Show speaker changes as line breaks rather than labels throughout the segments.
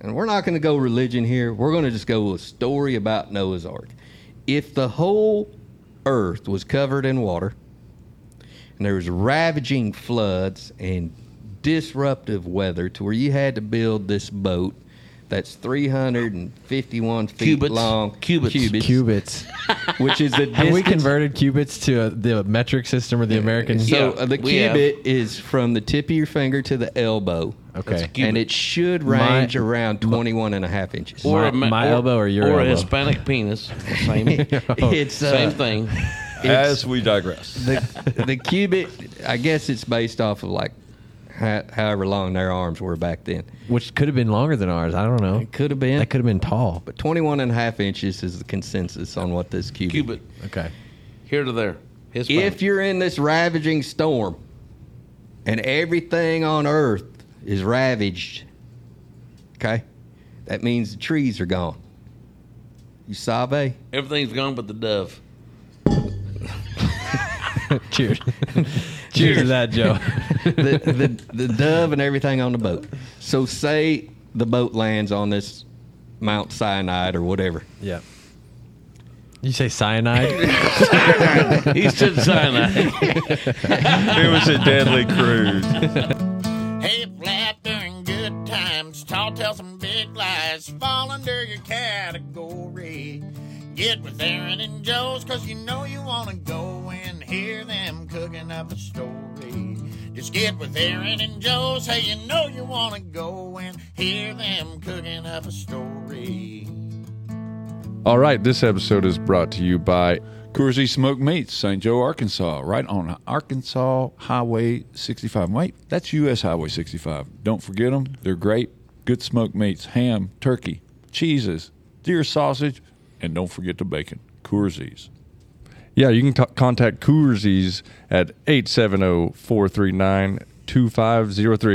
and we're not going to go religion here. We're going to just go with a story about Noah's Ark. If the whole earth was covered in water, and there was ravaging floods and disruptive weather to where you had to build this boat that's 351 feet
Cubits.
long
Cubits.
Cubits.
which is the
Have we
distance
converted cubits to uh, the metric system or the American?
So
Yeah,
uh, the
we have.
cubit is from the tip of your finger to the elbow.
Okay.
Cubit.
And it should range around 21 and a half inches.
Or
My-
a ma-
my elbow or your
or a
elbow?
Hispanic penis. Same,
it's uh,
same thing.
It's-
As we digress.
the, the cubit, I guess it's based off of like ho- however long their arms were back then.
Which could have been longer than ours. I don't know.
It could have been.
That could have been tall.
But 21 and a half inches is the consensus on what this cubit.
Cubit
Okay.
here to there. Hispanic.
If you're in this ravaging storm and everything on earth is ravaged, okay, that means the trees are gone. You sabe?
everything's gone but the dove.
Cheers. Cheers to that, Joe.
the, the, the dove and everything on the boat. So, say the boat lands on this Mount Sinai or whatever.
yeah. You say cyanide?
He said cyanide.
it was a deadly cruise.
Hey, flat during good times, tall tell some big lies, fall under your category. Get with Aaron and Joe's, cause you know you wanna go and hear them cooking up a story. Just get with Aaron and Joe's, hey, you know you wanna go and hear them cooking up a story.
All right, this episode is brought to you by Coors East Smoked Meats, St. Joe, Arkansas, right on Arkansas Highway 65. Wait, that's U.S. Highway 65. Don't forget them. They're great. Good smoked meats, ham, turkey, cheeses, deer sausage, and don't forget the bacon. Coors East.
Yeah, you can t- contact Coorsies at oh, 870-439-2503.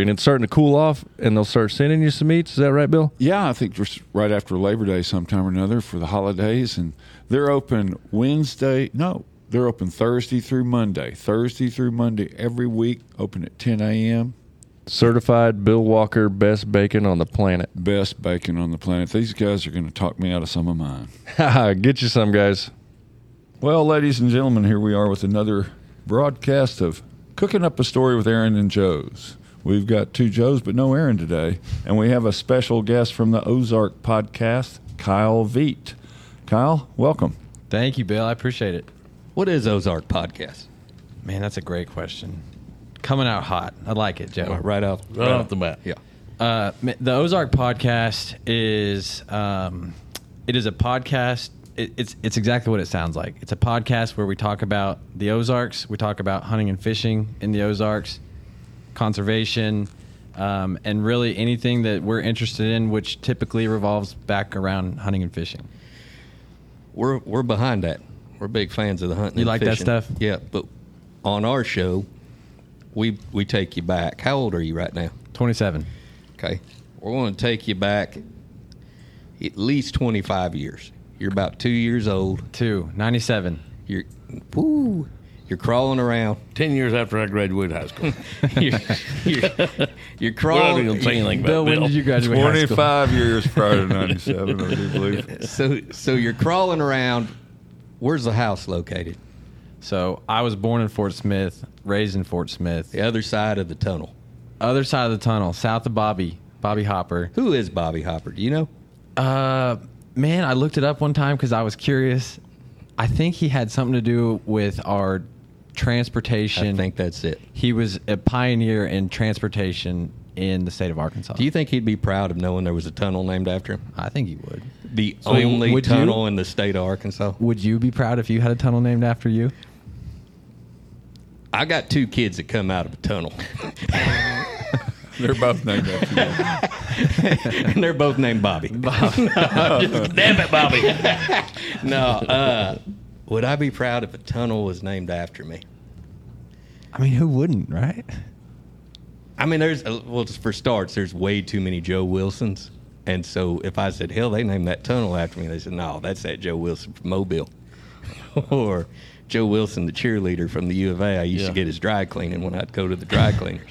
And it's starting to cool off, and they'll start sending you some meats. Is that right, Bill?
Yeah, I think just right after Labor Day, sometime or another, for the holidays, and they're open Wednesday. No, they're open Thursday through Monday. Thursday through Monday every week. Open at 10 a.m.
Certified Bill Walker best bacon on the planet.
Best bacon on the planet. These guys are going to talk me out of some of mine.
Get you some, guys.
Well, ladies and gentlemen, here we are with another broadcast of Cooking Up a Story with Aaron and Joe's. We've got two Joes, but no Aaron today. And we have a special guest from the Ozark podcast, Kyle Veet. Kyle, welcome.
Thank you, Bill. I appreciate it.
What is Ozark Podcast?
Man, that's a great question. Coming out hot. I like it, Joe.
Right off.
Right off the bat.
Yeah.
Uh, ma- the Ozark podcast is um, it is a podcast. It, it's it's exactly what it sounds like. It's a podcast where we talk about the Ozarks. We talk about hunting and fishing in the Ozarks, conservation, um, and really anything that we're interested in, which typically revolves back around hunting and fishing.
We're, we're behind that. We're big fans of the hunting.
You
and
like that
fishing.
stuff?
Yeah. But on our show, we, we take you back. How old are you right now?
Twenty seven.
Okay. We're going to take you back at least 25 years. You're about two years old.
Two, 97.
You're, woo, you're crawling around.
Ten years after I graduated high school.
You're, you're, you're
We're not even
crawling.
gonna say anything
Bill,
about
when
Bill.
did you graduate high school?
25 years prior to 97, I do believe.
So, so you're crawling around. Where's the house located?
So I was born in Fort Smith, raised in Fort Smith.
The other side of the tunnel.
Other side of the tunnel, south of Bobby, Bobby Hopper.
Who is Bobby Hopper? Do you know?
Uh, man, I looked it up one time because I was curious. I think he had something to do with our
I
transportation.
think that's it.
he was a pioneer in transportation in the state of Arkansas.
Do you think he'd be proud of knowing there was a tunnel named after him?
I think he would.
The
So
only
would you-
tunnel in the state of Arkansas.
Would you be proud if you had a tunnel named after you?
I got two kids that come out of a tunnel,
They're both named after you.
and they're both named Bobby.
Damn it, Bobby.
No. Uh, would I be proud if a tunnel was named after me?
I mean, who wouldn't, right?
I mean, there's uh, well, just for starts, there's way too many Joe Wilsons, and so if I said, "Hell, they named that tunnel after me," they said, "No, that's that Joe Wilson from Mobile," or Joe Wilson, the cheerleader from the U of A, I used to
Yeah.
get his dry cleaning when I'd go to the dry cleaners.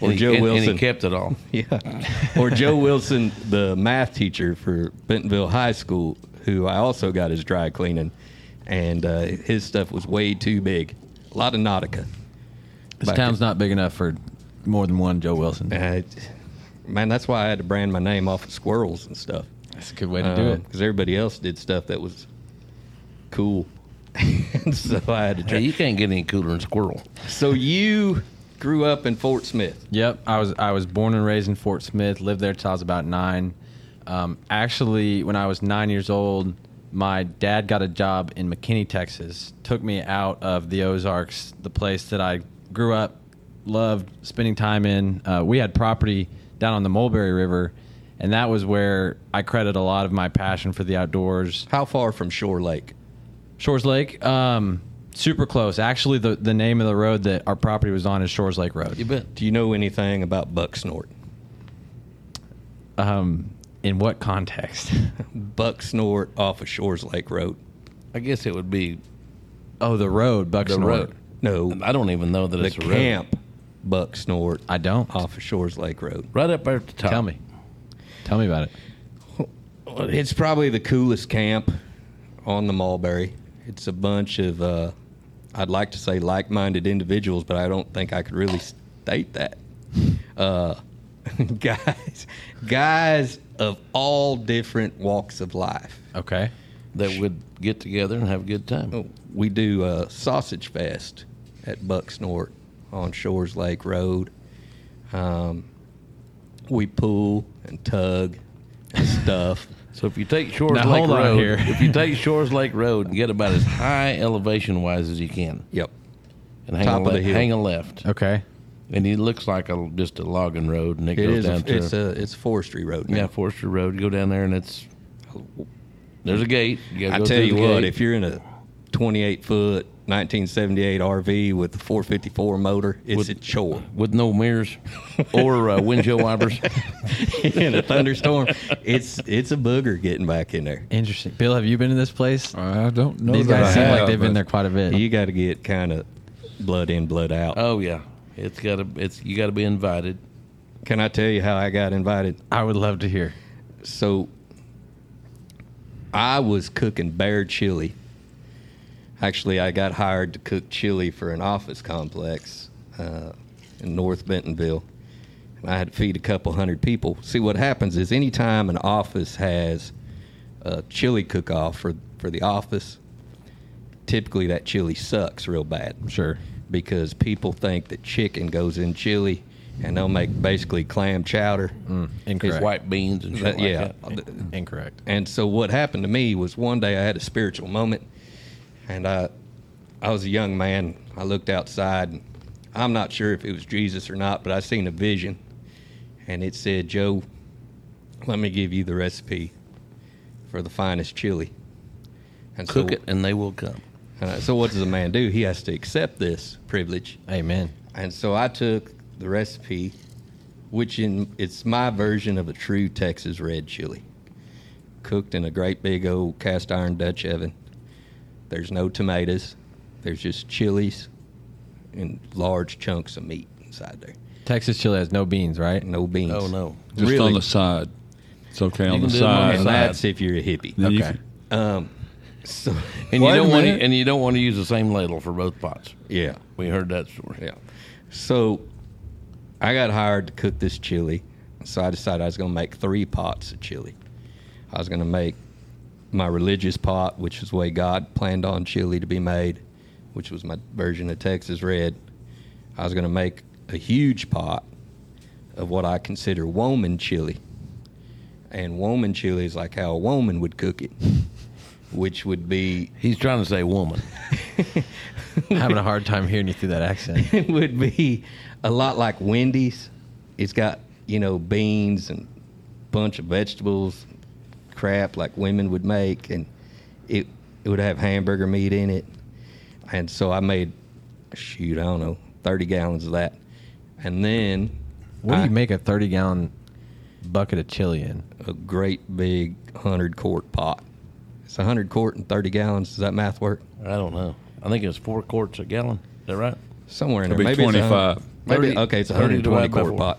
Or
And he-
Joe
and-
Wilson.
And he kept it all.
Yeah. Or Joe Wilson, the math teacher for Bentonville High School, who I also got his dry cleaning, and uh, his stuff was way too big. A lot of Nautica.
This
Back
town's not big enough for more than one Joe Wilson.
Uh, it- man, that's why I had to brand my name off of squirrels and stuff.
That's a good way to do it.
Because Um, everybody else did stuff that was cool. and so I had to try.
Hey, you can't get any cooler than squirrel.
So you grew up in Fort Smith.
Yep, I was I was born and raised in Fort Smith. Lived there till I was about nine. Um, actually, when I was nine years old, my dad got a job in McKinney, Texas. Took me out of the Ozarks, the place that I grew up, loved spending time in. Uh, we had property down on the Mulberry River, and that was where I credit a lot of my passion for the outdoors.
How far from Shore Lake?
Shores Lake, um, super close. Actually, the the name of the road that our property was on is Shores Lake Road.
You bet.
Do you know anything about buck snort?
In what context?
Buck snort off of Shores Lake Road.
I guess it would be
Oh, the road, Bucks
the road.
No,
I don't even know that
the
it's a road.
camp buck snort
I don't.
off of Shores Lake Road.
Right up there at the top.
Tell me. Tell me about it.
It's probably the coolest camp on the Mulberry. It's a bunch of, uh, I'd like to say like minded individuals, but I don't think I could really state that. Uh, guys, guys of all different walks of life.
Okay.
That would get together and have a good
Oh.
time.
We do a sausage fest at Buck Snort on Shores Lake Road. Um, we pull and tug and stuff.
So if you take Shores
Now,
Lake
hold on
Road,
here.
if you take Shores Lake Road and get about as high elevation wise as you can,
yep.
and hang,
Top
a,
of the
le-
hill.
hang a left,
Okay.
and it looks like a, just a logging road, and it,
It
goes
is.
down
A,
to
it's a it's forestry road. now.
yeah Forster Road. Go down there, and it's there's a gate. You gotta
I
go
tell
through
you
the
what,
gate.
if you're in a 28 foot 1978 RV with a 454 motor, it's
With-
a chore.
with no mirrors or uh, windshield wipers,
in a thunderstorm, it's it's a booger getting back in there.
Interesting. Bill, have you been to this place?
I don't know.
These
that
guys
I
seem like
have,
they've been
but-
there quite a bit.
You got to get kind of blood in, blood out.
oh yeah, it's gotta it's you gotta be invited.
Can I tell you how I got invited?
I would love to hear.
So I was cooking bear chili. Actually, I got hired to cook chili for an office complex uh, in North Bentonville. And I had to feed a couple hundred people. See, what happens is anytime an office has a chili cook off for, for the office, typically that chili sucks real bad
Sure.
because people think that chicken goes in chili and they'll make basically clam chowder.
Incorrect.
White beans and shit
That-
Mm, like
yeah.
that.
Incorrect.
And so what happened to me was one day I had a spiritual moment, and I, I was a young man. I looked outside, and I'm not sure if it was Jesus or not, but I seen a vision, and it said, "Joe, let me give you the recipe for the finest chili." And
Cook
so,
it, and they will come.
and I- so what does a man do? He has to accept this privilege.
Amen.
And so I took the recipe, which in it's my version of a true Texas red chili, cooked in a great big old cast iron Dutch oven. There's no tomatoes. There's just chilies and large chunks of meat inside there.
Texas chili has no beans, right?
No beans.
Oh no,
Just
Really?
on the side. It's okay on
can
the
do it on
side.
And that's if you're a hippie.
Then you
Okay.
can-
So,
and
Wait
you
a
don't want to,
minute.
and you don't want to use the same ladle for both pots.
yeah.
We heard that story.
Yeah. So I got hired to cook this chili. So I decided I was going to make three pots of chili. I was going to make my religious pot, which was the way God planned on chili to be made, which was my version of Texas Red. I was going to make a huge pot of what I consider woman chili. And woman chili is like how a woman would cook it, which would be
He's trying to say woman.
Having a hard time hearing you through that accent.
it would be a lot like Wendy's. It's got you know beans and bunch of vegetables, crap like women would make, and it it would have hamburger meat in it. And so I made, shoot, I don't know, thirty gallons of that, and then
What do
I-
you make a 30 gallon bucket of chili in?
a great big hundred quart pot. It's a hundred quart and thirty gallons. Does that math work?
I don't know. I think it was four quarts a gallon. Is that right?
somewhere in there.
It'll be
Maybe it's a hun-
25.
Maybe
30
okay, it's a
30
120
divided by
quart
four.
pot.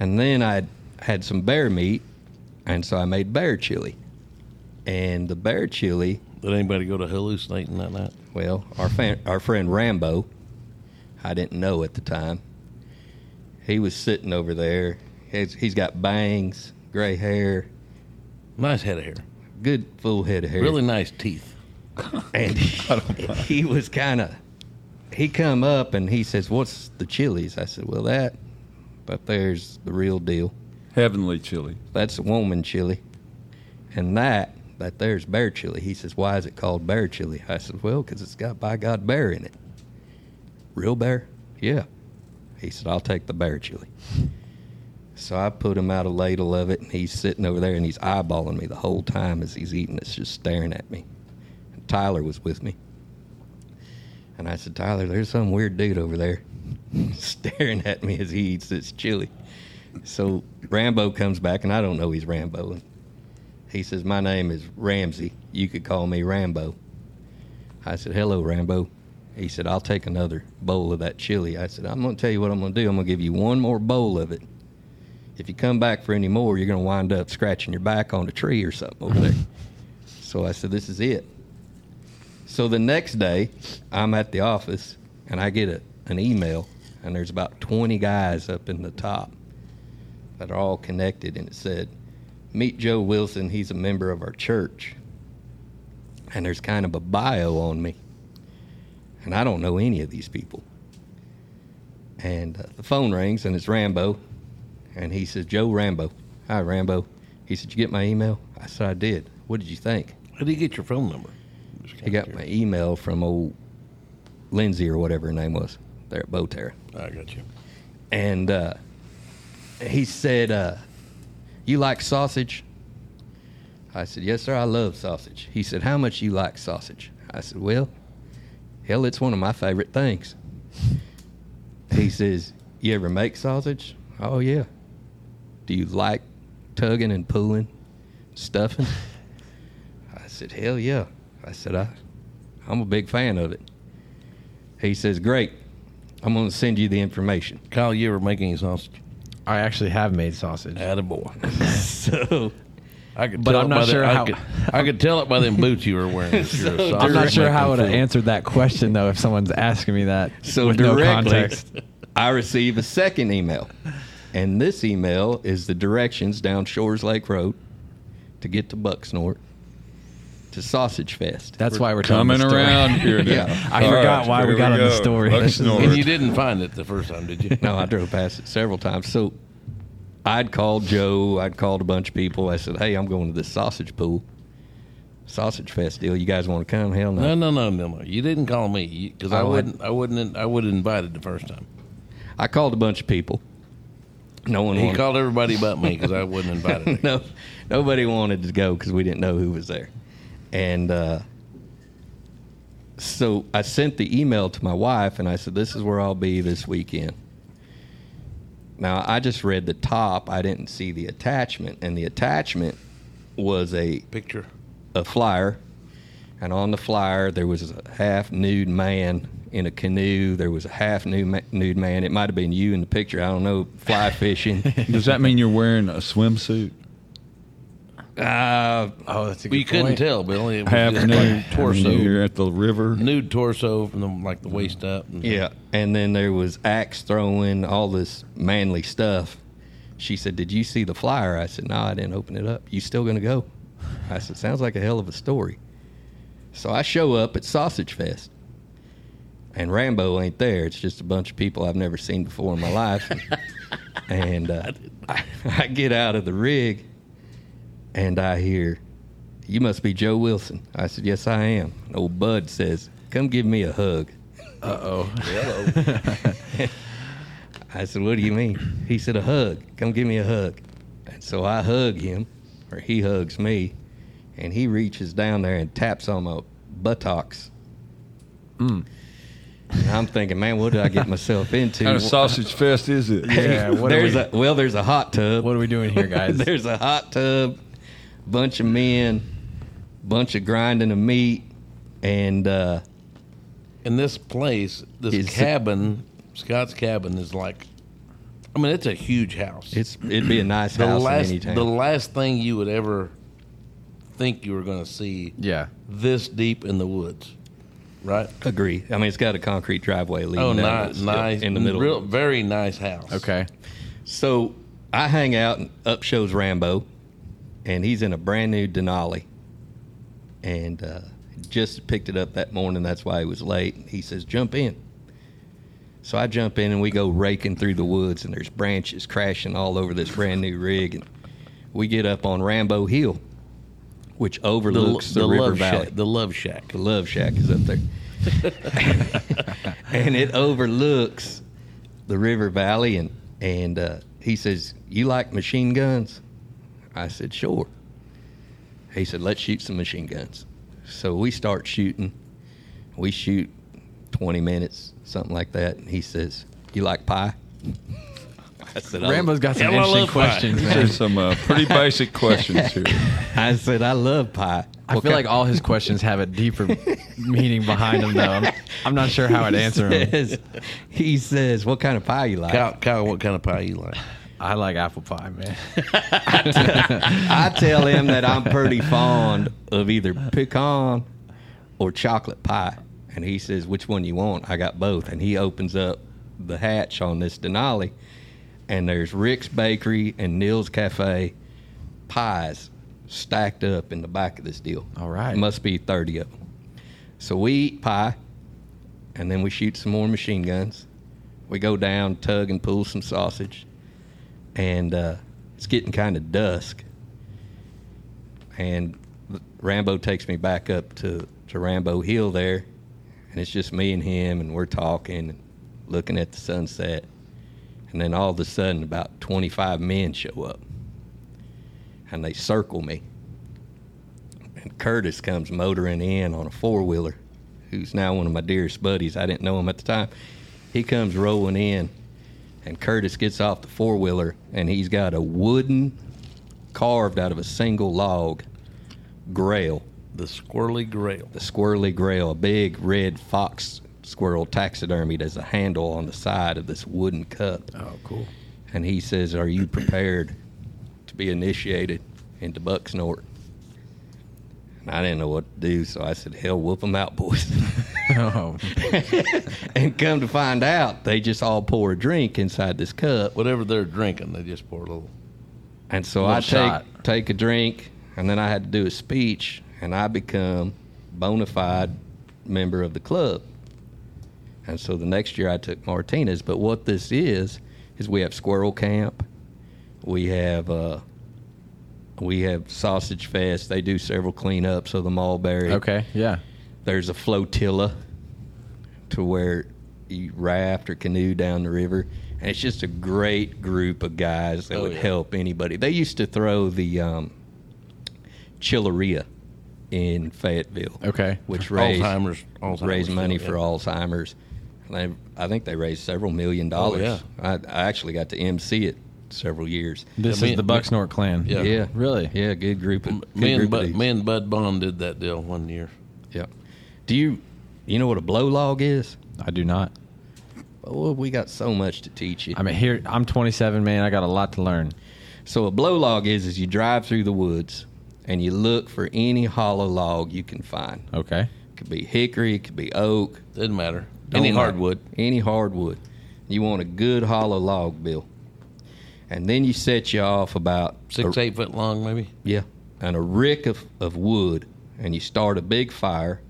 And then I had some bear meat, and so I made bear chili. And the bear chili,
Did anybody go to hallucinating that night?
well, our fan, our friend Rambo, I didn't know at the time. He was sitting over there. He's, he's got bangs, gray hair,
Nice head of hair.
good full head of hair.
Really nice teeth.
and he was kind of he come up and he says what's the chilies i said well that but there's the real deal
Heavenly chili.
that's a woman chili and that that there's bear chili he says why is it called bear chili i said well because it's got by god bear in it real bear yeah he said i'll take the bear chili so i put him out a ladle of it and he's sitting over there and he's eyeballing me the whole time as he's eating it's just staring at me Tyler was with me. And I said, Tyler, there's some weird dude over there staring at me as he eats this chili. So Rambo comes back, and I don't know he's Rambo. And he says, My name is Ramsey. You could call me Rambo. I said, Hello, Rambo. He said, I'll take another bowl of that chili. I said, I'm going to tell you what I'm going to do. I'm going to give you one more bowl of it. If you come back for any more, you're going to wind up scratching your back on a tree or something over there. so I said, This is it. So the next day, I'm at the office and I get a, an email, and there's about 20 guys up in the top that are all connected. And it said, Meet Joe Wilson. He's a member of our church. And there's kind of a bio on me. And I don't know any of these people. And uh, the phone rings, and it's Rambo. And he says, Joe Rambo. Hi, Rambo. He said, You get my email? I said, I did. What did you think?
How do you get your phone number? Just
He got
kinda
my email from old Lindsay or whatever her name was there at Boterra.
curious. I got you.
And uh, he said, uh, You like sausage? I said, Yes, sir, I love sausage. He said, How much you like sausage? I said, Well, hell, it's one of my favorite things. He says, You ever make sausage? Oh, yeah. Do you like tugging and pulling, stuffing? I said, Hell yeah. I said, I, I'm a big fan of it. He says, Great. I'm going to send you the information.
Kyle, you ever make any sausage?
I actually have made sausage.
Attaboy.
So
I could
But
tell
I'm
it
not
by the-
sure
I
how-
Could, I could tell it by them boots you were wearing. that you're a sausage
I'm not sure how I would
making
have
fool.
answered that question though if someone's asking me that
so
with
directly,
no context.
I receive a second email, and this email is the directions down Shores Lake Road to get to Bucksnort to Sausage Fest.
That's why we're telling
Coming
the story.
around here now.
Yeah.
I forgot why we
here
got on the
go.
story.
Lex Norris.
And you didn't find it the first time, did you?
no, I drove past it several times. So I'd called Joe. I'd called a bunch of people. I said, "Hey, I'm going to this sausage pool, Sausage Fest deal. You guys want to come? Hell no.
No, no, no, no, no. You didn't call me because I
Oh, I-
wouldn't. I wouldn't. I would have invited the first time.
I called a bunch of people. No one.
He
wanted-
called everybody but me because I wasn't invited.
no, nobody wanted to go because we didn't know who was there. And uh, so I sent the email to my wife and I said, This is where I'll be this weekend. Now, I just read the top, I didn't see the attachment. And the attachment was a,
Picture.
a flyer. And on the flyer, there was a half nude man in a canoe. There was a half nude, ma- nude man. It might have been you in the picture. I don't know. Fly fishing.
Does that mean you're wearing a swimsuit?
uh,
Oh, that's a good
Well, you couldn't
point.
tell, Billy. It was
Half
just
nude
like torso,
I mean, you're at the river.
nude torso from the, like the waist up. And
Yeah, and then there was axe throwing, all this manly stuff. She said, "Did you see the flyer?" I said, "No, I didn't open it up." You still gonna go? I said, "Sounds like a hell of a story." So I show up at Sausage Fest, and Rambo ain't there. It's just a bunch of people I've never seen before in my life, and uh, I, I get out of the rig, and I hear, "You must be Joe Wilson." I said, "Yes, I am." And old Bud says, "Come give me a hug." I said, What do you mean? He said, A hug. Come give me a hug. And so I hug him, or he hugs me, and he reaches down there and taps on my buttocks.
Hmm.
And I'm thinking, man, what did I get myself into?
What kind of sausage fest is it?
Yeah, what are
there's
we-
a well, there's a hot tub.
What are we doing here, guys?
there's a hot tub, bunch of men, bunch of grinding of meat, and uh,
And this place, this
It's-
cabin, Scott's cabin, is like, I mean, it's a huge house.
it's it'd be a nice
the
house
last,
in any town.
the last thing you would ever think you were going to see.
Yeah.
This deep in the woods, right?
Agree. I mean, it's got a concrete driveway leading
Oh,
down
nice,
to it,
nice,
in the middle.
real, very nice house.
Okay.
So I hang out and up shows Rambo, and he's in a brand new Denali, and uh, just picked it up that morning. That's why he was late. He says, "Jump in." So I jump in and we go raking through the woods, and there's branches crashing all over this brand new rig, and we get up on Rambo Hill, which
the,
overlooks the,
the
river
love
valley.
shack. The love shack.
The Love Shack is up there. and it overlooks the river valley and and uh, he says, "You like machine guns?" I said, "Sure." He said, "Let's shoot some machine guns." So we start shooting. We shoot 20 minutes, something like that. And he says, "You like pie?" I said, "I-
Rambo's got some
Hello,
interesting
love
questions,
These
man.
are some uh, pretty basic questions here.
I said, "I love pie."
I feel like all his questions have a deeper meaning behind them, though. I'm, I'm not sure how I'd
he
answer them.
says, he says, "What kind of pie you like?"
Kyle, Kyle, what kind of pie you like?
I like apple pie, man.
I tell him that I'm pretty fond of either pecan or chocolate pie. And he says, Which one you want? I got both. And he opens up the hatch on this Denali, and there's Rick's Bakery and Neil's Cafe pies stacked up in the back of this deal.
All right.
Must be 30 of them. So we eat pie, and then we shoot some more machine guns. We go down, tug, and pull some sausage. And uh, it's getting kind of dusk and Rambo takes me back up to, to Rambo Hill there, and it's just me and him, and we're talking and looking at the sunset. And then all of a sudden, about 25 men show up, and they circle me. And Curtis comes motoring in on a four wheeler, who's now one of my dearest buddies. I didn't know him at the time. He comes rolling in, and Curtis gets off the four wheeler, and he's got a wooden carved out of a single log grail,
The squirrely grail.
the squirrely grail, a big red fox squirrel taxidermied as a handle on the side of this wooden cup.
Oh, cool.
And he says, Are you prepared to be initiated into Buck Snort? And I didn't know what to do, so I said, Hell, whoop 'em out, boys.
Oh,
and come to find out, they just all pour a drink inside this cup.
Whatever they're drinking, they just pour a little.
And so
Little
I take
shot.
take a drink, and then I had to do a speech, and I become bona fide member of the club. And so the next year I took Martinez. But what this is is we have squirrel camp, we have uh, we have sausage fest. They do several cleanups of the Mulberry.
okay. Yeah.
There's a flotilla to where you raft or canoe down the river. And it's just a great group of guys that
Oh,
would
yeah.
help anybody. They used to throw the um, Chilleria in Fayetteville,
Okay.
which raised,
Alzheimer's. Alzheimer's
raised money
yeah.
for Alzheimer's. And they, I think they raised several million dollars.
Oh, yeah.
I, I actually got to MC it several years.
This
me-
is the Bucksnort clan.
Yeah.
Yeah.
Really?
Yeah, good group of, good
Me and,
group of
Bud,
dudes.
me and Bud Bond did that deal one year.
Yeah. Do you, you know what a blow log is?
I do not.
Well, we got so much to teach you.
I mean, here I'm 27, man. I got a lot to learn.
So a blow log is is you drive through the woods and you look for any hollow log you can find.
Okay.
could be hickory, it could be oak,
Didn't matter.
Don't
Any
matter.
hardwood.
any hardwood. You want a good hollow log, Bill. And then you set you off about
Six,
a,
eight foot long, maybe.
yeah, and a rick of, of wood, and you start a big fire,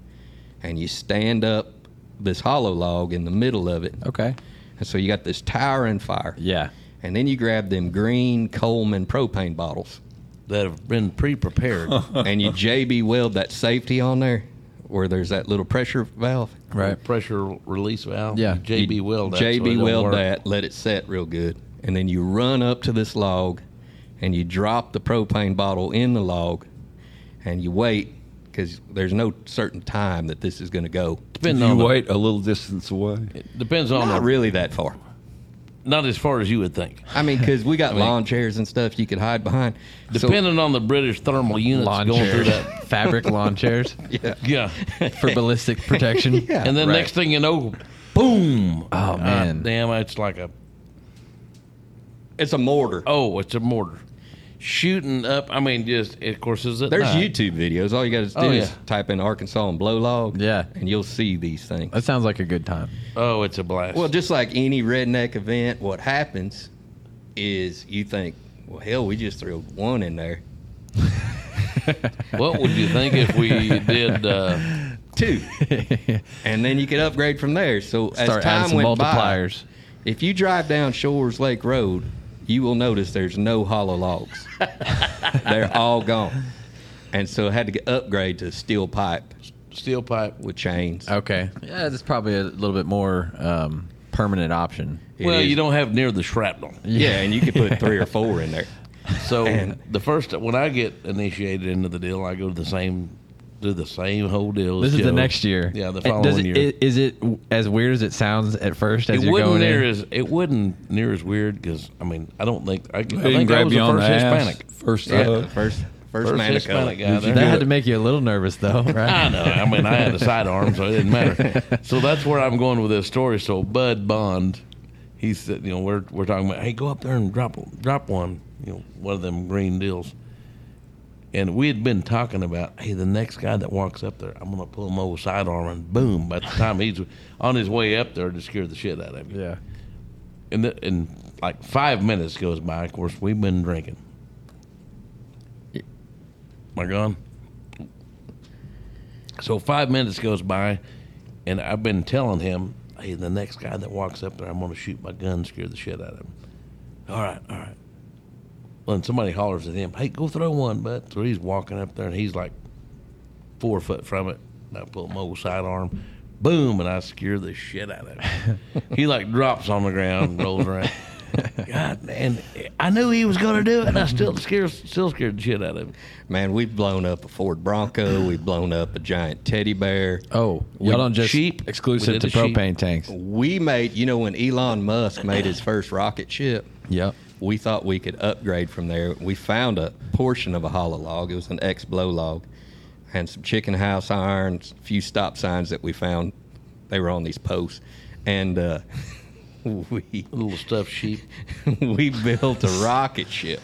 and you stand up this hollow log in the middle of it,
Okay.
and so you got this towering fire.
Yeah.
And then you grab them green Coleman propane bottles.
That have been pre prepared.
and you JB weld that safety on there where there's that little pressure valve.
Right.
Pressure release valve.
Yeah.
You JB weld that. so it
JB
don't
weld
work.
that, let it set real good. And then you run up to this log and you drop the propane bottle in the log and you wait because there's no certain time that this is going to go.
Depending
you
on the,
wait a little distance away.
Depends on
Not
the
really that far.
not as far as you would think.
I mean, because we got lawn chairs and stuff you could hide behind. So-
Depending on the British thermal units
lawn
going through
chairs,
that.
fabric lawn chairs
Yeah.
for ballistic protection.
Yeah.
And then
Right.
next uh, thing you know, boom.
Oh man,
damn, it's like a
it's a mortar.
oh, it's a mortar. Shooting up. I mean, just of course is it
There's
night.
YouTube videos. All you got to do
Oh,
is
yeah.
type in Arkansas and blow log.
Yeah.
And you'll see these things.
that sounds like a good time.
Oh, it's a blast.
Well, just like any redneck event, what happens is you think, well, hell, we just threw one in there.
what would you think if we did uh,
Two. and then you could upgrade from there. So as
Start adding
time
some
went by,
multipliers.
if you drive down Shores Lake Road, you will notice there's no hollow logs. They're all gone. And so I had to get upgrade to steel pipe
steel pipe?
with chains.
Okay, yeah, that's probably a little bit more um, permanent option.
It
well,
is-
you don't have near the shrapnel.
Yeah, and you could put three or four in there.
So
And-
the first when I get initiated into the deal, I go to the same do the same whole deal. as
This is the
Joe.
next year.
Yeah, the
Uh, does
following
it-
year.
i- Is it w- as weird as it sounds at first as
It
you're
wasn't
going
near
in?
as it wasn't near as weird because I mean I don't think I, I
They didn't
think I
grab
was
you
the
on
first
the ass.
Hispanic.
First,
Yeah.
uh,
First, first,
First
man to come.
Hispanic guy
That
there.
had to make you a little nervous, though,
I
right?
know. I mean, I had a sidearm, so it didn't matter. So that's where I'm going with this story. So Bud Bond, he said, you know, we're we're talking about, hey, go up there and drop drop one, you know, one of them green deals. And we had been talking about, hey, the next guy that walks up there, I'm gonna pull my old sidearm, and boom! By the time he's on his way up there, to scare the shit out of him.
yeah.
And th- and like five minutes goes by. Of course, we've been drinking. My gun. So five minutes goes by, and I've been telling him, "Hey, the next guy that walks up there, I'm going to shoot my gun, scare the shit out of him." All right, all right. Well, and somebody hollers at him, "Hey, go throw one, bud." So he's walking up there, and he's like four foot from it. And I pull my old sidearm, boom, and I scare the shit out of him. he like drops on the ground, and rolls around. God, and I knew he was going to do it, and I still scared, still scared the shit out of him.
Man, we've blown up a Ford Bronco. We've blown up a giant teddy bear.
Oh, y'all don't just
sheep. We
exclusive
did
to
the sheep.
propane tanks.
We made, you know, when Elon Musk made his first rocket ship,
Yep.
we thought we could upgrade from there. We found a portion of a hollow log. It was an ex blow log and some chicken house irons, a few stop signs that we found. They were on these posts. And uh, we
Little stuffed sheep.
we built a rocket ship.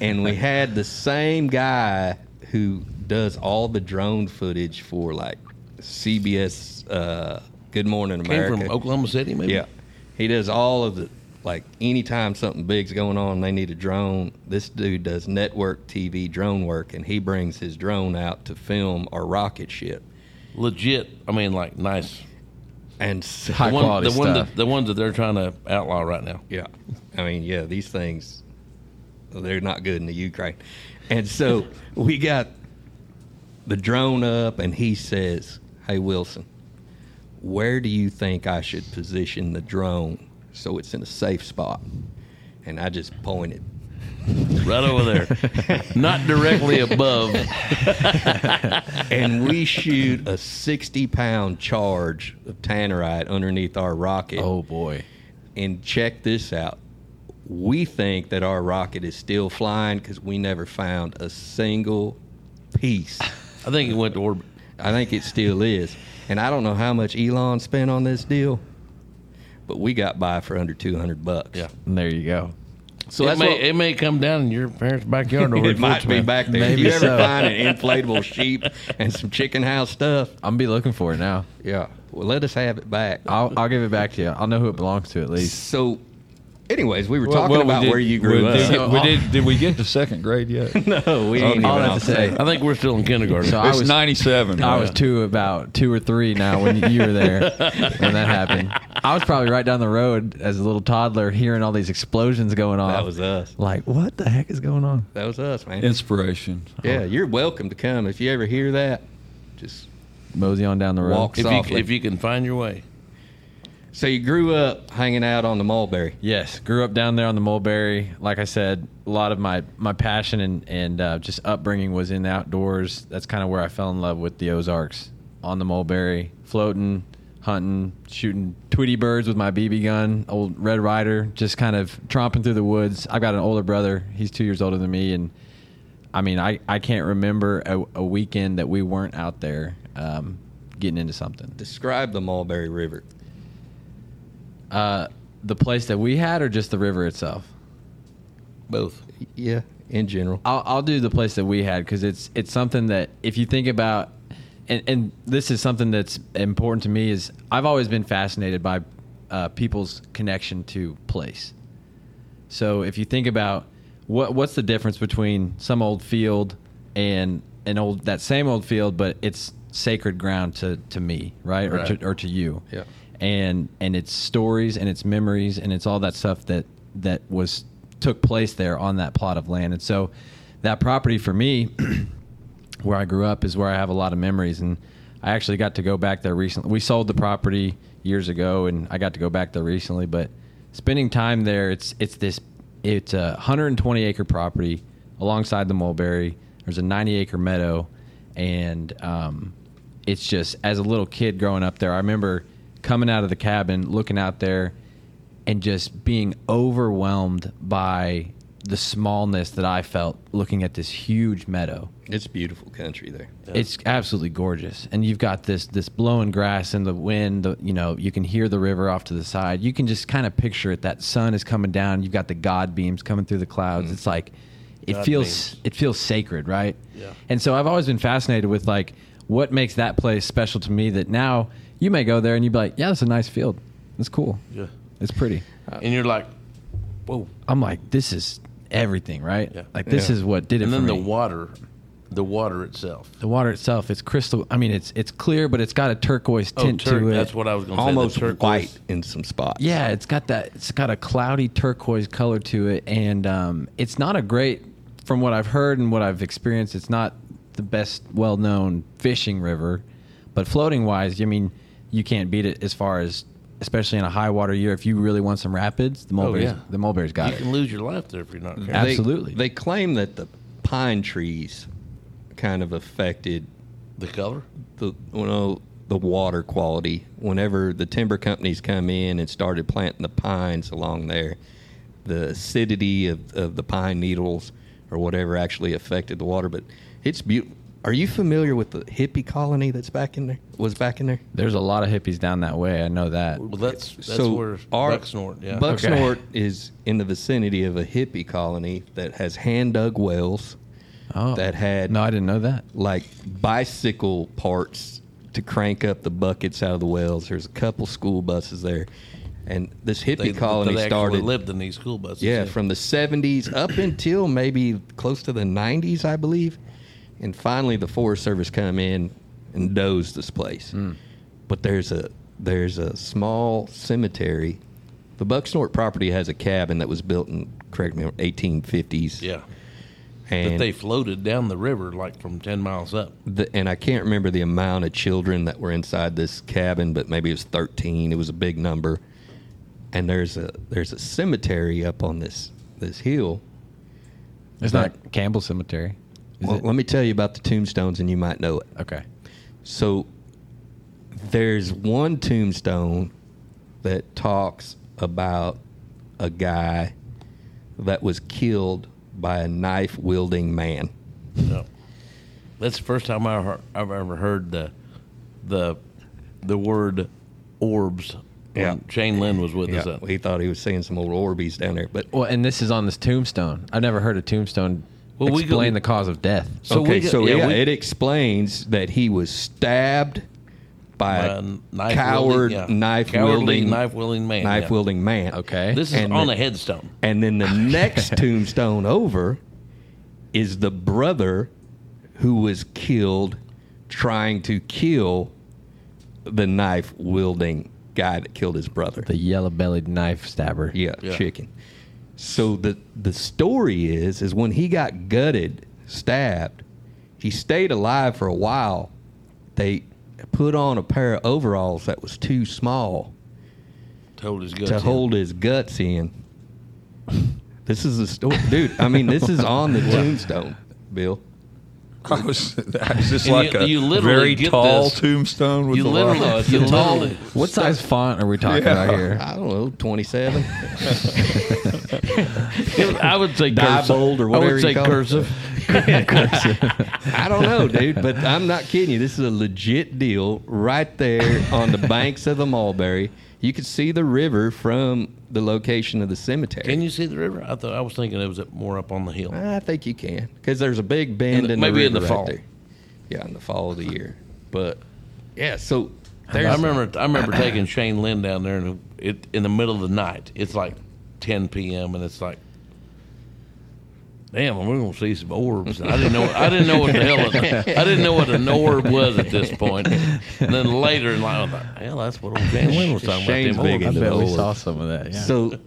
and we had the same guy who does all the drone footage for like CBS uh, Good Morning
Came
America.
from Oklahoma City, maybe.
Yeah. He does all of the like anytime something big's going on, they need a drone. This dude does network TV drone work and he brings his drone out to film our rocket ship.
legit. I mean, like nice.
And so
High
The one,
quality
the one
stuff.
that the ones that they're trying to outlaw right now.
Yeah. I mean, yeah, these things, they're not good in the Ukraine. And so we got the drone up, and he says, Hey, Wilson, where do you think I should position the drone so it's in a safe spot? And I just pointed.
Right over there, not directly above.
And we shoot a 60 pound charge of tannerite underneath our rocket.
Oh boy.
and check this out. We think that our rocket is still flying because we never found a single piece.
I think it went to orbit.
I think it still is. And I don't know how much Elon spent on this deal, but we got by for under 200 bucks.
Yeah.
And there you go.
So
it
that's
may
what,
it may come down in your parents' backyard. Over
it might be back there.
Maybe
if you ever
so.
find an inflatable sheep and some chicken house stuff,
I'm gonna be looking for it now.
yeah, well, let us have it back.
I'll I'll give it back to you. I'll know who it belongs to at least.
So, anyways, we were
well,
talking
well, we
about
did-
where you grew
we Did,
up.
get- we did, did we get to second grade yet?
no, we ain't even
All I
on
have to say,
I think we're still in kindergarten.
So I
It's
was
97.
I was two about two or three now when you were there when that happened. I was probably right down the road as a little toddler hearing all these explosions going on.
That was us.
like, what the heck is going on?
That was us, man.
Inspiration.
Yeah, you're welcome to come. If you ever hear that, just
Mosey on down the road.
Walk.
if you
softly.
if you can find your way,
so you grew up hanging out on the Mulberry.
Yes, grew up down there on the Mulberry. Like I said, a lot of my my passion and and uh, just upbringing was in the outdoors. That's kind of where I fell in love with the Ozarks on the Mulberry, floating, hunting, shooting Tweety birds with my BB gun, old Red Rider, just kind of tromping through the woods. I've got an older brother. He's two years older than me. And I mean, I, I can't remember a, a weekend that we weren't out there um, getting into something.
Describe the Mulberry River.
Uh, the place that we had, or just the river itself?
Both.
Yeah, in general.
I'll, I'll do the place that we had because it's it's something that if you think about, and, and this is something that's important to me is I've always been fascinated by uh, people's connection to place. So if you think about what what's the difference between some old field and an old that same old field, but it's sacred ground to to me, right, or
Right.
to or to you,
Yeah.
and and it's stories and it's memories and it's all that stuff that that was took place there on that plot of land, and so that property for me where I grew up is where I have a lot of memories, and I actually got to go back there recently. We sold the property years ago, and I got to go back there recently. But spending time there, it's it's this it's a 120 acre property alongside the mulberry. There's a 90 acre meadow, and um, it's just as a little kid growing up there, I remember coming out of the cabin, looking out there, and just being overwhelmed by the smallness that I felt looking at this huge meadow
It's beautiful country there.
it's absolutely gorgeous and you've got this this blowing grass and the wind the, you know you can hear the river off to the side you can just kind of picture it that sun is coming down you've got the god beams coming through the clouds it's like it
Mm. God
feels
beams.
it feels sacred right
Yeah.
and so i've always been fascinated with like what makes that place special to me that now you may go there and you'd be like yeah that's a nice field it's cool
Yeah.
it's pretty
and you're like, whoa.
i'm like this is everything right
Yeah.
like this
Yeah.
is what did it
And
for
then the
me.
water, the water itself.
The water itself, it's crystal. I mean, it's it's clear, but it's got a turquoise
Oh,
tint
tur-
to it.
that's what I was going to say. the
Almost
turquoise.
white in some spots.
yeah, it's got that. It's got a cloudy turquoise color to it, and um, it's not a great. From what I've heard and what I've experienced, it's not the best well-known fishing river, but floating wise, I mean, you can't beat it as far as, especially in a high water year. If you really want some rapids, the mulberries,
yeah.
the mulberries got
You
it.
can lose your life there if you're not careful.
They-
Absolutely.
They claim that the pine trees kind of affected
The color?
the you know the water quality. Whenever the timber companies come in and started planting the pines along there, the acidity of, of the pine needles or whatever actually affected the water. But it's beautiful. Are you familiar with the hippie colony that's back in there? Was back in there?
There's a lot of hippies down that way. I know that.
Well, that's that's where
our-
Bucksnort, yeah.
Bucksnort is in the vicinity of a hippie colony that has hand dug wells
Oh,
that had
no, I didn't know that.
like bicycle parts to crank up the buckets out of the wells. There's a couple school buses there, and this hippie
they,
colony
they actually
started.
lived in these school buses.
Yeah, from the 70s up until maybe close to the 90s, I believe. And finally, the Forest Service come in and dozed this place.
Hmm.
But there's a there's a small cemetery. The Bucksnort property has a cabin that was built in correct me 1850s.
yeah. But
and
they floated down the river like from ten miles up.
the, and I can't remember the amount of children that were inside this cabin, but maybe it was 13. It was a big number. And there's a there's a cemetery up on this this hill
It's
That-
not Campbell Cemetery. Is
Well,
it?
let me tell you about the tombstones, and you might know it.
Okay.
So, there's one tombstone that talks about a guy that was killed by a knife wielding man.
No. That's the first time I heard, I've ever heard the the the word orbs. when
Yeah.
Shane Lynn was with us.
Yeah,
Up.
he thought he was seeing some old Orbeez down there, but
Well, and this is on this tombstone. I've never heard a tombstone
Well, we
explain
go-
the cause of death.
So
okay,
we got-
so
yeah,
yeah,
we-
it explains that he was stabbed by
By a
a
Uh, knife
coward,
wielding- yeah.
knife
Cowardly
wielding,
knife wielding man,
knife
yeah.
wielding man.
Okay.
This is
And
on
the-
a headstone.
And then the next tombstone over is the brother who was killed trying to kill the knife wielding guy that killed his brother.
the yellow bellied knife stabber.
yeah,
Yeah.
chicken. So the the story is is when he got gutted, stabbed, he stayed alive for a while. They put on a pair of overalls that was too small
Told his guts
to
in.
hold his guts in. This is the story, dude. I mean, this is on the tombstone, Bill.
I was, I was just
And
like
you-
a
you literally
very
get
tall
this-
tombstone with
You
a lot of-
literally, uh, you literally,
What size font are we talking
Yeah.
about here?
I don't know, 27.
I would say cursive.
bold or
I
whatever
would
you
say
call it.
cursive.
I don't know, dude, but I'm not kidding you. This is a legit deal right there on the banks of the Mulberry. You could see the river from the location of the cemetery.
Can you see the river? I thought I was thinking it was up- more up on the hill.
I think you can because there's a big bend in
the-
the,
maybe in
river
the
right
fall.
there. Yeah, in the fall of the year. But yeah, so
I
there's
remember, I remember taking Shane Lynn down there, and it in the middle of the night. It's like 10 p.m. and it's like, damn, we're gonna see some orbs. And I didn't know, I didn't know what the hell, a- I didn't know what an orb was at this point. And then later in life, I was like, hell, that's what old Shane Lynn was talking
Shane's
about. Them
big
I
orbs.
into
bet we
the
saw some of that. Yeah.
so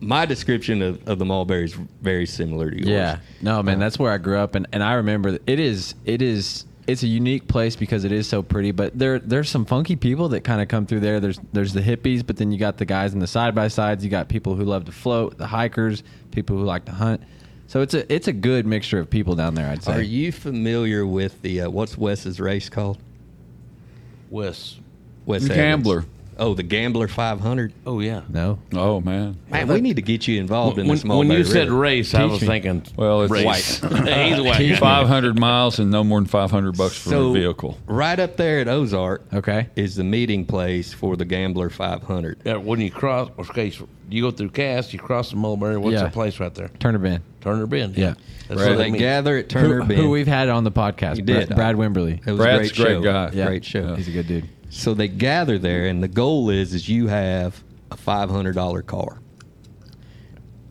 my description of, of the Mulberry is very similar to yours.
Yeah. No, man, that's where I grew up and, and I remember that it is it is it's a unique place because it is so pretty, but there there's some funky people that kind of come through there. There's there's the hippies, but then you got the guys in the side by sides, you got people who love to float, the hikers, people who like to hunt. So it's a it's a good mixture of people down there, I'd say.
Are you familiar with the uh, what's Wes's race called?
Wes.
Wes
The
Evans.
Gambler.
Oh, the Gambler 500.
Oh yeah.
no.
Oh man.
Man, we need to get you involved in
when,
this Mulberry
when you said
River.
race, I was thinking
Well, it's
race. Either way,
Five hundred miles and no more than five hundred bucks for
So,
a vehicle.
right up there at Ozark
Okay.
is the meeting place for the Gambler 500.
Yeah, when you cross, okay, so you go through Cass, you cross the Mulberry. What's
Yeah.
that place right there?
Turner Bend.
Turner Bend.
Yeah.
That's
So
what
they
means.
gather at Turner
who,
Bend.
who we've had on the podcast.
You did.
Brad, Brad Wimberly.
It was
Brad's
a great,
a great
show.
guy.
Yeah.
Great show.
He's a good dude.
So they gather there, and the goal is is you have a five hundred dollar car,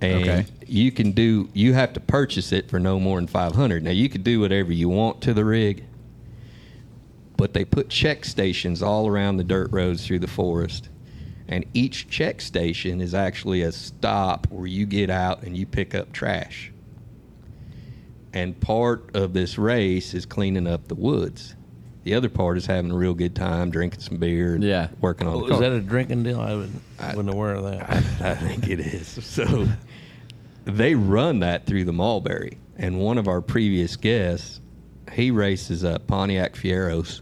and
Okay.
you can do you have to purchase it for no more than five hundred. Now you could do whatever you want to the rig, but they put check stations all around the dirt roads through the forest. And each check station is actually a stop where you get out and you pick up trash. And part of this race is cleaning up the woods. The other part is having a real good time, drinking some beer, and
Yeah.
working on the
Oh, Is
car.
that a drinking deal? I wasn't, wasn't aware of that.
I think it is. So they run that through the Mulberry. And one of our previous guests, he races uh, Pontiac Fieros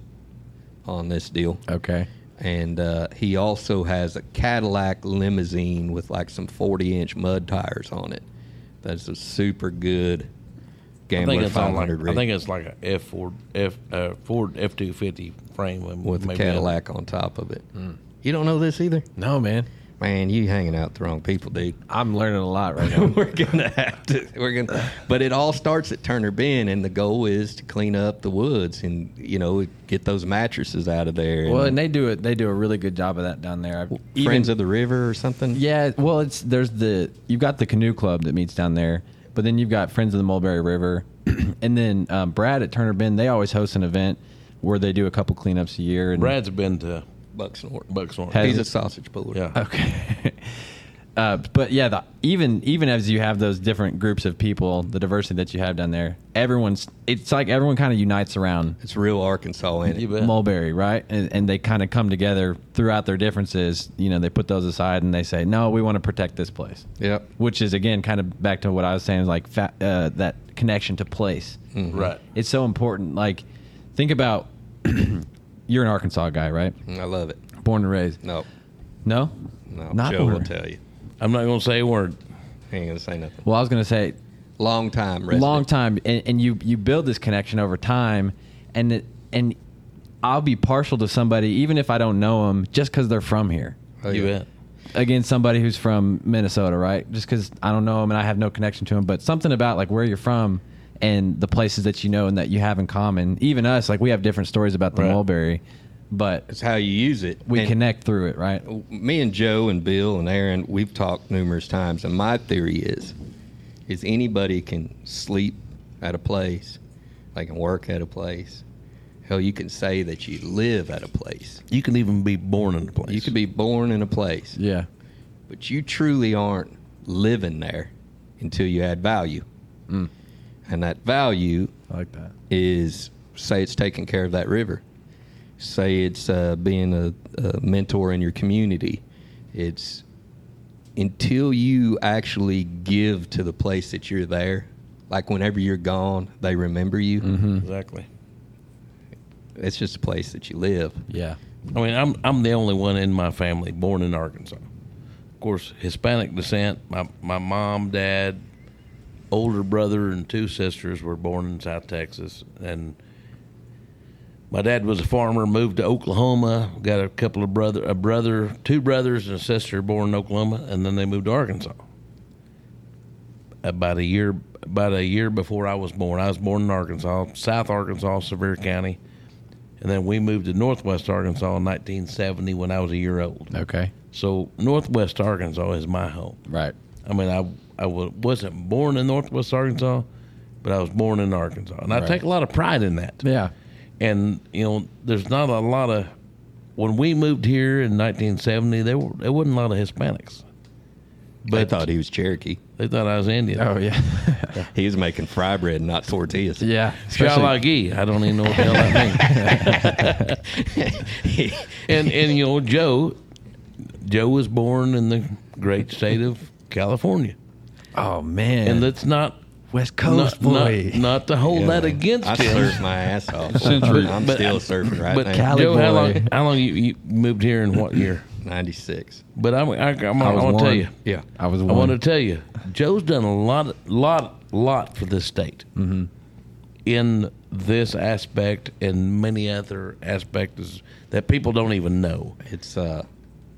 on this deal.
Okay.
And uh, he also has a Cadillac limousine with like some 40 inch mud tires on it. That's a super good
I think
Gambler
it's on
500
like I
rig
think it's like a F Ford F uh, Ford F two fifty frame and
with a
maybe Hmm.
Cadillac on top of it. You don't know this either?
No, man.
Man, you hanging out with the wrong people, dude.
I'm learning a lot right now.
we're gonna have to we're gonna but it all starts at turner bend and the goal is to clean up the woods and you know get those mattresses out of there and
well, and they do it. They do a really good job of that down there. I've,
friends of the river or something
Yeah, well, it's there's the you've got the canoe club that meets down there, but then you've got Friends of the Mulberry River, and then um, Brad at Turner Bend. They always host an event where they do a couple cleanups a year. And
Brad's been to
bucks and Orton.
Buckstorm.
Has-
he's a sausage puller
yeah.
okay, uh, but yeah, the, even even as you have those different groups of people, the diversity that you have down there, everyone's it's like everyone kind of unites around
it's real arkansas ain't it?
You bet.
Mulberry, right? And, and they kind of come together throughout their differences. You know, they put those aside and they say, no, we want to protect this place.
yep
which is again kind of back to what I was saying, like fa- uh, that connection to place.
Mm.
right.
It's so important. Like, think about you're an Arkansas guy, right?
i love it
Born and raised.
no
No,
no
Not
joe will
born.
tell you
I'm not gonna say a word.
he ain't gonna say nothing
Well, I was gonna say
long time resident.
long time, and, and you you build this connection over time, and it, and I'll be partial to somebody even if I don't know them, just because they're from here.
Oh,
you
yeah.
bet.
Again, somebody who's from Minnesota, right? Just because I don't know them and I have no connection to them, but something about like where you're from and the places that you know and that you have in common. Even us, like we have different stories about the
Right.
Mulberry, but
it's how you use it
we
And-
connect through it, right?
me and Joe and Bill and Aaron, we've talked numerous times, and my theory is, is anybody can sleep at a place, they can work at a place. Hell, you can say that you live at a place.
You can even be born in the place.
You could be born in a place,
Yeah.
but you truly aren't living there until you add value. Mm. And that value
I like that.
is say it's taking care of that river, say it's uh, being a, a mentor in your community. It's until you actually give to the place that you're there, Like whenever you're gone, they remember you. Mm-hmm.
Exactly.
It's just a place that you live.
Yeah.
I mean, I'm I'm the only one in my family born in Arkansas. Of course, Hispanic descent. My my mom, dad, older brother, and two sisters were born in South Texas, and my dad was a farmer. Moved to Oklahoma. Got a couple of brother, a brother, two brothers, and a sister born in Oklahoma, and then they moved to Arkansas. About a year, about a year before I was born, I was born in Arkansas, South Arkansas, Sevier County. And then we moved to Northwest Arkansas in 1970 when I was a year old.
Okay.
So Northwest Arkansas is my home.
Right.
I mean, I I w- wasn't born in Northwest Arkansas, but I was born in Arkansas, and I take a lot of pride in that.
Yeah.
And you know, there's not a lot of when we moved here in 1970, there were there wasn't a lot of Hispanics.
they thought he was Cherokee.
They thought I was Indian.
Oh yeah.
He was making fry bread, not tortillas.
yeah.
Shalagi. I don't even know what the hell that means. and and you know Joe, Joe was born in the great state of California,
oh man.
and let's not
West
not,
Coast
not,
boy.
not to hold that against
I
him.
surfed my ass off.
Century.
I'm
But-
still surfing right
But
now.
Cali
Joe, how
boy.
long how long you, you moved here in what year?
96.
But I'm I, I'm,
I
I
was
want to tell
one.
you.
Yeah.
I was
I want
one.
to tell you, Joe's done a lot, lot, lot for this state
Mm-hmm.
in this aspect and many other aspects that people don't even know.
It's uh,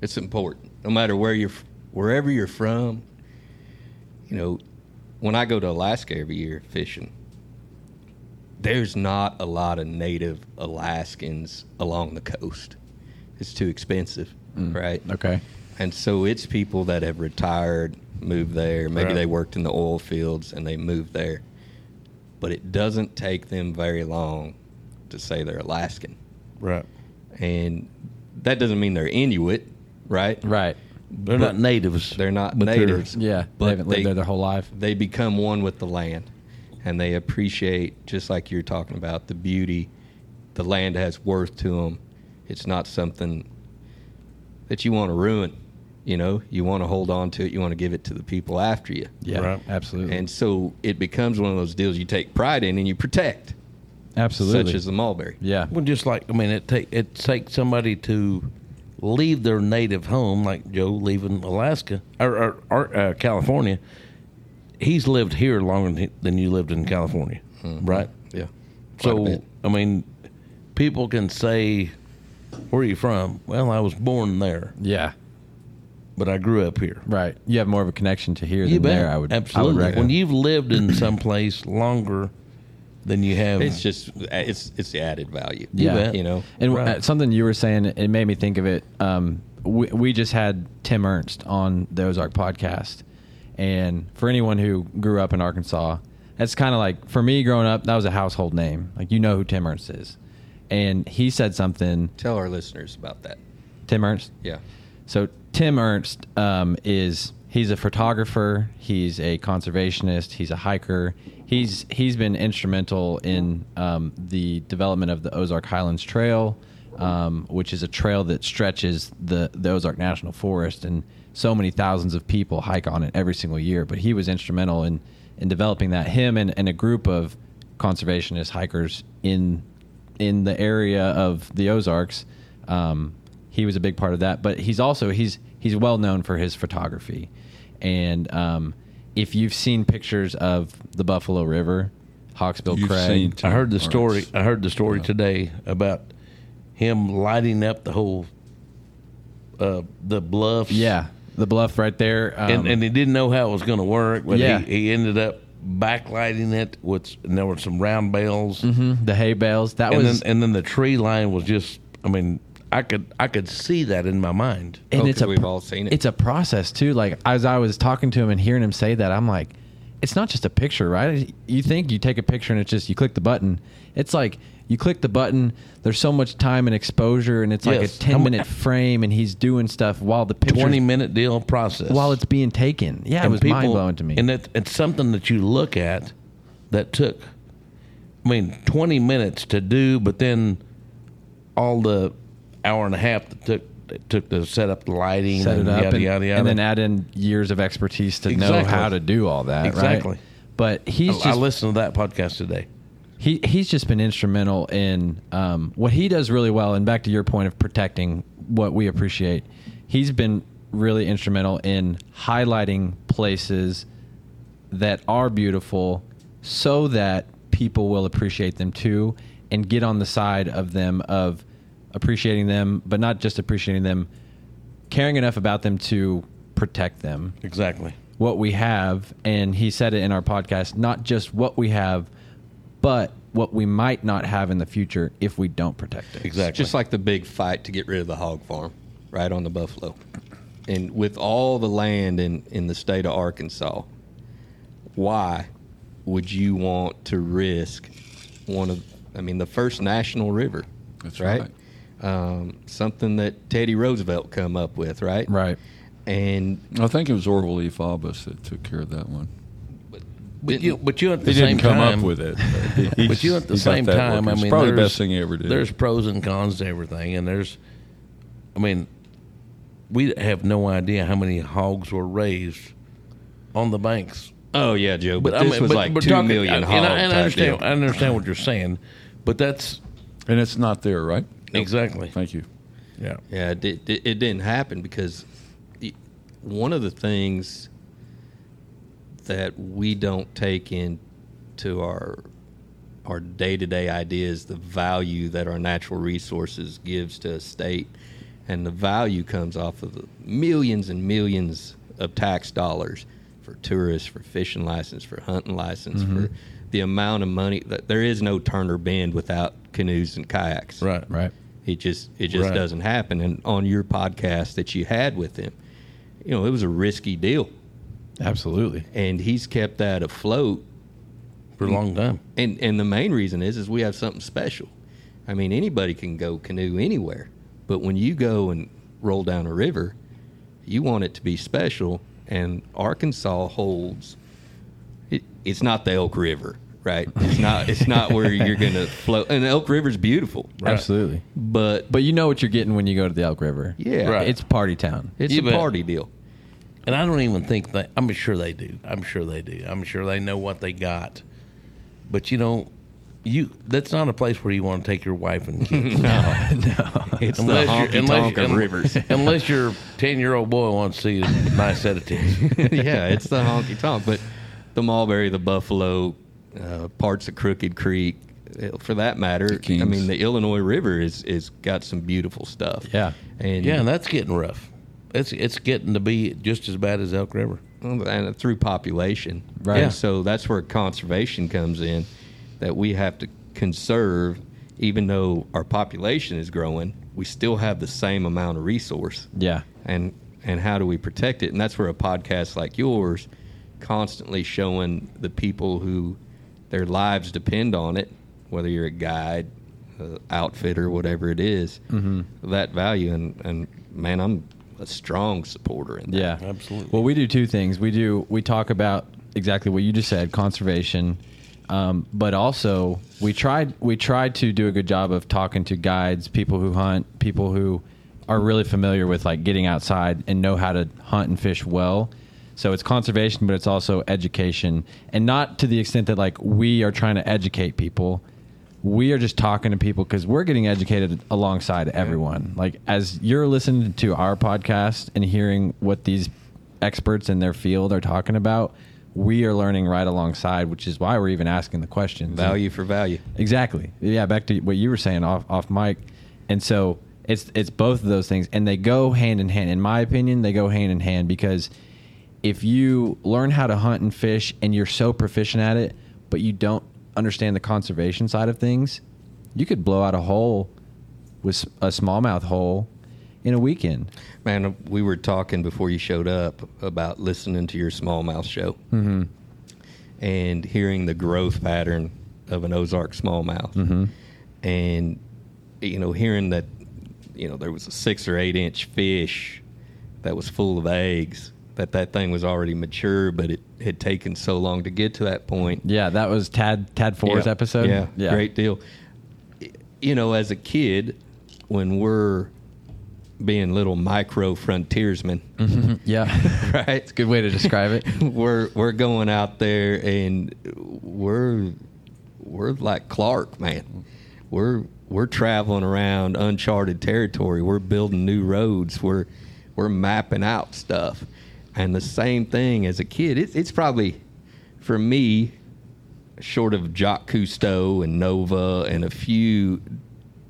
it's important. No matter where you're, f- wherever you're from, you know, when I go to Alaska every year fishing, there's not a lot of native Alaskans along the coast. It's too expensive, right?
Okay.
And so it's people that have retired, moved there. Maybe
Right.
they worked in the oil fields and they moved there. But it doesn't take them very long to say they're Alaskan.
Right.
And that doesn't mean they're Inuit, right?
Right.
They're not natives.
They're not
But they're-
natives.
Yeah.
But
they haven't lived
they-
there their whole life.
They become one with the land and they appreciate, just like you're talking about, the beauty. The land has worth to them. It's not something that you want to ruin. You know, you want to hold on to it. You want to give it to the people after you.
Yeah.
Right.
Absolutely.
And so it becomes one of those deals you take pride in and you protect,
absolutely.
such as the mulberry.
yeah.
Well, just like I mean, it take it takes somebody to leave their native home, like Joe leaving Alaska or, or, or uh, California. He's lived here longer than, he, than you lived in California,
Mm-hmm.
right?
Yeah.
So
bit.
I mean, people can say, "Where are you from?" Well, I was born there,
Yeah.
but I grew up here.
Right. You have more of a connection to here
You
than
bet.
there. I would I would
absolutely.
reckon.
when you've lived in some place longer than you have,
It's just, uh, it's it's the added value.
Yeah.
You know,
And
Right.
uh, something you were saying, it made me think of it. Um, we, we just had Tim Ernst on the Ozark podcast. And for anyone who grew up in Arkansas, that's kind of like, for me growing up, that was a household name. Like, you know who Tim Ernst is. And he said something,
tell our listeners about that.
Tim Ernst.
Yeah.
So Tim Ernst um, is he's a photographer, he's a conservationist, he's a hiker. He's he's been instrumental in um, the development of the Ozark Highlands Trail, um, which is a trail that stretches the the Ozark National Forest, and so many thousands of people hike on it every single year. But he was instrumental in in developing that. Him and, and a group of conservationist hikers in in the area of the Ozarks. Um, he was a big part of that, but he's also he's he's well known for his photography, and um, if you've seen pictures of the Buffalo River, Hawksbill
You've
Crag,
seen
I heard the
Ernst.
story. I heard the story today about him lighting up the whole uh, the bluffs.
yeah, the bluff right there, um,
and, and he didn't know how it was going to work, but
Yeah.
he, he ended up backlighting it with and there were some round bells,
mhm, the hay bales. That
and
was
then and then the tree line was just. I mean, I could I could see that in my mind.
and
Oh,
it's
'cause
a
we've
pro-
all seen it.
It's a process too. Like as I was talking to him and hearing him say that, I'm like, it's not just a picture, right? You think you take a picture and it's just you click the button. It's like you click the button. There's so much time and exposure, and it's like
Yes.
a 10
I'm-
minute frame, and he's doing stuff while the
Twenty
picture
minute deal process
while it's being taken. Yeah, it
And
was
people-
mind blowing to me.
And it, it's something that you look at that took, I mean, 20 minutes to do, but then all the hour and a half that took it took to set up the lighting
set
and
it up
yada
and,
yada yada.
and then add in years of expertise to know
Exactly.
how to do all that. right?
Exactly.
But he's
I
just
listened to that podcast today.
he he's just been instrumental in um, what he does really well. And back to your point of protecting what we appreciate, he's been really instrumental in highlighting places that are beautiful, so that people will appreciate them too, and get on the side of them of appreciating them, but not just appreciating them, caring enough about them to protect them
Exactly.
what we have, and he said it in our podcast, not just what we have, but what we might not have in the future if we don't protect it.
Exactly.
Just like the big fight to get rid of the hog farm right on the Buffalo. And with all the land in, in the state of Arkansas, why would you want to risk one of, I mean, the first national river?
That's
Um, something that Teddy Roosevelt come up with, right?
Right.
And
I think it was Orville E. Faubus that took care of that one.
but you, but you at the
He
same
didn't come
time,
up with it, but, he-
But you at the
he got
same
that
time,
working.
I
It's
mean,
probably the
there's-
best thing he ever did.
There's pros and cons to everything, and there's, I mean, we have no idea how many hogs were raised on the banks.
oh yeah, Joe, but,
I
this
mean,
was
but-
like
but
two
talking-
million
and I-
hog
And I, and I
type
understand,
deal.
I understand what you're saying, but that's
and it's not there, right?
exactly
Thank you.
yeah.
Yeah, it, did, it it didn't happen because it, one of the things that we don't take into our our day to day idea is the value that our natural resources gives to a state, and the value comes off of the millions and millions of tax dollars for tourists, for fishing license, for hunting license, for the amount of money that there is no Turner Bend without canoes and kayaks.
Right.
Right.
It just it just
Right.
doesn't happen. And on your podcast that you had with him, you know, it was a risky deal,
Absolutely.
and he's kept that afloat.
for a long time.
And and the main reason is is we have something special. I mean, anybody can go canoe anywhere, but when you go and roll down a river, you want it to be special. And Arkansas holds. It, it's not the Elk River, right? It's not. It's not where you're gonna float. And Elk River's beautiful,
Absolutely.
but
But you know what you're getting when you go to the Elk River.
yeah,
Right.
It's party town.
it's
You
a
bet.
party deal.
And I don't even think that I'm sure they do. I'm sure they do. I'm sure they know what they got. But you know, you that's not a place where you want to take your wife and kids.
It's
Unless you're- unless- un-
rivers.
unless your ten year old boy wants to see a nice set of tits.
yeah, it's the honky tonk. But the Mulberry, the Buffalo, uh, parts of Crooked Creek, uh, for that matter. I
Kings.
mean, the Illinois River is is got some beautiful stuff.
Yeah.
and
Yeah, and that's getting rough. It's it's getting to be just as bad as Elk River.
and through population.
Right.
And so that's where conservation comes in, that we have to conserve. Even though our population is growing, we still have the same amount of resource.
Yeah.
and and how do we protect it and that's where a podcast like yours constantly showing the people who their lives depend on it whether you're a guide uh, outfitter whatever it is, that value and and man i'm a strong supporter in that
Yeah,
Absolutely.
Well, we do two things. We do we talk about exactly what you just said, conservation, um, but also we tried we tried to do a good job of talking to guides, people who hunt, people who are really familiar with like getting outside and know how to hunt and fish well. So it's conservation, but it's also education, and not to the extent that like we are trying to educate people we are just talking to people because we're getting educated alongside everyone. Like as you're listening to our podcast and hearing what these experts in their field are talking about, we are learning right alongside, which is why we're even asking the questions.
value for value
Exactly. Yeah, back to what you were saying off off mic. And so it's it's both of those things and they go hand in hand. In my opinion, they go hand in hand because if you learn how to hunt and fish and you're so proficient at it, but you don't understand the conservation side of things, you could blow out a hole with s- a smallmouth hole in a weekend.
man we were talking before you showed up about listening to your smallmouth show mm-hmm. and hearing the growth pattern of an ozark smallmouth and you know hearing that you know there was a six or eight inch fish that was full of eggs that that thing was already mature but it had taken so long to get to that point
Yeah, that was Tad Tad Four's
yeah.
episode.
Yeah, great deal. You know, as a kid, when we're being little micro frontiersmen,
Yeah.
right?
Good way to describe it.
we're we're going out there and we're we're like Clark, man. We're we're traveling around uncharted territory. We're building new roads. We're we're mapping out stuff. And the same thing as a kid. It's it's probably for me, short of Jacques Cousteau and Nova and a few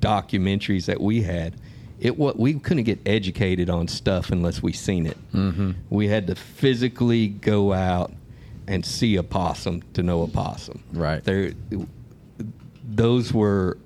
documentaries that we had, it what we couldn't get educated on stuff unless we seen it. Mm-hmm. We had to physically go out and see a possum to know a possum.
Right.
there, those were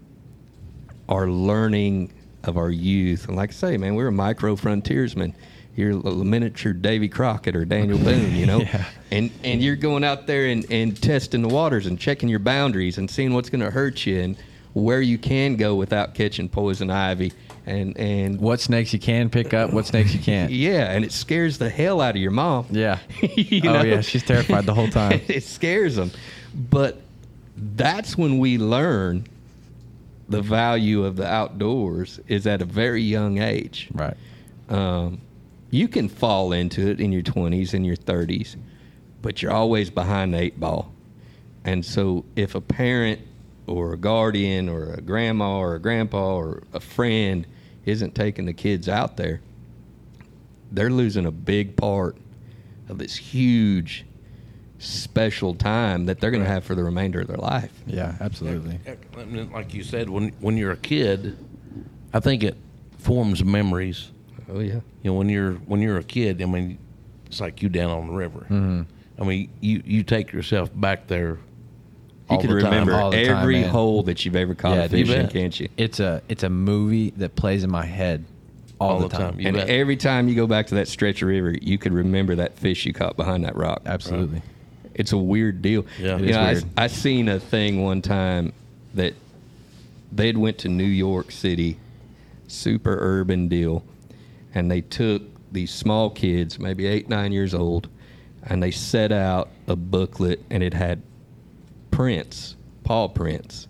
our learning of our youth. And like I say, man, we were micro frontiersmen. You're a little miniature Davy Crockett or Daniel Boone, you know, and and you're going out there and, and testing the waters and checking your boundaries and seeing what's going to hurt you and where you can go without catching poison ivy and and
What snakes you can pick up, what snakes you can't.
yeah, and it scares the hell out of your mom.
Yeah.
You
oh
know?
yeah, she's terrified the whole time.
it scares them. But that's when we learn the value of the outdoors is at a very young age.
Right.
Um, you can fall into it in your 20s and your 30s, but you're always behind the eight ball. And so if a parent or a guardian or a grandma or a grandpa or a friend isn't taking the kids out there, they're losing a big part of this huge special time that they're going to have for the remainder of their life.
Yeah, absolutely.
Heck, I mean, Like you said, when when you're a kid, I think it forms memories.
Oh yeah.
You know, when you're when you're a kid, I mean, it's like you down on the river.
Mm-hmm.
I mean, you you take yourself back there.
You
all
can
the time.
remember
all the time,
every
man.
hole that you've ever caught
Yeah,
a
you
fish in,
bet.
can't you?
It's a it's a movie that plays in my head all, the, time.
You
and
bet.
every time you go back to that stretch of river, you could remember that fish you caught behind that rock.
Absolutely.
It's a weird deal.
Yeah. It
you
is
know, I-
weird.
I, seen a thing one time that they'd went to New York City, super urban deal, and they took these small kids, maybe eight nine years old, and they set out a booklet, and it had prints, paw prints,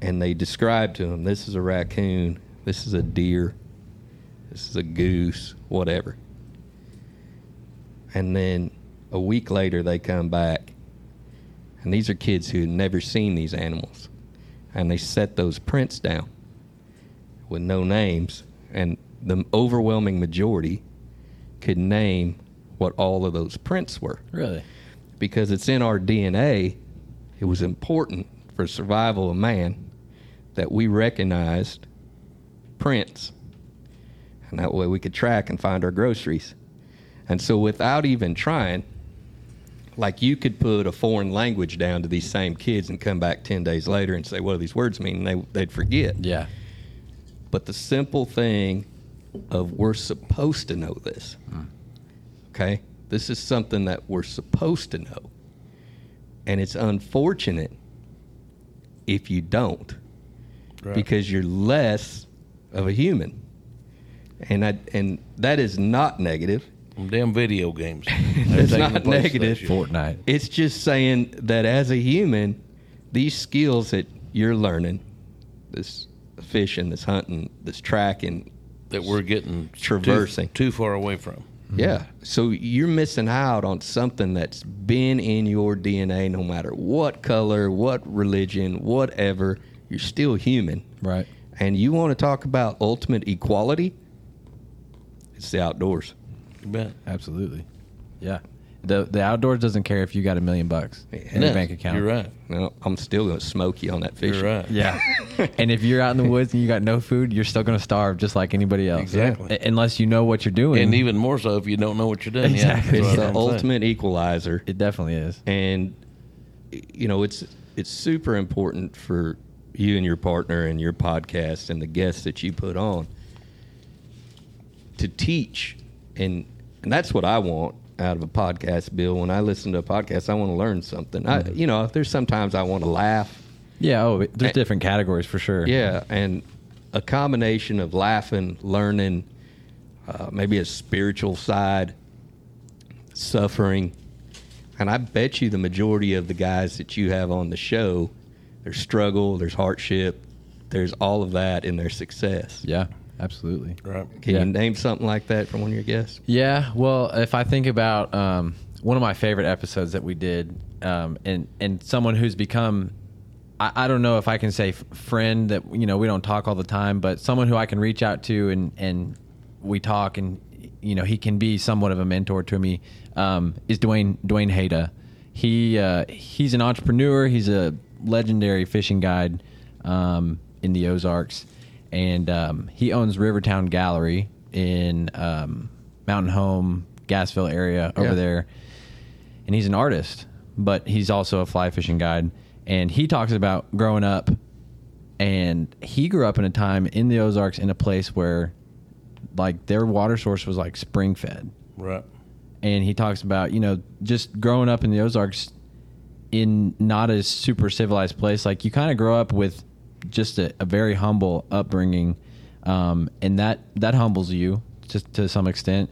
and they described to them, this is a raccoon, this is a deer, this is a goose, whatever. And then a week later, they come back. And these are kids who had never seen these animals. And they set those prints down with no names. And the overwhelming majority could name what all of those prints were
Really?
because it's in our DNA. It was important for survival of man that we recognized prints, and that way we could track and find our groceries. And so, without even trying, like you could put a foreign language down to these same kids and come back 10 days later and say, What do these words mean? And they, they'd forget.
Yeah.
But the simple thing of we're supposed to know this. Okay? This is something that we're supposed to know. And it's unfortunate if you don't because you're less of a human. And I, and that is not negative.
Them damn video games.
That's
They're taking the
not
place of
negative.
that shit.
Fortnite.
It's just saying that as a human, these skills that you're learning, this fishing, this hunting, this tracking,
that we're getting too-
Traversing.
too, far away from.
Yeah. So you're missing out on something that's been in your DNA no matter what color, what religion, whatever. You're still human.
Right.
And you want to talk about ultimate equality? It's the outdoors.
You bet.
Absolutely. Yeah. The the outdoors doesn't care if you got a million bucks in your
Yeah,
bank account.
You're right.
No, I'm still going to smoke you on that fish.
You're right.
Yeah. and if you're out in the woods and you got no food, you're still going to starve just like anybody else.
Exactly.
A- unless you know what you're doing.
And e- even more so if you don't know what you're doing.
Exactly.
Yeah,
It's
that's what
the
I'm saying.
ultimate equalizer.
it definitely is.
and you know it's it's super important for you and your partner and your podcast and the guests that you put on to teach and and that's what I want out of a podcast bill when I listen to a podcast I want to learn something I you know there's sometimes I want to laugh
Yeah. Oh, it- there's different categories for sure.
yeah, and a combination of laughing, learning, uh, maybe a spiritual side, suffering, and I bet you the majority of the guys that you have on the show, there's struggle, there's hardship, there's all of that in their success.
Yeah. absolutely.
Right.
Can
Yeah.
you name something like that from one of your guests?
Yeah, well, if I think about um, one of my favorite episodes that we did, um, and and someone who's become, I, I don't know if I can say f- friend that you know we don't talk all the time, but someone who I can reach out to and and we talk, and you know he can be somewhat of a mentor to me. Um, is Dwayne Dwayne Hayda? He uh, he's an entrepreneur. He's a legendary fishing guide um, in the Ozarks, and um, he owns Rivertown Gallery in um, Mountain Home, Gasville area over
Yeah.
there. And he's an artist, but he's also a fly fishing guide. And he talks about growing up, and he grew up in a time in the Ozarks in a place where, like, their water source was like spring fed
Right.
and he talks about you know just growing up in the Ozarks in not a super civilized place. Like you kind of grow up with just a, a very humble upbringing, um, and that that humbles you to to some extent.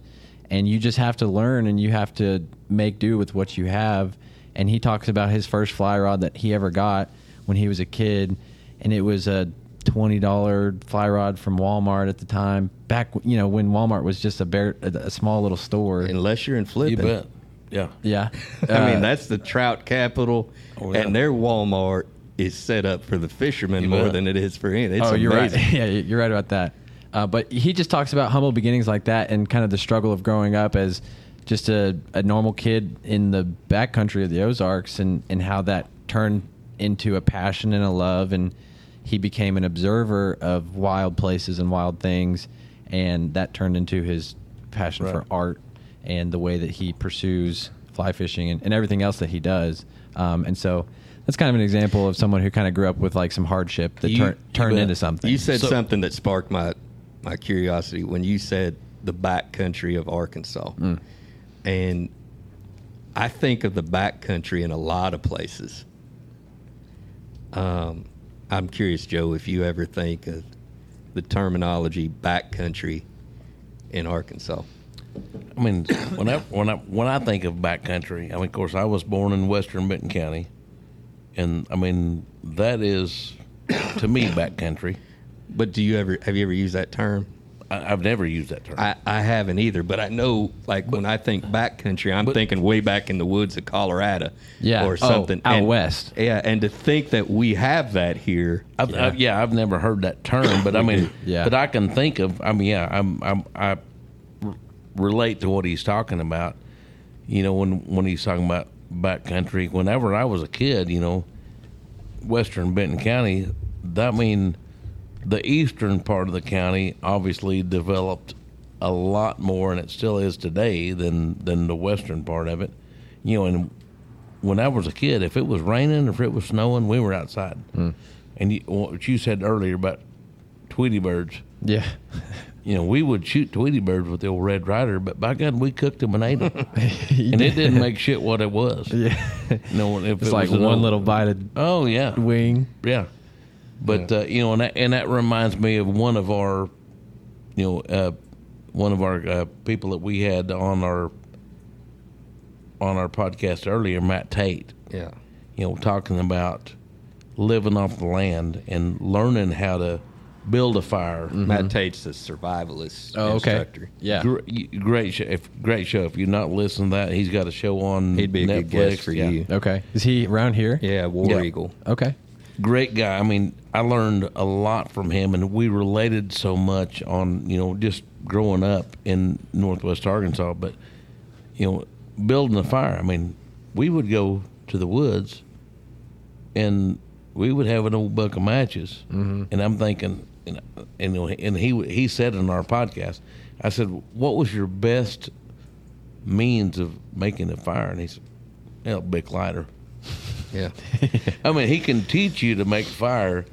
And you just have to learn, and you have to make do with what you have. And he talks about his first fly rod that he ever got when he was a kid, and it was a twenty dollar fly rod from Walmart at the time. Back, you know, when Walmart was just a bare, a, a small little store.
Unless you're in
You
flipping.
bet. Yeah.
Yeah.
I mean,
Uh,
that's the trout capital,
Oh, yeah.
and their Walmart is set up for the fishermen
You
more
bet.
than it is for any. It's
oh, you're
amazing.
right. yeah, you're right about that. Uh, but he just talks about humble beginnings like that and kind of the struggle of growing up as just a, a normal kid in the backcountry of the Ozarks and, and how that turned into a passion and a love. And he became an observer of wild places and wild things. And that turned into his passion for
Right.
art and the way that he pursues fly fishing and, and everything else that he does. Um, and so that's kind of an example of someone who kind of grew up with like some hardship that
You-
turn,
you
turned
bet.
into something.
You said
So-
something that sparked my my curiosity when you said the backcountry of Arkansas, and I think of the backcountry in a lot of places. Um, I'm curious, Joe, if you ever think of the terminology backcountry in Arkansas.
I mean, when I when I when I think of backcountry, I mean, of course, I was born in Western Benton County, and I mean that is to me backcountry.
But do you ever have you ever used that term?
I, I've never used that term.
I, I haven't either, but I know like when I think backcountry, I'm thinking way back in the woods of Colorado,
Yeah.
or
Oh,
something
out
And-
west.
Yeah, and to think that we have that here,
I've, yeah. I've, yeah, I've never heard that term, but I mean,
Yeah.
but I can think of. I mean, yeah, I'm, I'm I r- relate to what he's talking about. You know, when when he's talking about backcountry. Whenever I was a kid, you know, Western Benton County. That mean the eastern part of the county obviously developed a lot more, and it still is today than than the western part of it. You know, and when I was a kid, if it was raining, if it was snowing, we were outside. And you, what you said earlier about Tweety birds,
Yeah.
you know, we would shoot Tweety birds with the old Red Rider, but by God, we cooked them and ate them, and it didn't make shit what it was.
Yeah.
No, if
It's
it
like
was an
one
old-
little bite of
Oh yeah,
wing.
yeah. But Uh, you know, and that, and that reminds me of one of our, you know, uh, one of our uh, people that we had on our on our podcast earlier, Matt Tate
yeah,
you know, talking about living off the land and learning how to build a fire.
Matt Tate's a survivalist
Mm-hmm. Oh, okay.
instructor.
Yeah.
Gr- you- Great show. If, great show. If you're not listening to that, he's got a show on
He'd be a
Netflix.
good guest for
Yeah.
you.
Okay. Is he around here?
Yeah, War
Yeah.
Eagle.
Okay.
Great guy. I mean, I learned a lot from him, and we related so much on, you know, just growing up in Northwest Arkansas. But, you know, building a fire, I mean, we would go to the woods and we would have an old buck of matches, and I'm thinking, and and, and he he said in our podcast, I said, "What was your best means of making a fire?" And he said, "Hell, big lighter."
Yeah,
I mean, he can teach you to make fire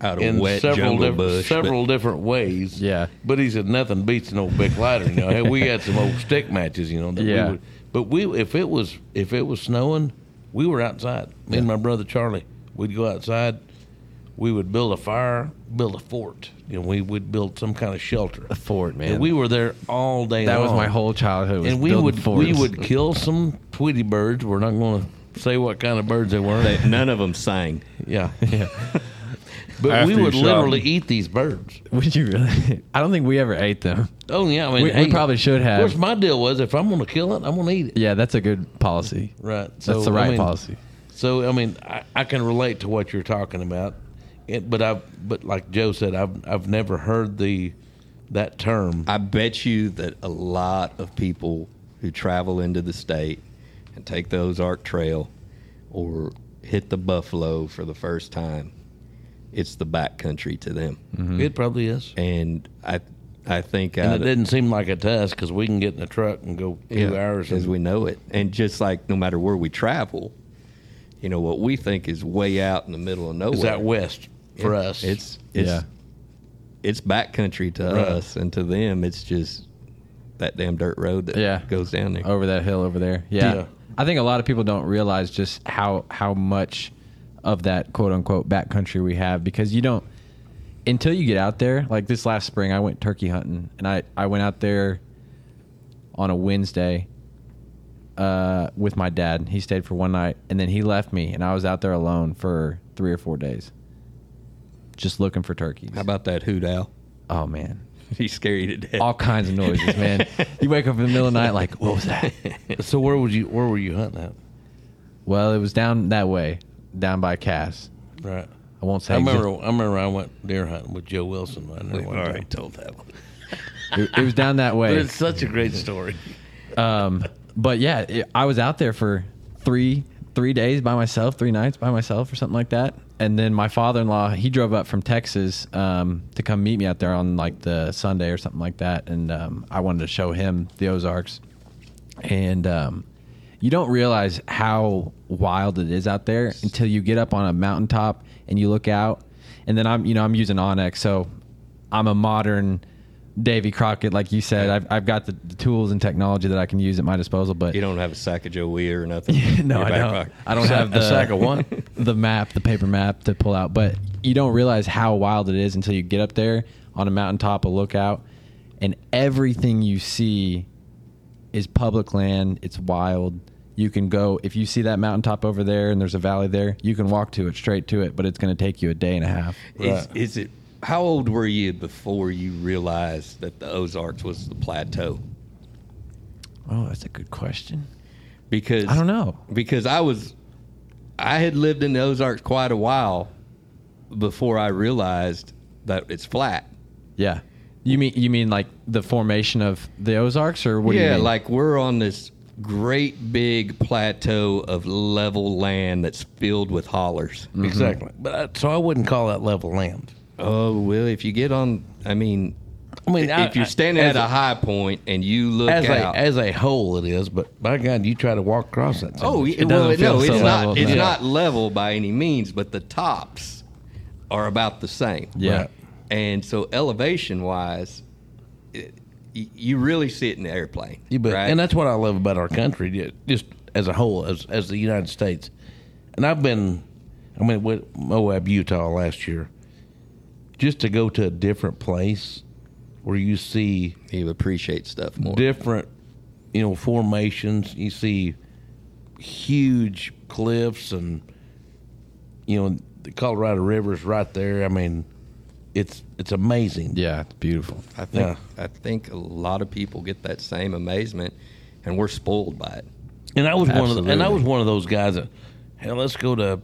out of
in
wet
several
jungle
different
bush. but-
several different ways.
Yeah.
but he said nothing beats an old big lighter. You know, Hey, we had some old stick matches. You know, that
Yeah.
We would, but we if it was if it was snowing, we were outside. Me and my brother Charlie, we'd go outside. We would build a fire, build a fort. You know, we would build some kind of shelter.
A fort, man.
And we were there all day.
that was
long
my whole childhood. Was
Oh. and we
building
would
forts.
we would kill some Tweety birds. We're not going to say what kind of birds they were.
They- none of them sang.
yeah,
Yeah.
But
After
we
you
would
shot
literally
them.
eat these birds.
Would you really? I don't think we ever ate them.
Oh yeah, I mean,
We- we
hey,
probably should have.
Of course, my deal was if I'm going to kill it, I'm going to eat it.
Yeah, that's a good policy.
Right. So,
That's the
I
right
mean,
policy.
So I mean, I, I can relate to what you're talking about, it, but I've but like Joe said, I've I've never heard the that term.
I bet you that a lot of people who travel into the state and take the Ozark Trail or hit the buffalo for the first time, it's the backcountry to them.
Mm-hmm.
It probably is.
And I, I think
And
out
it
of-
didn't seem like it to us because we can get in a truck and go two hours.
as
And,
we know it. And just like no matter where we travel, you know what we think is way out in the middle of nowhere
is that west for
Yeah.
us?
It's it's
Yeah.
it's backcountry to
Right.
us, and to them, it's just that damn dirt road that
Yeah. Oh.
goes down there.
Over that hill over there. Yeah.
Yeah.
I think a lot of people don't realize just how how much of that quote unquote backcountry we have because you don't until you get out there. Like this last spring, I went turkey hunting and I I went out there on a Wednesday uh, with my dad. He stayed for one night and then he left me and I was out there alone for three or four days, just looking for turkeys.
How about that hoot owl?
oh man,
He's scary to death.
all kinds of noises, man. You wake up in the middle of the night Oh, like, what was that?
so where would you where were you hunting at?
Well, it was down that way, down by Cass.
Right.
I won't say.
I
exact-
remember. I remember. I went deer hunting with Joe Wilson. I
We've
never
already told that one.
it, it was down that
But
way.
it's such a great story.
But yeah, it, I was out there for three three days by myself, three nights by myself, or something like that. And then my father in law he drove up from Texas um, to come meet me out there on like the Sunday or something like that. And um, I wanted to show him the Ozarks. And um, you don't realize how wild it is out there until you get up on a mountaintop and you look out. And then I'm, you know, I'm using Onyx, so I'm a modern Davy Crockett, like you said. I've, I've got the, the tools and technology that I can use at my disposal, but
You don't have a sack of Joe Weir or nothing. in
no,
your
I
back
don't.
pocket.
I don't have the
a sack of one.
the map, the paper map to pull out. But you don't realize how wild it is until you get up there on a mountaintop, a lookout, and everything you see is public land. It's wild. You can go if you see that mountaintop over there, and there's a valley there. You can walk to it, straight to it, but it's going to take you a day and a half.
Is, is it? How old were you before you realized that the Ozarks was the plateau?
Oh, that's a good question.
Because
I don't know.
because I was I had lived in the Ozarks quite a while before I realized that it's flat.
Yeah, you mean you mean like the formation of the Ozarks, or what? do you
yeah,
mean?
like we're on this great big plateau of level land that's filled with hollers.
Mm.
Exactly. But I, so I wouldn't call that level land.
Oh, well, if you get on I mean
I mean, I-
if you're
I-
standing
as
at a high point and you look
as
out
a as a whole it is, but by God, you try to walk across that. thing.
Oh,
It
it well,
doesn't feel
no,
so
it's
level,
not. It's
no.
not level by any means, but the tops are about the same.
Yeah.
Right.
and so elevation wise, it, y- you really see it in the airplane.
You bet.
right?
And that's what I love about our country, ju- just as a whole, as as the United States. And I've been, I mean, with Moab, Utah last year, just to go to a different place where you see
you appreciate stuff more.
different, you know, formations. You see huge cliffs and you know the Colorado River's right there. I mean, it's it's amazing.
yeah, it's beautiful.
I think.
Yeah.
I think a lot of people get that same amazement, and we're spoiled by it.
And I was one of the, and I
Absolutely.
was one of those guys that, hey, let's go to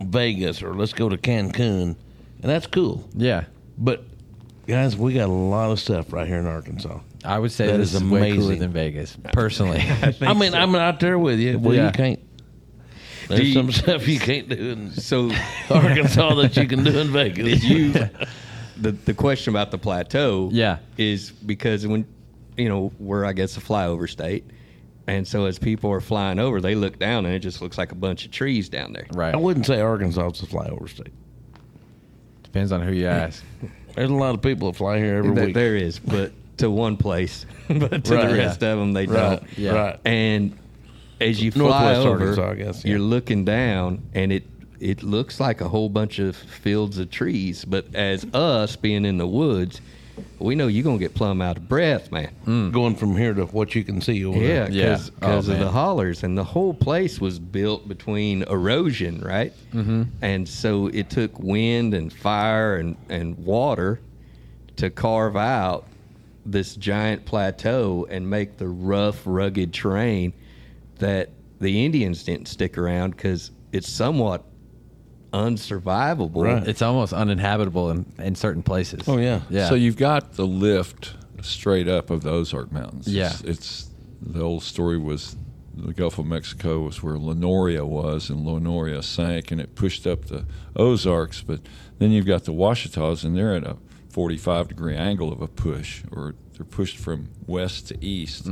Vegas or let's go to Cancun, and that's cool.
Yeah,
But guys, we got a lot of stuff right here in Arkansas.
I would say
That
this
is
is, way cooler
amazing.
than Vegas, personally.
I mean, I'm out there with you. Well,
Yeah.
you can't. There's
you-
some stuff you can't do in
So
Arkansas that you can do in Vegas.
you the the question about the plateau
Yeah.
is because when you know we're i guess a flyover state and so as people are flying over they look down and it just looks like a bunch of trees down there
right.
I wouldn't say Arkansas is a flyover state.
Depends on who you ask.
There's a lot of people that fly here every
There-
week.
there is but to one place but to
Right,
the rest of them they
right,
don't
Yeah.
right.
and as you fly
Northwest
over
Arkansas, I guess, yeah.
you're looking down and it it looks like a whole bunch of fields of trees but as us being in the woods we know you're gonna get plumb out of breath, man.
Going from here to what you can see over
Yeah,
there.
Yeah.
because
Oh,
of the
man.
hollers, and the whole place was built between erosion, right? Mm-hmm. And so it took wind and fire and and water to carve out this giant plateau and make the rough, rugged terrain that the Indians didn't stick around because it's somewhat unsurvivable.
Right.
It's almost uninhabitable in, in certain places.
Oh yeah.
Yeah.
So you've got the lift straight up of the Ozark Mountains.
Yeah.
It's, it's the old story was the Gulf of Mexico was where Lenoria was, and Lenoria sank, and it pushed up the Ozarks. But then you've got the Washitas, and they're at a 45 degree angle of a push, or they're pushed from west to east.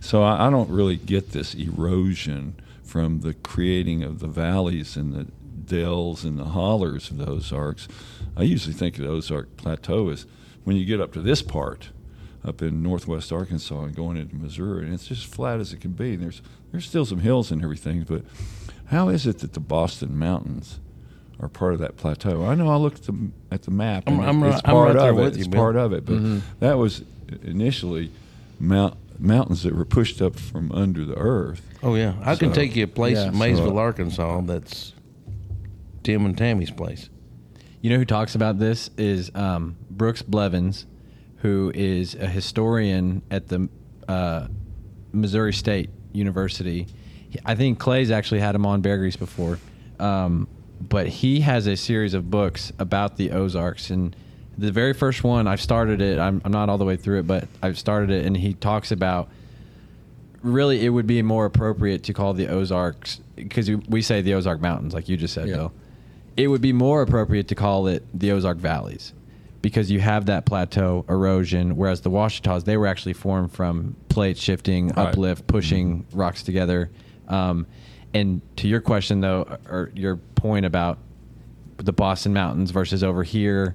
So I, I don't really get this erosion from the creating of the valleys and the dells and the hollers of the Ozarks. I usually think of the Ozark Plateau as when you get up to this part, up in northwest Arkansas and going into Missouri, and it's just flat as it can be. And there's there's still some hills and everything, but how is it that the Boston Mountains are part of that plateau? I know I looked at the, at the map.
I'm-
and
I'm
it's
right- I'm
part
right there
of it.
with you, Mm-hmm.
it's
Bill.
part of it, but that was initially mount, mountains that were pushed up from under the earth.
Oh yeah. I can
So-
take you a place
Yeah.
in Maysville, Arkansas that's Tim and Tammy's place.
You know who talks about this is um, Brooks Blevins, who is a historian at the uh, Missouri State University. He- I think Clay's actually had him on Bear Grease before, um, but he has a series of books about the Ozarks and. The very first one, I've started it. I'm, I'm not all the way through it, but I've started it, and he talks about really it would be more appropriate to call the Ozarks because we say the Ozark Mountains, like you just said, Bill. It would be more appropriate to call it the Ozark Valleys because you have that plateau erosion, whereas the Washitas they were actually formed from plate shifting, uplift, pushing rocks together. Um, and to your question though, or your point about the Boston Mountains versus over here.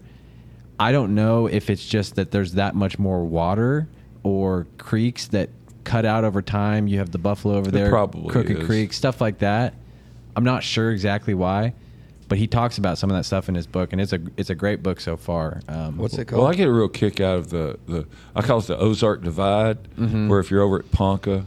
I don't know if it's just that there's that much more water or creeks that cut out over time. You have the Buffalo over there,
probably
Crooked
is.
Creek, stuff like that. I'm not sure exactly why, but he talks about some of that stuff in his book, and it's a it's a great book so far. Um,
What's it called?
Well, I get a real kick out of the, the I call it the Ozark Divide,
Mm-hmm.
where if you're over at Ponca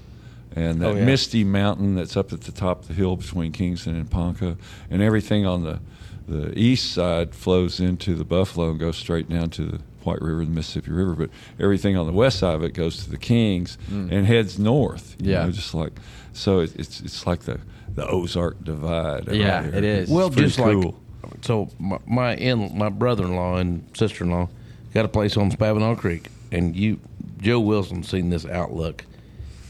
and that
Oh, yeah.
misty mountain that's up at the top of the hill between Kingston and Ponca, and everything on the, the east side flows into the Buffalo and goes straight down to the White River and the Mississippi River, but everything on the west side of it goes to the Kings and heads north. you
Mm. Yeah.
know, just like so, it, it's it's like the the Ozark Divide.
Yeah,
right
it
here.
is.
It's
Well,
pretty
just
cool.
like so, my, my in my brother in law and sister in law got a place on Spavinaw Creek, and you Joe Wilson seen this outlook.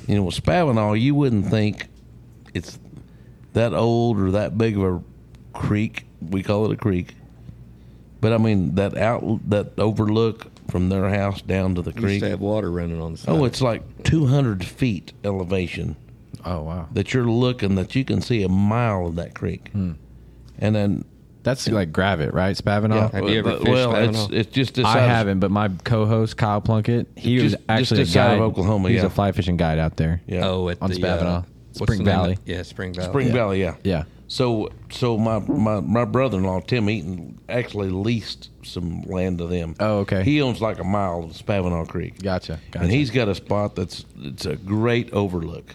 You know, with Spavinaw, you wouldn't think it's that old or that big of a creek. We call it a creek, but I mean that out that overlook from their house down to the
You used
creek.
to have water running on the side.
Oh, it's like two hundred feet elevation
oh wow,
that you're looking that you can see a mile of that creek, and then
that's like Gravit, right, Spavinaw?
Have you ever
but-
fished
well,
that
it's
one?
it's just this
I
side of-
haven't, but my co-host Kyle Plunkett, he
Just-
was
just
actually
this
a
side
guide.
of Oklahoma,
He's
yeah.
a fly fishing guide out there.
Yeah.
Oh, at
on
the
Spavinaw.
uh, what's the
Spring
name of-
Valley.
Yeah, Spring Valley.
Spring Valley, yeah.
Yeah.
So so my my, my brother in law Tim Eaton actually leased some land to them.
Oh, okay.
He owns like a mile of Spavinaw Creek.
Gotcha. Gotcha.
And he's got a spot that's it's a great overlook.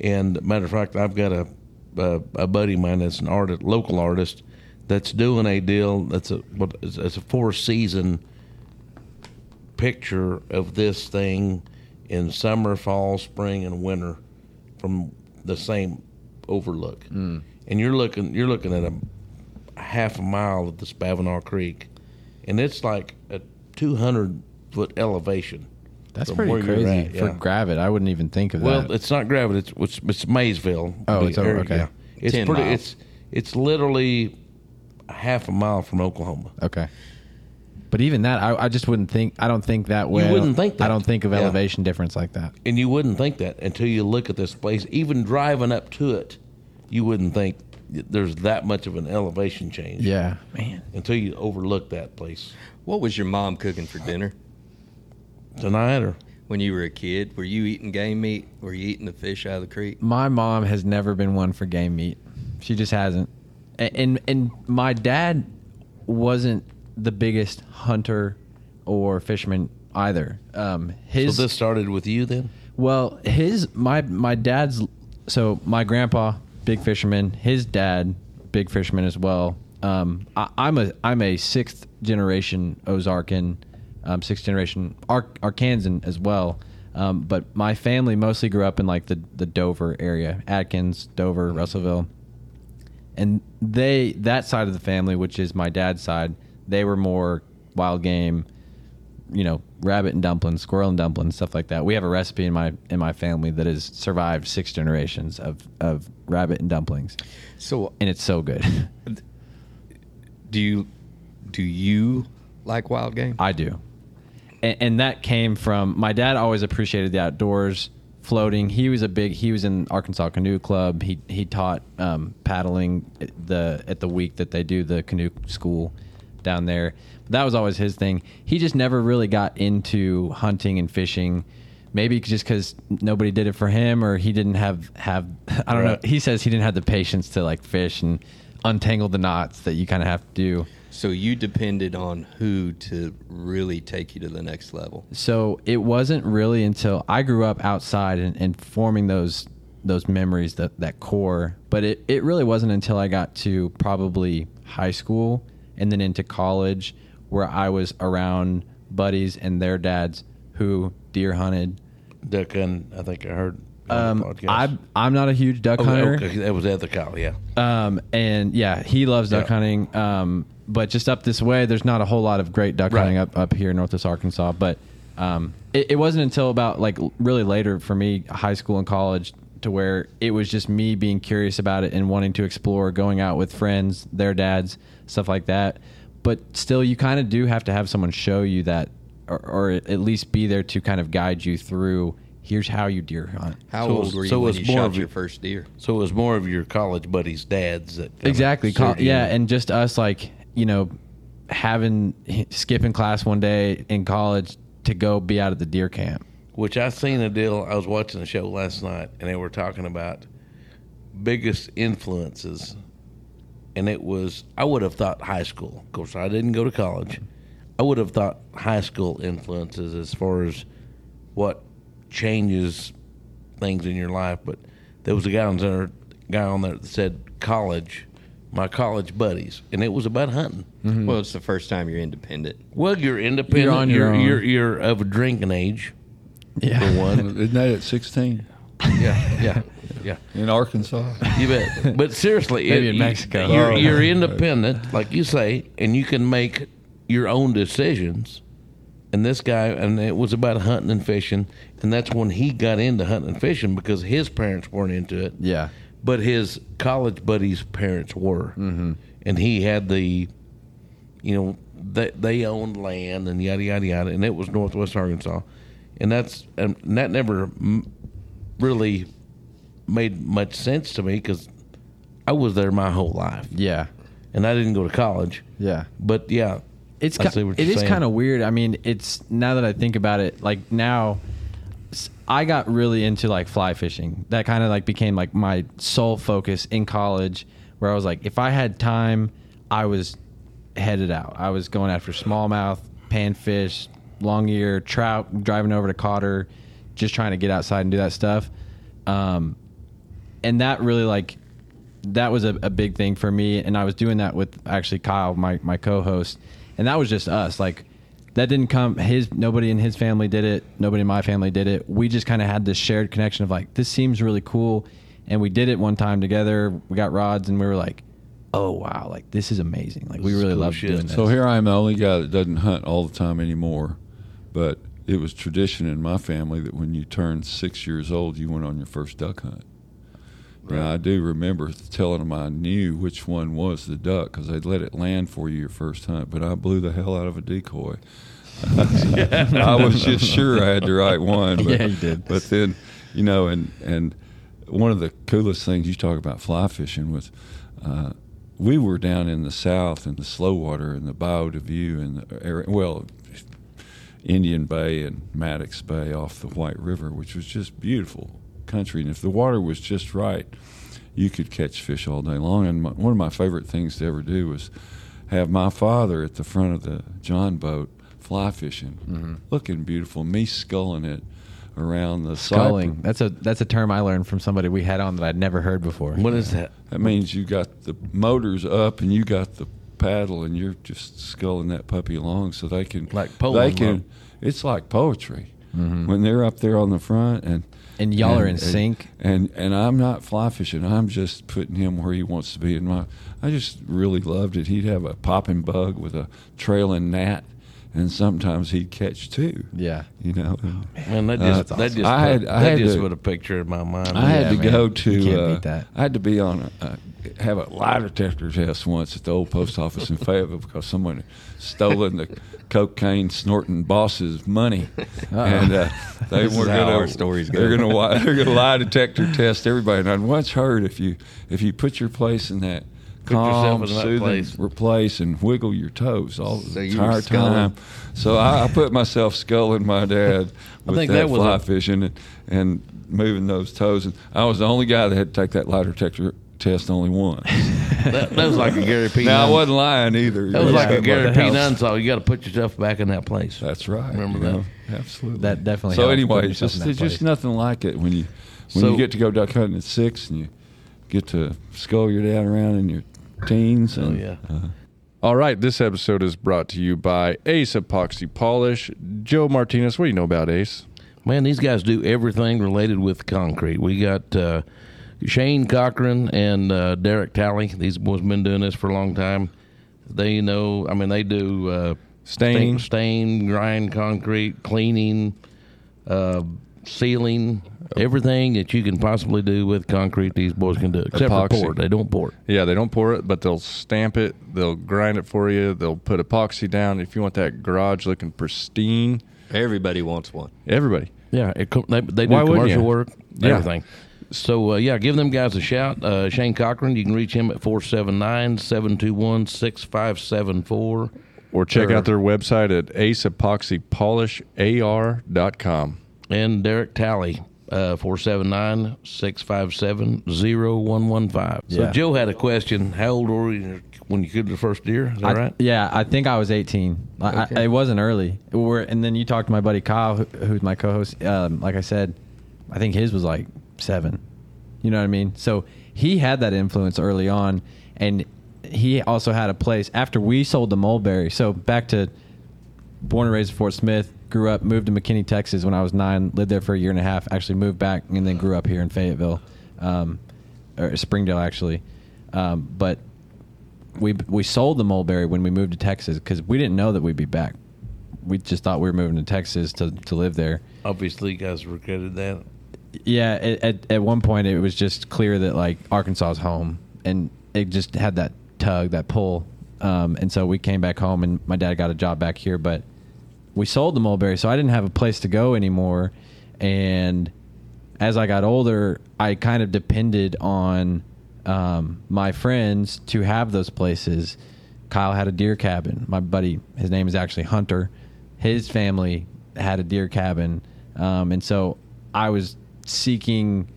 And matter of fact, I've got a a, a buddy of mine that's an artist, local artist, that's doing a deal that's a what it's it's a four season picture of this thing in summer, fall, spring, and winter from the same overlook. And you're looking you're looking at a, a half a mile of the Spavinaw Creek, and it's like a 200 foot elevation.
That's
from
pretty
where you're
crazy
at,
for
yeah.
Gravit. I wouldn't even think of
Well,
that.
it's not gravity. It's it's, it's Maysville.
Oh,
the
it's over- okay.
It's
10
pretty.
miles.
It's it's literally a half a mile from Oklahoma.
Okay. But even that, I, I just wouldn't think. I don't think that way. I
wouldn't
don't-
think that.
I don't think of
Yeah.
elevation difference like that.
And you wouldn't think that until you look at this place. Even driving up to it, you wouldn't think there's that much of an elevation change.
Yeah, man.
Until you overlook that place
What was your mom cooking for dinner
tonight, or
when you were a kid? Were you eating game meat? Were you eating the fish out of the creek?
My mom has never been one for game meat. She just hasn't. And and, and my dad wasn't the biggest hunter or fisherman either. Um, his
so this started with you then?
well, his my my dad's so my grandpa big fisherman, his dad big fisherman as well. Um, I, I'm a I'm a sixth generation Ozarkan, um, sixth generation Ar- Arkansan as well. Um, but my family mostly grew up in like the the Dover area, Atkins, Dover, Russellville and they that side of the family, which is my dad's side, they were more wild game, you know, rabbit and dumplings, squirrel and dumplings, stuff like that. We have a recipe in my in my family that has survived six generations of of rabbit and dumplings,
So
and it's so good.
do you do you like wild game?
I do. And, and that came from my dad always appreciated the outdoors, floating. He was a big he was in Arkansas Canoe Club. He he taught um, paddling at the at the week that they do the canoe school down there. that was always his thing. He just never really got into hunting and fishing. Maybe just because nobody did it for him, or he didn't have have I don't know. He says he didn't have the patience to like fish and untangle the knots that you kind of have to do.
so you depended on who to really take you to the next level.
so it wasn't really until I grew up outside and, and forming those those memories that that core but it, it really wasn't until I got to probably high school and then into college where I was around buddies and their dads who deer hunted
Duck Hunt, I think I heard. on the
um,
podcast.
I, I'm not a huge duck
Oh,
hunter
okay, that was at the call, yeah.
um, and yeah, he loves duck
Yeah.
hunting. Um, but just up this way, there's not a whole lot of great duck
Right.
hunting up, up here in Northwest Arkansas. But um, it, it wasn't until about like l- really later for me, high school and college, to where it was just me being curious about it and wanting to explore, going out with friends, their dads, stuff like that. But still, you kind of do have to have someone show you that, or, or at least be there to kind of guide you through. Here's how you deer hunt.
How
So it
old
was-
were you
so it
when
was
you
more
shot
of
your
a-
first deer?
So it was more of your college buddies' dads that kinda
exactly
set
Co-
you-
yeah and just us like you know having skipping class one day in college to go be out at the deer camp
Which I seen a deal. I was watching a show last night, and they were talking about biggest influences, and it was I would have thought high school. Of course, I didn't go to college. I would have thought high school influences as far as what changes things in your life. But there was a guy on there, guy on there that said college, my college buddies, and it was about hunting.
Well, it's the first time you're independent.
Well, you're independent. You're
on your
you're,
own.
You're, you're of a drinking age.
yeah
For one,
Isn't that at 16
yeah, yeah, yeah.
in Arkansas?
You bet. But seriously,
Maybe
it-
in Mexico.
you- you're,
Oh.
you're independent, like you say, and you can make your own decisions. And this guy, and it was about hunting and fishing, and that's when he got into hunting and fishing because his parents weren't into it,
yeah
but his college buddies' parents were, mm-hmm. and he had the, you know, they they owned land and yada yada yada, and it was Northwest Arkansas, and that's and that never m- really made much sense to me because I was there my whole life,
yeah
and I didn't go to college.
yeah
But yeah,
it's
I
ki-
see what
it
you're
is
saying.
kind of weird. I mean, it's now that I think about it, like now, s- I got really into like fly fishing. That kind of like became like my sole focus in college, where I was like, if I had time, I was headed out. I was going after smallmouth, panfish, long ear, trout, driving over to Cotter, just trying to get outside and do that stuff. Um, and that really like that was a, a big thing for me and i was doing that with actually kyle my, my co-host and that was just us like that didn't come his nobody in his family did it nobody in my family did it we just kind of had this shared connection of like this seems really cool and we did it one time together we got rods and we were like oh wow like this is amazing like we
is
really
cool
love
shit.
doing this
So here I am, the only guy that doesn't hunt all the time anymore. But it was tradition in my family that when you turned six years old, you went on your first duck hunt. Now I do remember telling them I knew which one was the duck because they'd let it land for you your first hunt. But I blew the hell out of a decoy. I was just sure I had the right one. But,
Yeah, you did.
But then, you know, and and one of the coolest things you talk about fly fishing was uh, we were down in the south in the slow water in the Bayou de View and the area, well, Indian Bay and Maddox Bay off the White River, which was just beautiful country. And if the water was just right, you could catch fish all day long. And my, one of my favorite things to ever do was have my father at the front of the John boat fly fishing, looking beautiful. Me sculling it around the
Sculling.
cypress.
That's a that's a term I learned from somebody we had on that I'd never heard before.
What is that?
That means you got the motors up and you got the paddle and you're just sculling that puppy along so they can
Like polo
They
rope.
can. It's like poetry when they're up there on the front and
And y'all are in
and-
sync.
And and I'm not fly fishing. I'm just putting him where he wants to be. And my, I just really loved it. He'd have a popping bug with a trailing gnat, and sometimes he'd catch two.
Yeah.
You know.
Man,
and
that just
Uh,
that just
I had-
put,
I
that
had
just
to-
put a picture in my mind.
I had to
man.
go
You
to.
can't
uh,
beat that.
I had to be on a, a have a lie detector test once at the old post office in Fayetteville because someone had stolen the cocaine snorting boss's money, and uh, they
This is
were
how
gonna-
our stories go.
They're gonna wi- they're gonna lie detector test everybody. And I'd once heard if you if you put your place in that.
yourself
Calm,
in that
soothing
place.
replace, and wiggle your toes all the
So you were
entire
sculling.
time. So I, I put myself sculling my dad with
think
that,
that was
fly
a-
fishing and, and moving those toes. And I was the only guy that had to take that lie detector test only once.
that, that was like a Gary P.
now I
Nunn-
wasn't lying either.
That was like a Gary
What
P.
the hell?
Nunn song. You got to put yourself back in that place.
That's right.
Remember
you
that?
know? Absolutely.
That definitely
So
helped,
anyway,
putting
it's
yourself
just
in that
there's just
place.
nothing like it when you when
So-
you get to go duck hunting at six and you get to scull your dad around in your teens.
Oh
And,
yeah.
All right, this episode is brought to you by Ace Epoxy Polish. Joe Martinez, what do you know about Ace?
Man, these guys do everything related with concrete. We got uh, Shane Cochran and uh, Derek Talley. These boys been doing this for a long time. They know. I mean, they do uh, stain,
Stain.
stain, grind concrete, cleaning, uh, sealing, everything that you can possibly do with concrete. These boys can do, except
Epoxy.
for pour. They don't pour.
Yeah, they don't pour it, but they'll stamp it. They'll grind it for you. They'll put epoxy down. If you want that garage looking pristine,
Everybody wants one.
everybody.
Yeah, it, co- they, they do
Why wouldn't
commercial
you?
work,
Yeah.
everything. So, uh, yeah, give them guys a shout. Uh, Shane Cochran, you can reach him at 479 721 6574.
Or check
Sure.
out their website at aceepoxypolishar.com.
And Derek Talley, uh, 479 657 0115. So,
Yeah.
Joe had a question. How old were you when you killed the first deer? Is that
I,
right?
Yeah, I think I was 18. I, I, it wasn't early. We're, and then you talked to my buddy Kyle, who, who's my co-host. Um, like I said, I think his was like seven. You know what I mean? So he had that influence early on, and he also had a place after we sold the mulberry. So back to born and raised in Fort Smith, grew up, moved to McKinney, Texas when I was nine, lived there for a year and a half, actually moved back, and then grew up here in Fayetteville, um, or Springdale, actually. Um, but we we sold the mulberry when we moved to Texas because we didn't know that we'd be back. We just thought we were moving to Texas to, to live there.
Obviously, you guys regretted that.
Yeah, at, at at one point it was just clear that like Arkansas is home, and it just had that tug, that pull, um, and so we came back home, and my dad got a job back here, but we sold the mulberry, so I didn't have a place to go anymore, and as I got older, I kind of depended on um, my friends to have those places. Kyle had a deer cabin. My buddy, his name is actually Hunter. His family had a deer cabin, um, and so I was seeking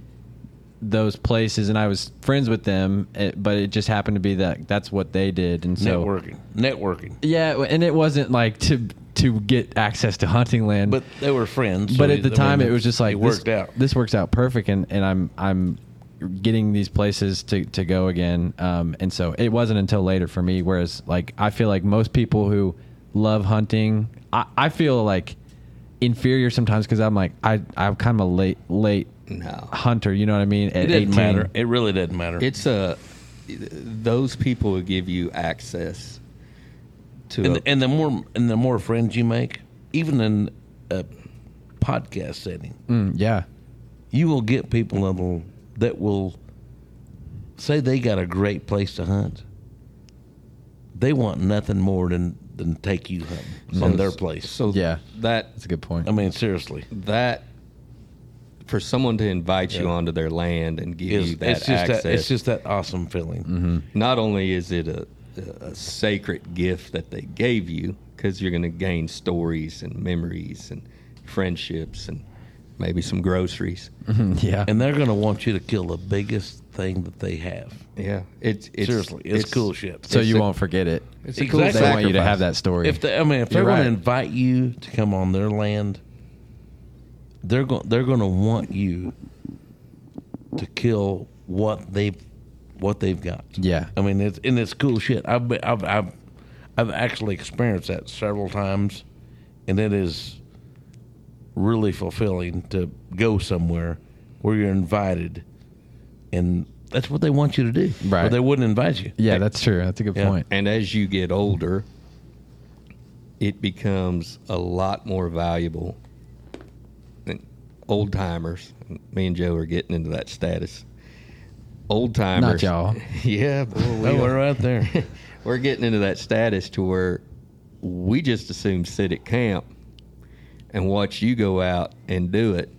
those places, and I was friends with them. It, but it just happened to be that that's what they did, and so
Networking. Networking.
yeah, and it wasn't like to to get access to hunting land,
But they were friends. so
but at
I
the
mean,
time it was just like
it
this-
worked out.
this works out perfect and, and i'm i'm getting these places to, to go again um, and so it wasn't until later for me whereas like i feel like most people who love hunting i, I feel like inferior sometimes because i'm like i i'm kind of a late late
No.
hunter you know what i mean
It
at
didn't
18.
matter. It really didn't matter.
It's a those people who give you access to
and,
a-
and the more and the more friends you make, even in a podcast setting,
Mm, yeah
you will get people that will that will say they got a great place to hunt. They want nothing more than than take you hunting on their place.
So
Yeah.
that
that's a good point
I mean, seriously,
that for someone to invite you onto their land and give
it's,
you that
it's just
access. Mm-hmm.
that it's just that awesome feeling.
not only is it a, a sacred gift that they gave you because you're going to gain stories and memories and friendships and maybe some groceries.
yeah.
and they're going to want you to kill the biggest thing that they have.
Yeah, it's, it's
Seriously, it's, cool shit.
so you
a-
won't forget it.
It's a
Exactly.
cool
They want you to
sacrifice.
have that story.
if they, I mean, if they're
You're
going
right.
to invite you to come on their land, they're going they're going to want you to kill what they've what they've got.
Yeah.
I mean, it's and it's cool shit. I've been, I've I've I've actually experienced that several times, and it is really fulfilling to go somewhere where you're invited, and that's what they want you to do. Or
Right.
they wouldn't invite you.
yeah, that's true. That's a good
Yeah.
point.
And as you get older, it becomes a lot more valuable. And old timers, me and Joe are getting into that status. Old timers,
y'all.
Yeah, boy, we
Oh,
are.
we're right there.
we're getting into that status to where we just assume sit at camp and watch you go out and do it.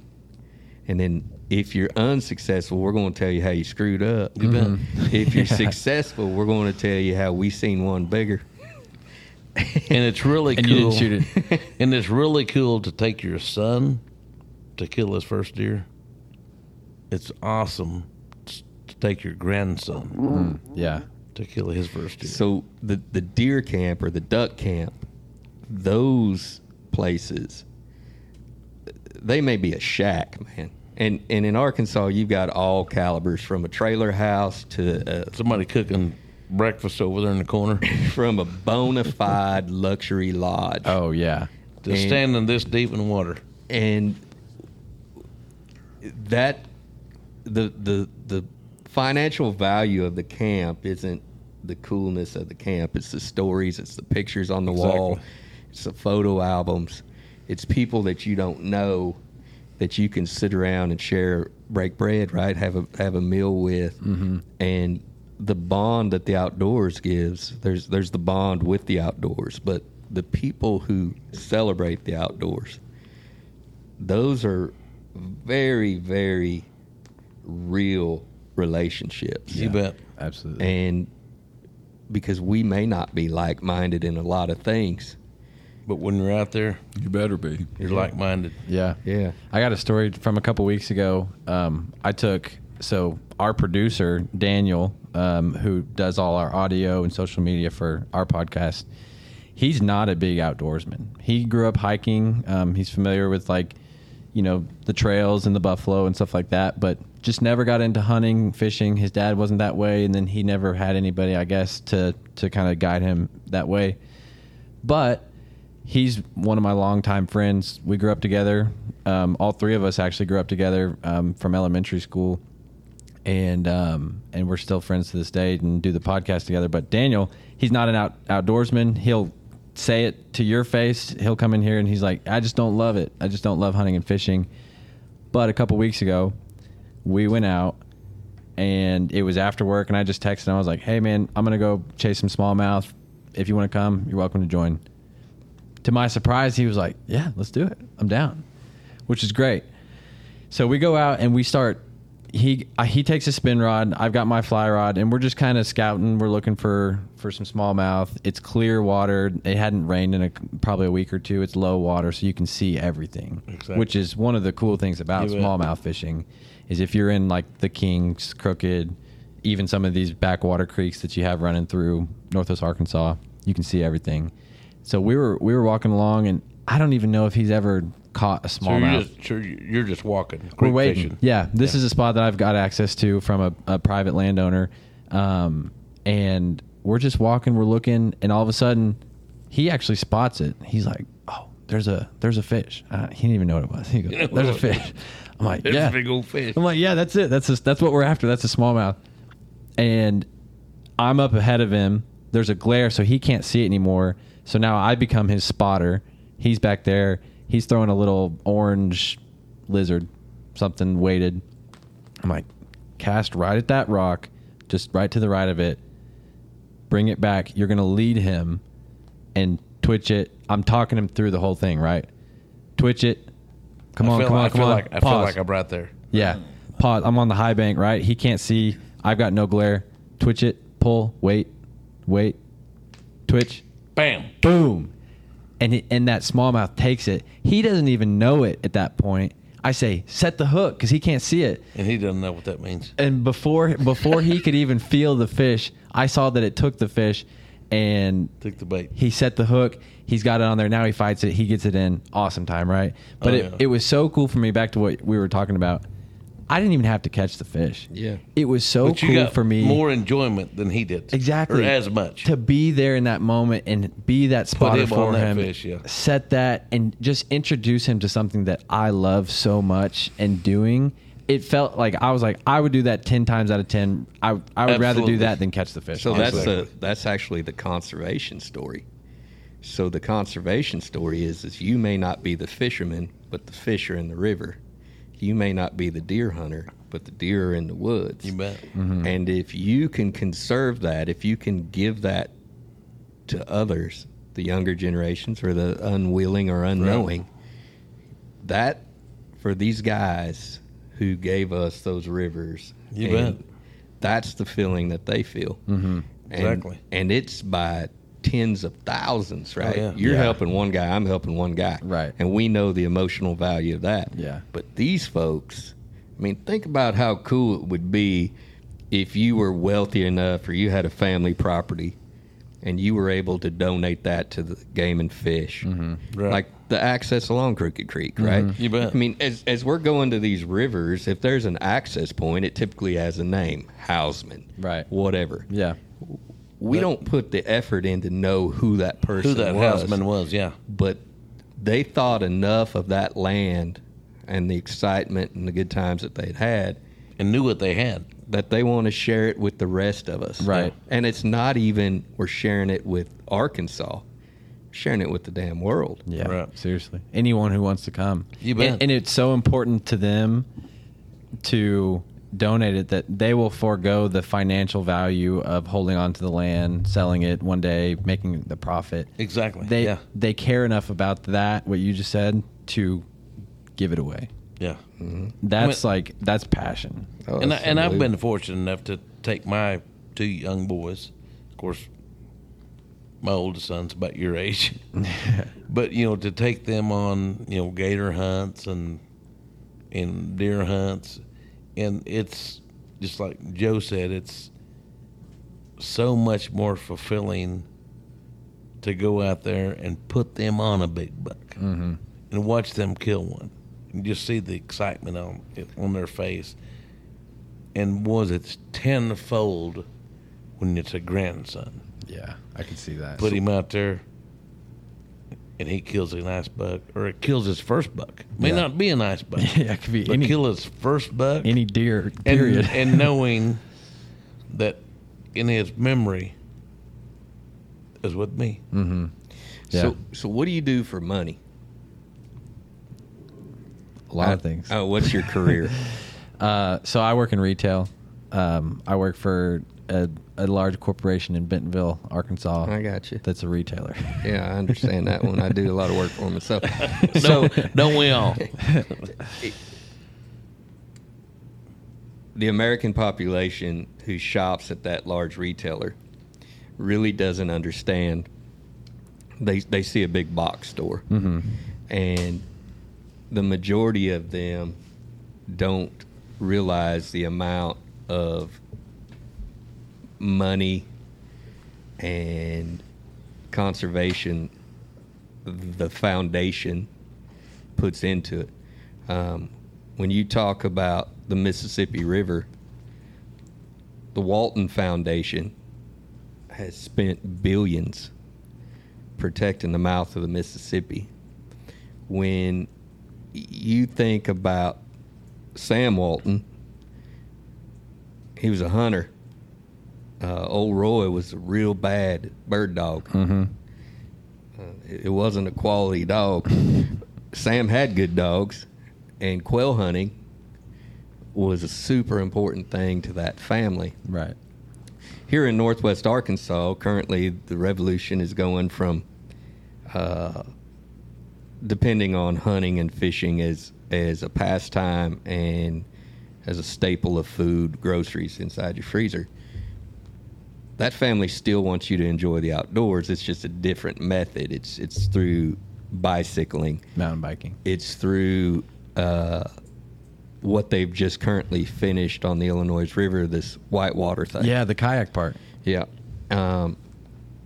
And then if you're unsuccessful, we're going to tell you how you screwed up. Mm-hmm. If you're successful, we're going to tell you how we seen one bigger.
and it's really
And
cool.
you didn't shoot
it. and it's really cool to take your son to kill his first deer. It's awesome t- to take your grandson
Yeah.
to kill his first deer.
So the the deer camp or the duck camp, those places, they may be a shack, man. And and in Arkansas, you've got all calibers from a trailer house to a
Somebody cooking breakfast over there in the corner.
from a bona fide luxury lodge.
Oh yeah.
Just
And-
standing this deep in water.
And that the the the financial value of the camp isn't the coolness of the camp. It's the stories, it's the pictures on the wall,
Exactly.
it's the photo albums, it's people that you don't know that you can sit around and share break bread, right? Have a have a meal with and the bond that the outdoors gives, there's there's the bond with the outdoors, but the people who celebrate the outdoors, those are very, very real relationships.
You bet.
Absolutely.
And because we may not be like minded in a lot of things.
But when you're out there,
You better be.
you're like minded.
yeah.
Yeah.
I got a story from a couple weeks ago. Um, I took so our producer Daniel, um, who does all our audio and social media for our podcast. He's not a big outdoorsman. He grew up hiking. Um, he's familiar with like, you know, the trails and the buffalo and stuff like that, but just never got into hunting, fishing. His dad wasn't that way, and then he never had anybody, I guess, to to kind of guide him that way but he's one of my longtime friends. We grew up together. Um, all three of us actually grew up together um, from elementary school, and um, and we're still friends to this day and do the podcast together. But Daniel, he's not an out, outdoorsman. He'll say it to your face. He'll come in here and he's like, "I just don't love it. I just don't love hunting and fishing." But a couple weeks ago, we went out and it was after work and I just texted him. I was like, "Hey man, I'm going to go chase some smallmouth. If you want to come, you're welcome to join." To my surprise, he was like, "Yeah, let's do it. I'm down." Which is great. So we go out and we start he uh, he takes a spin rod, I've got my fly rod and we're just kind of scouting. We're looking for for some smallmouth. It's clear water. It hadn't rained in a, probably a week or two. It's low water so you can see everything.
Exactly.
Which is one of the cool things about
You bet.
smallmouth smallmouth fishing is if you're in like the Kings, Crooked, even some of these backwater creeks that you have running through Northwest Arkansas, you can see everything. So we were we were walking along, and I don't even know if he's ever caught a
So you're
smallmouth.
just, sure, you're just walking.
we're
creek
waiting.
fishing.
Yeah, this is a spot that I've got access to from a, a private landowner, um, and we're just walking, we're looking, and all of a sudden, he actually spots it. He's like, "Oh, there's a there's a fish." Uh, he didn't even know what it was. He goes, "There's a fish." I'm like,
There's
"Yeah,
a big old fish.
I'm like, yeah, that's it. That's a, that's what we're after. That's a smallmouth. And I'm up ahead of him. There's a glare, so he can't see it anymore. So now I become his spotter. He's back there. He's throwing a little orange lizard, something weighted. I'm like, cast right at that rock, just right to the right of it. Bring it back. You're gonna lead him and twitch it. I'm talking him through the whole thing, right? Twitch it. Come
I
on,
feel
come on,
like, I
come
feel
on.
like I feel
Pause.
like I'm right there.
Yeah. Pause. I'm on the high bank, right? He can't see. I've got no glare. Twitch it. Pull. Wait. Wait. Twitch.
Bam.
Boom. And it, and that smallmouth takes it. He doesn't even know it at that point. I say, set the hook because he can't see it.
and he doesn't know what that means.
And before before he could even feel the fish, I saw that it took the fish, and
Took the bait.
he set the hook. He's got it on there. Now he fights it. He gets it in. Awesome time, right? But
Oh,
it,
yeah.
it was so cool for me. Back to what we were talking about. I didn't even have to catch the fish.
Yeah.
It was so
but you
cool
got
for me.
more enjoyment than he did.
Exactly.
Or as much.
To be there in that moment and be that spotter
him
for
on that
him.
fish, yeah.
Set that and just introduce him to something that I love so much and doing. It felt like I was like, I would do that 10 times out of 10. I, I would rather
Absolutely.
do that than catch the fish.
So that's the
Exactly.
that's actually the conservation story. So the conservation story is is you may not be the fisherman, but the fish are in the river. You may not be the deer hunter, but the deer are in the woods.
you bet.
And if you can conserve that, if you can give that to others, the younger generations or the unwilling or unknowing, that for these guys who gave us those rivers,
You
and
bet.
that's the feeling that they feel. Mm-hmm.
Exactly.
And it's by tens of thousands, right?
Oh, yeah.
You're
Yeah.
helping one guy, I'm helping one guy.
Right.
And we know the emotional value of that.
Yeah.
But these folks, I mean, think about how cool it would be if you were wealthy enough or you had a family property and you were able to donate that to the game and fish.
Mm-hmm. Right. Mm-hmm.
Like the access along Crooked Creek, right?
You bet.
I mean, as, as we're going to these rivers, if there's an access point, it typically has a name Hausman,
Right.
Whatever.
yeah.
We
But-
don't put the effort in to know who that person
Who that
was
houseman was, yeah.
but they thought enough of that land and the excitement and the good times that they'd had
And knew what they had.
that they want to share it with the rest of us.
Right.
And it's not even we're sharing it with Arkansas, sharing it with the damn world.
Yeah.
Right.
Seriously. Anyone who wants to come.
You bet.
And, and it's so important to them to donate it that they will forego the financial value of holding on to the land, selling it one day, making the profit.
Exactly.
They
yeah.
they care enough about that what you just said to give it away.
Yeah.
That's like that's passion.
Oh,
and I,
that's
and I've
unbelievable.
been fortunate enough to take my two young boys. Of course, my oldest son's about your age, but you know to take them on you know gator hunts and and deer hunts, and it's just like Joe said, it's so much more fulfilling to go out there and put them on a big buck and watch them kill one and just see the excitement on on their face and was it's tenfold when it's a grandson.
Yeah, I can see that.
Put him out there, and he kills a nice buck, or it kills his first buck. May
Yeah.
not be a nice buck,
yeah, it could be
but
any
kill his first buck.
any deer.
and,
Period.
and knowing that in his memory is with me.
Mm-hmm.
So, so what do you do for money?
a lot of things.
Oh, what's your career?
Uh, so I work in retail. Um, I work for a, a large corporation in Bentonville, Arkansas.
I got you.
That's a retailer.
Yeah, I understand that one. I do a lot of work for myself.
So don't we all?
the American population who shops at that large retailer really doesn't understand. They they see a big box store, and the majority of them don't realize the amount of money and conservation the foundation puts into it. Um, when you talk about the Mississippi River, the Walton Foundation has spent billions protecting the mouth of the Mississippi. When you think about Sam Walton, he was a hunter. Uh, old Roy was a real bad bird dog. Uh, it it wasn't a quality dog. Sam had good dogs, and quail hunting was a super important thing to that family.
right.
Here in Northwest Arkansas, currently the revolution is going from, uh, depending on hunting and fishing as as a pastime and as a staple of food, groceries inside your freezer. That family still wants you to enjoy the outdoors. It's just a different method. It's it's through bicycling
Mountain biking.
it's through uh, what they've just currently finished on the Illinois River, this whitewater thing.
Yeah, the kayak part.
Yeah. Um,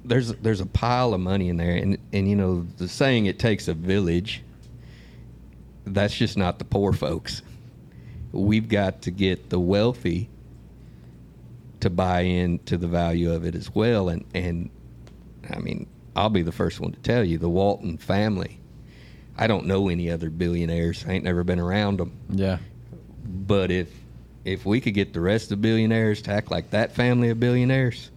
there's there's a pile of money in there, and and you know the saying it takes a village. That's just not the poor folks. We've got to get the wealthy to buy into the value of it as well, and and I mean I'll be the first one to tell you the Walton family. I don't know any other billionaires. I ain't never been around them.
Yeah.
But if if we could get the rest of the billionaires to act like that family of billionaires,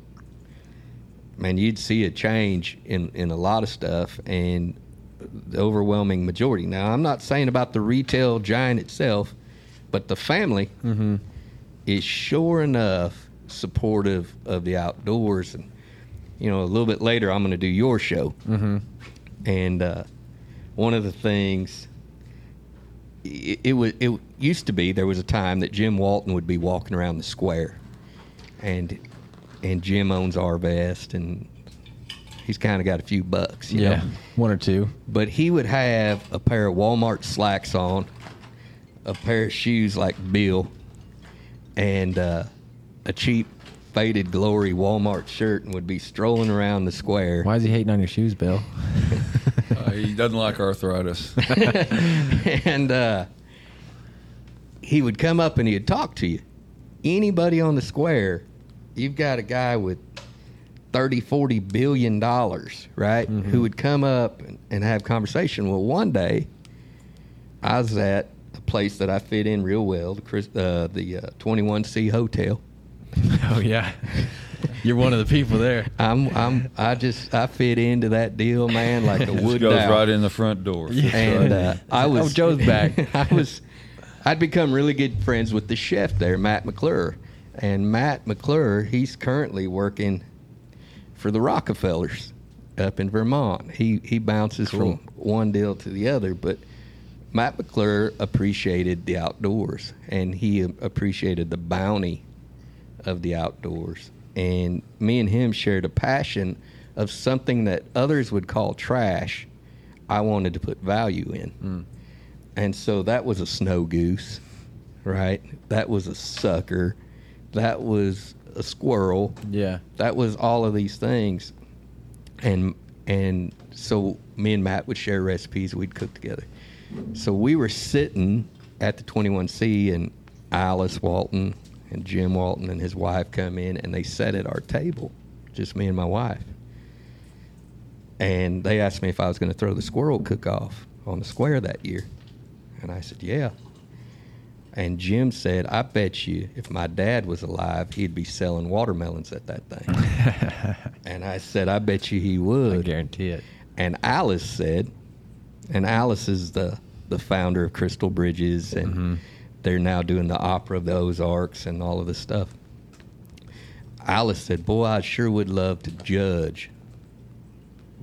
man, you'd see a change in, in a lot of stuff and the overwhelming majority. Now, I'm not saying about the retail giant itself, but the family is sure enough supportive of the outdoors. And, you know, a little bit later, I'm going to do your show. Mm-hmm. And uh, one of the things it, it was it used to be there was a time that Jim Walton would be walking around the square, and and Jim owns Arvest and he's kind of got a few bucks, you
Yeah.
know.
One or two.
But he would have a pair of Walmart slacks on, a pair of shoes like Bill, and uh, a cheap faded glory Walmart shirt, and would be strolling around the square.
Why is he hating on your shoes, Bill?
Uh, he doesn't like arthritis.
and uh, he would come up and he'd talk to you. Anybody on the square, you've got a guy with 30, 40 billion dollars, right? Who would come up and, and have conversation. Well, one day, I was at a place that I fit in real well, the, Chris- uh, the uh, 21C Hotel.
Oh yeah. You're one of the people there.
I'm, I'm, I just, I fit into that deal, man, like a
It
wood
goes
dowel.
right in the front door.
and uh, I was
Oh, Joe's back.
I was I'd become really good friends with the chef there, Matt McClure, and Matt McClure he's currently working for the Rockefellers up in Vermont. He he bounces from one deal to the other, but Matt McClure appreciated the outdoors and he appreciated the bounty of the outdoors. And me and him shared a passion of something that others would call trash. I wanted to put value in. And so that was a snow goose, right? That was a sucker. That was a squirrel.
Yeah.
That was all of these things. And and so me and Matt would share recipes we'd cook together. So we were sitting at the 21C and Alice Walton and Jim Walton and his wife come in and they sat at our table, just me and my wife. And they asked me if I was going to throw the squirrel cook off on the square that year. And I said, "Yeah." And Jim said, "I bet you if my dad was alive, he'd be selling watermelons at that thing." and I said, "I bet you he
I
would."
guarantee it.
and Alice said, and Alice is the the founder of Crystal Bridges, and
Mm-hmm.
they're now doing the opera of the Ozarks and all of this stuff. Alice said, "Boy, I sure would love to judge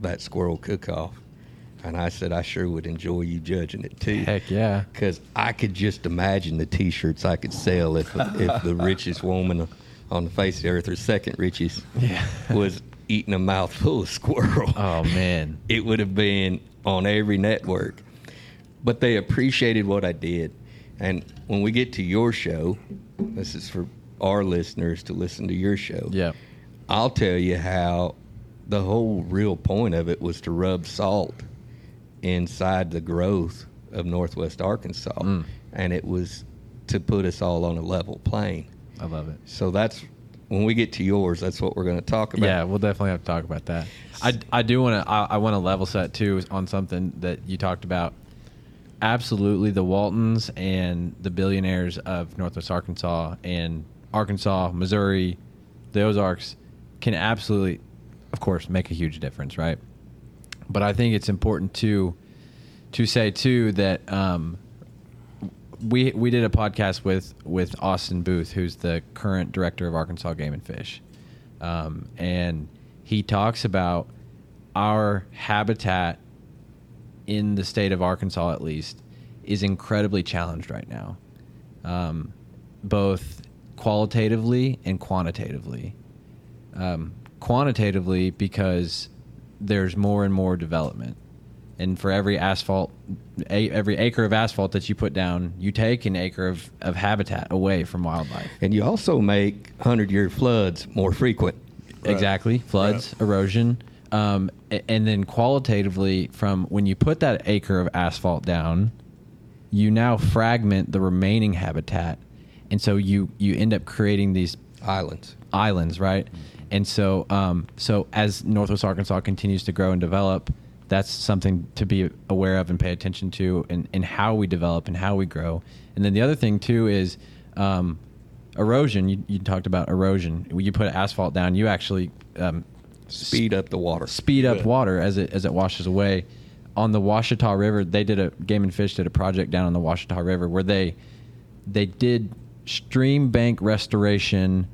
that squirrel cook-off," and I said, "I sure would enjoy you judging it too."
Heck yeah.
Because I could just imagine the T-shirts I could sell if if the richest woman on the face of the earth, or second richest, was eating a mouthful of squirrel
Oh man.
it would have been on every network. But they appreciated what I did. And when we get to your show, this is for our listeners to listen to your show.
Yeah.
I'll tell you how the whole real point of it was to rub salt inside the growth of Northwest Arkansas.
Mm.
And it was to put us all on a level plane.
I love it.
So that's when we get to yours, that's what we're going to talk about.
Yeah, we'll definitely have to talk about that. I, I do want to I, I want to level set too on something that you talked about. Absolutely, the Waltons and the billionaires of Northwest Arkansas and Arkansas, Missouri, the Ozarks can absolutely, of course, make a huge difference, right? But I think it's important to to say too that um, we we did a podcast with with Austin Booth, who's the current director of Arkansas Game and Fish, um, and he talks about our habitat in the state of Arkansas, at least, is incredibly challenged right now, um, both qualitatively and quantitatively. Um, quantitatively, because there's more and more development And for every asphalt, a, every acre of asphalt that you put down, you take an acre of, of habitat away from wildlife.
And you also make 100 year floods more frequent.
Exactly. Floods, erosion. Um, a- and then qualitatively, from when you put that acre of asphalt down, you now fragment the remaining habitat. And so you, you end up creating these
Islands.
islands, right? And so, um, so as Northwest Arkansas continues to grow and develop, that's something to be aware of and pay attention to, and, and how we develop and how we grow. And then the other thing too is um, erosion. You, you talked about erosion. When you put asphalt down, you actually um,
Speed up the water.
speed up
Yeah.
water as it as it washes away. On the Washita River, they did a Game and Fish did a project down on the Washita River where they they did stream bank restoration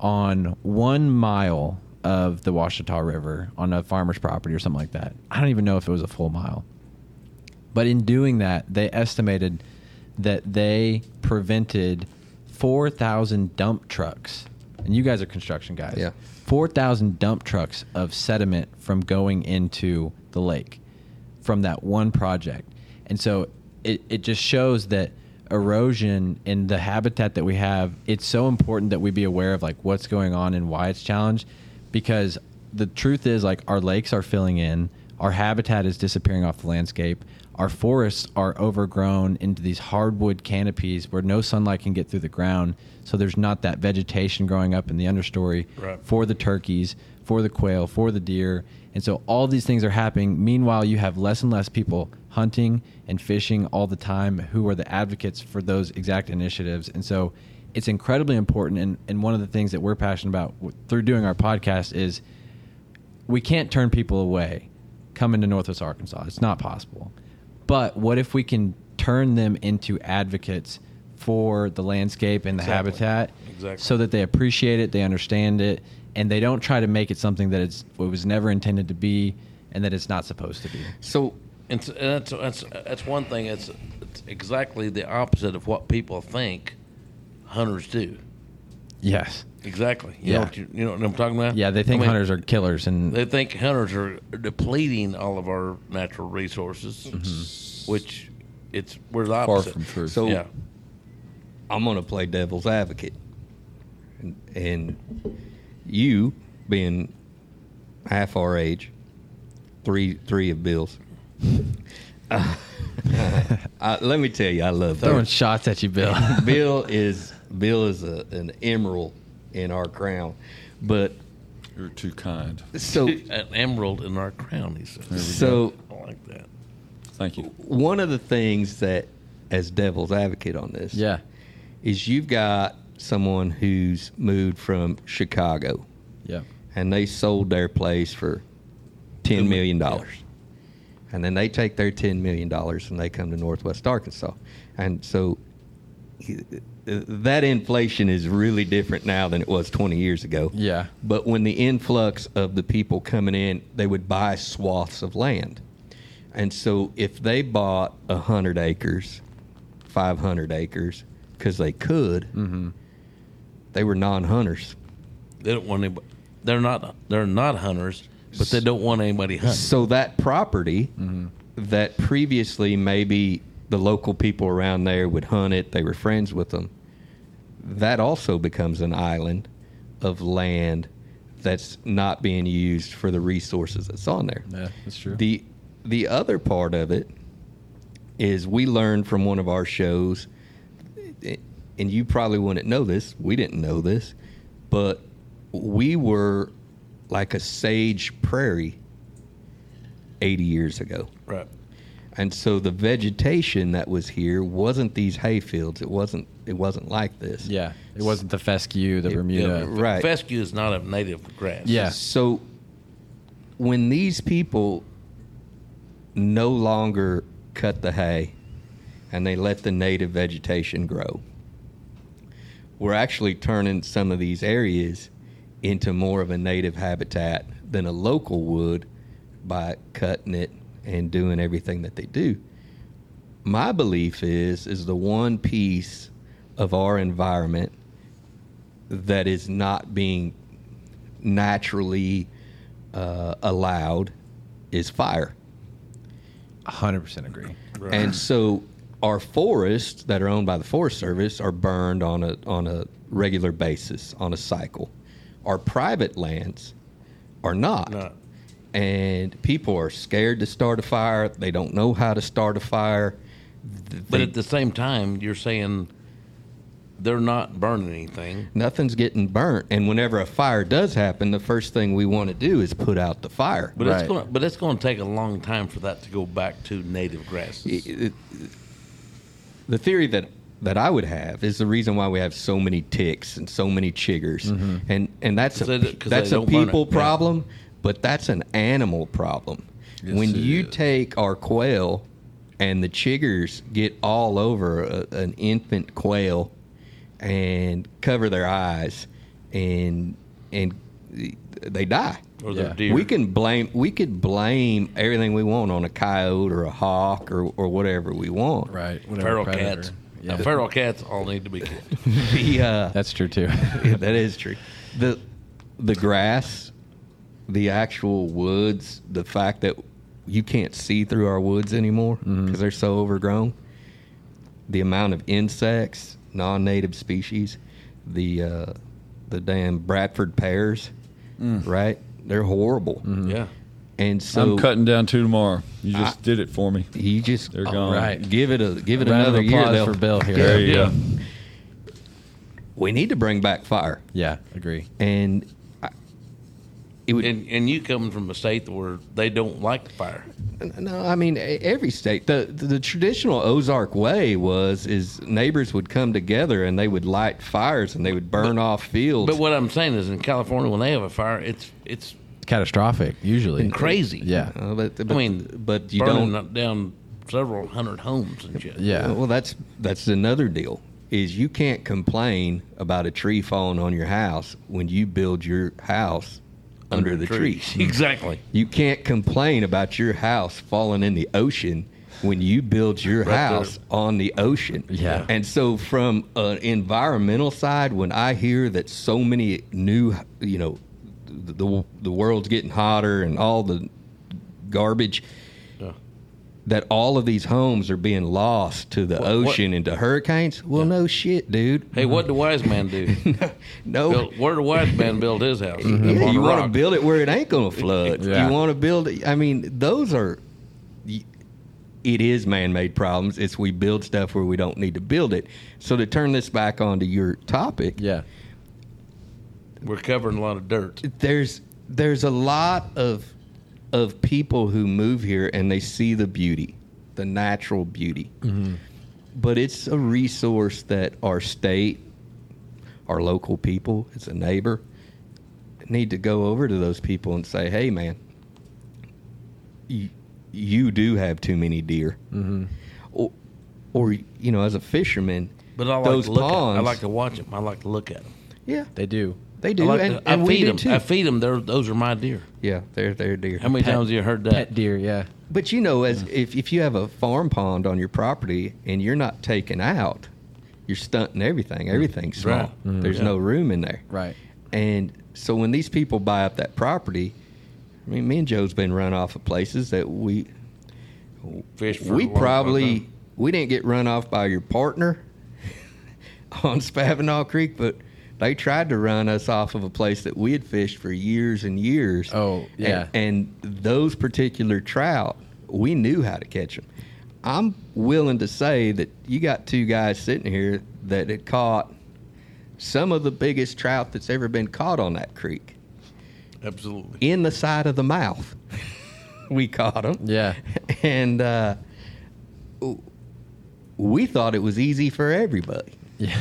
on one mile of the Washita River on a farmer's property or something like that. I don't even know if it was a full mile. But in doing that, they estimated that they prevented 4,000 dump trucks. And you guys are construction guys.
Yeah.
4,000 dump trucks of sediment from going into the lake from that one project. And so it, it just shows that erosion in the habitat that we have, it's so important that we be aware of like what's going on and why it's challenged because the truth is like our lakes are filling in, our habitat is disappearing off the landscape, our forests are overgrown into these hardwood canopies where no sunlight can get through the ground, so there's not that vegetation growing up in the understory
Right.
for the turkeys, for the quail, for the deer. And so all these things are happening. Meanwhile, you have less and less people hunting and fishing all the time who are the advocates for those exact initiatives. And so it's incredibly important. And, and one of the things that we're passionate about w- through doing our podcast is we can't turn people away coming to Northwest Arkansas. It's not possible. But what if we can turn them into advocates for the landscape and the
Exactly.
habitat
Exactly.
so that they appreciate it, they understand it, and they don't try to make it something that it's, it was never intended to be and that it's not supposed to be.
So
And s- and that's that's that's one thing. It's, it's exactly the opposite of what people think hunters do.
Yes.
Exactly. You
Yeah.
Know what you, you know what I'm talking about?
Yeah, they
I
think
mean,
hunters are killers and
They think hunters are depleting all of our natural resources, which it's we're the
Far
opposite.
from true.
So-
yeah.
I'm going to play devil's advocate. And, and you, being half our age, three three of Bill's, uh, let me tell you, I love Bill.
throwing shots at you, Bill.
Bill is Bill is a, an emerald in our crown, but
You're too kind.
so
e, An emerald in our crown, he says.
so
I like that.
Thank you.
one of the things that as devil's advocate on this,
yeah.
is you've got someone who's moved from Chicago.
Yeah.
and they sold their place for ten million dollars. And then they take their ten million dollars and they come to Northwest Arkansas, and so uh, that inflation is really different now than it was twenty years ago.
Yeah.
But when the influx of the people coming in, they would buy swaths of land, and so if they bought hundred acres, five hundred acres, because they could, they were non-hunters.
They don't want anybody. They're not. They're not hunters, but they don't want anybody hunting.
So that property
Mm-hmm.
that previously maybe the local people around there would hunt it, they were friends with them, that also becomes an island of land that's not being used for the resources that's on there.
Yeah, that's true.
The the other part of it is we learned from one of our shows, and you probably wouldn't know this. We didn't know this, but we were like a sage prairie 80 years ago.
Right.
And so the vegetation that was here wasn't these hay fields. It wasn't it wasn't like this.
yeah. It wasn't the fescue, the Bermuda.
Yeah,
right.
Fescue is not a native grass.
Yeah.
So when these people no longer cut the hay and they let the native vegetation grow, we're actually turning some of these areas into more of a native habitat than a local would by cutting it and doing everything that they do. My belief is is the one piece of our environment that is not being naturally uh, allowed is fire.
100% agree.
And so our forests that are owned by the Forest Service are burned on a on a regular basis, on a cycle. Our private lands are not.
Not.
And people are scared to start a fire. They don't know how to start a fire. Th-
But
they-
at the same time, you're saying they're not burning anything.
nothing's getting burnt. And whenever a fire does happen, the first thing we want to do is put out the fire.
But
Right.
it's going. But it's going to take a long time for that to go back to native grasses.
it- it- the theory that that I would have is the reason why we have so many ticks and so many chiggers, and and that's a,
'Cause they- 'cause
that's
they
a
don't burn it,
people
yeah.
problem, but that's an animal problem. when
it
you
is.
take our quail, and the chiggers get all over a, an infant quail, and cover their eyes, and and they die.
Or they're
Yeah.
deer.
We can blame we could blame everything we want on a coyote or a hawk or, or whatever we want.
Right. Whatever
feral
predator.
cats.
Yeah.
Now, feral cats all need to be killed.
The, uh,
That's true too.
yeah, that is true. The the grass, the actual woods, the fact that you can't see through our woods anymore because they're so overgrown. The amount of insects, non-native species, the uh, the damn Bradford pears, right? They're horrible.
yeah.
And so
I'm cutting down two tomorrow. You just did it for me.
you just uh,
They're gone.
right.
give it a give it
Round of
another year.
applause
they'll-
for Bill here.
There you
Yeah.
go.
We need to bring back fire,
Yeah, agree.
and I, it would.
And and you come from a state where they don't like fire.
no, I mean e- every state. The, the the traditional Ozark way was is neighbors would come together and they would light fires and they would burn off fields.
But what I'm saying is, in California, when they have a fire, it's it's
Catastrophic usually.
crazy.
Yeah.
Uh, but, but,
I mean,
but you
burning
don't.
up down several hundred homes and shit.
Yeah.
Well, that's that's another deal. Is you can't complain about a tree falling on your house when you build your house under, the tree.
Exactly.
You can't complain about your house falling in the ocean when you build your
there.
house on the ocean.
Yeah.
And so from an environmental side, when I hear that so many new, you know, the the, the world's getting hotter and all the garbage
Yeah.
that all of these homes are being lost to the
what-
ocean and to hurricanes, well, no shit, dude.
Hey, what the wise man do?
Mm-hmm. No. Mm-hmm.
Built, where the wise man build his house? Up
Yeah,
on
you
a
want to
rock.
build it where it ain't going to flood.
Yeah.
You want to build it. I mean, those are. y- It is man-made problems. It's we build stuff where we don't need to build it. So to turn this back onto your topic,
Yeah.
We're covering a lot of dirt.
there's there's a lot of of people who move here and they see the beauty, the natural beauty. But it's a resource that our state, our local people, it's a neighbor, need to go over to those people and say, "Hey, man, you, you do have too many deer," or, or you know, as a fisherman,
But I like
those
to look at. 'em.
ponds,
I like to watch them. I like to look at them.
yeah,
They do.
they do,
I, like
and,
to, I
and we
feed
do
them.
too.
I feed them. They're, those are my deer.
yeah, they're they're deer.
How many times have you heard that?
Pet deer, yeah.
But you know, as if, if you have a farm pond on your property and you're not taking out, you're stunting everything.
Mm.
Everything's small.
Right. Mhm.
There's no room in there.
Mm-hmm. Right.
And so when these people buy up that property, I mean, me and Joe's been run off of places that we
Fish for
we
a long
probably
time.
we didn't get run off by your partner on Spavinaw Creek, but they tried to run us off of a place that we had fished for years and years.
Oh, yeah.
And, and those particular trout, we knew how to catch them. I'm willing to say that you got two guys sitting here that had caught some of the biggest trout that's ever been caught on that creek
Absolutely.
in the side of the mouth. we caught them
Yeah.
and uh, we thought it was easy for everybody
Yeah.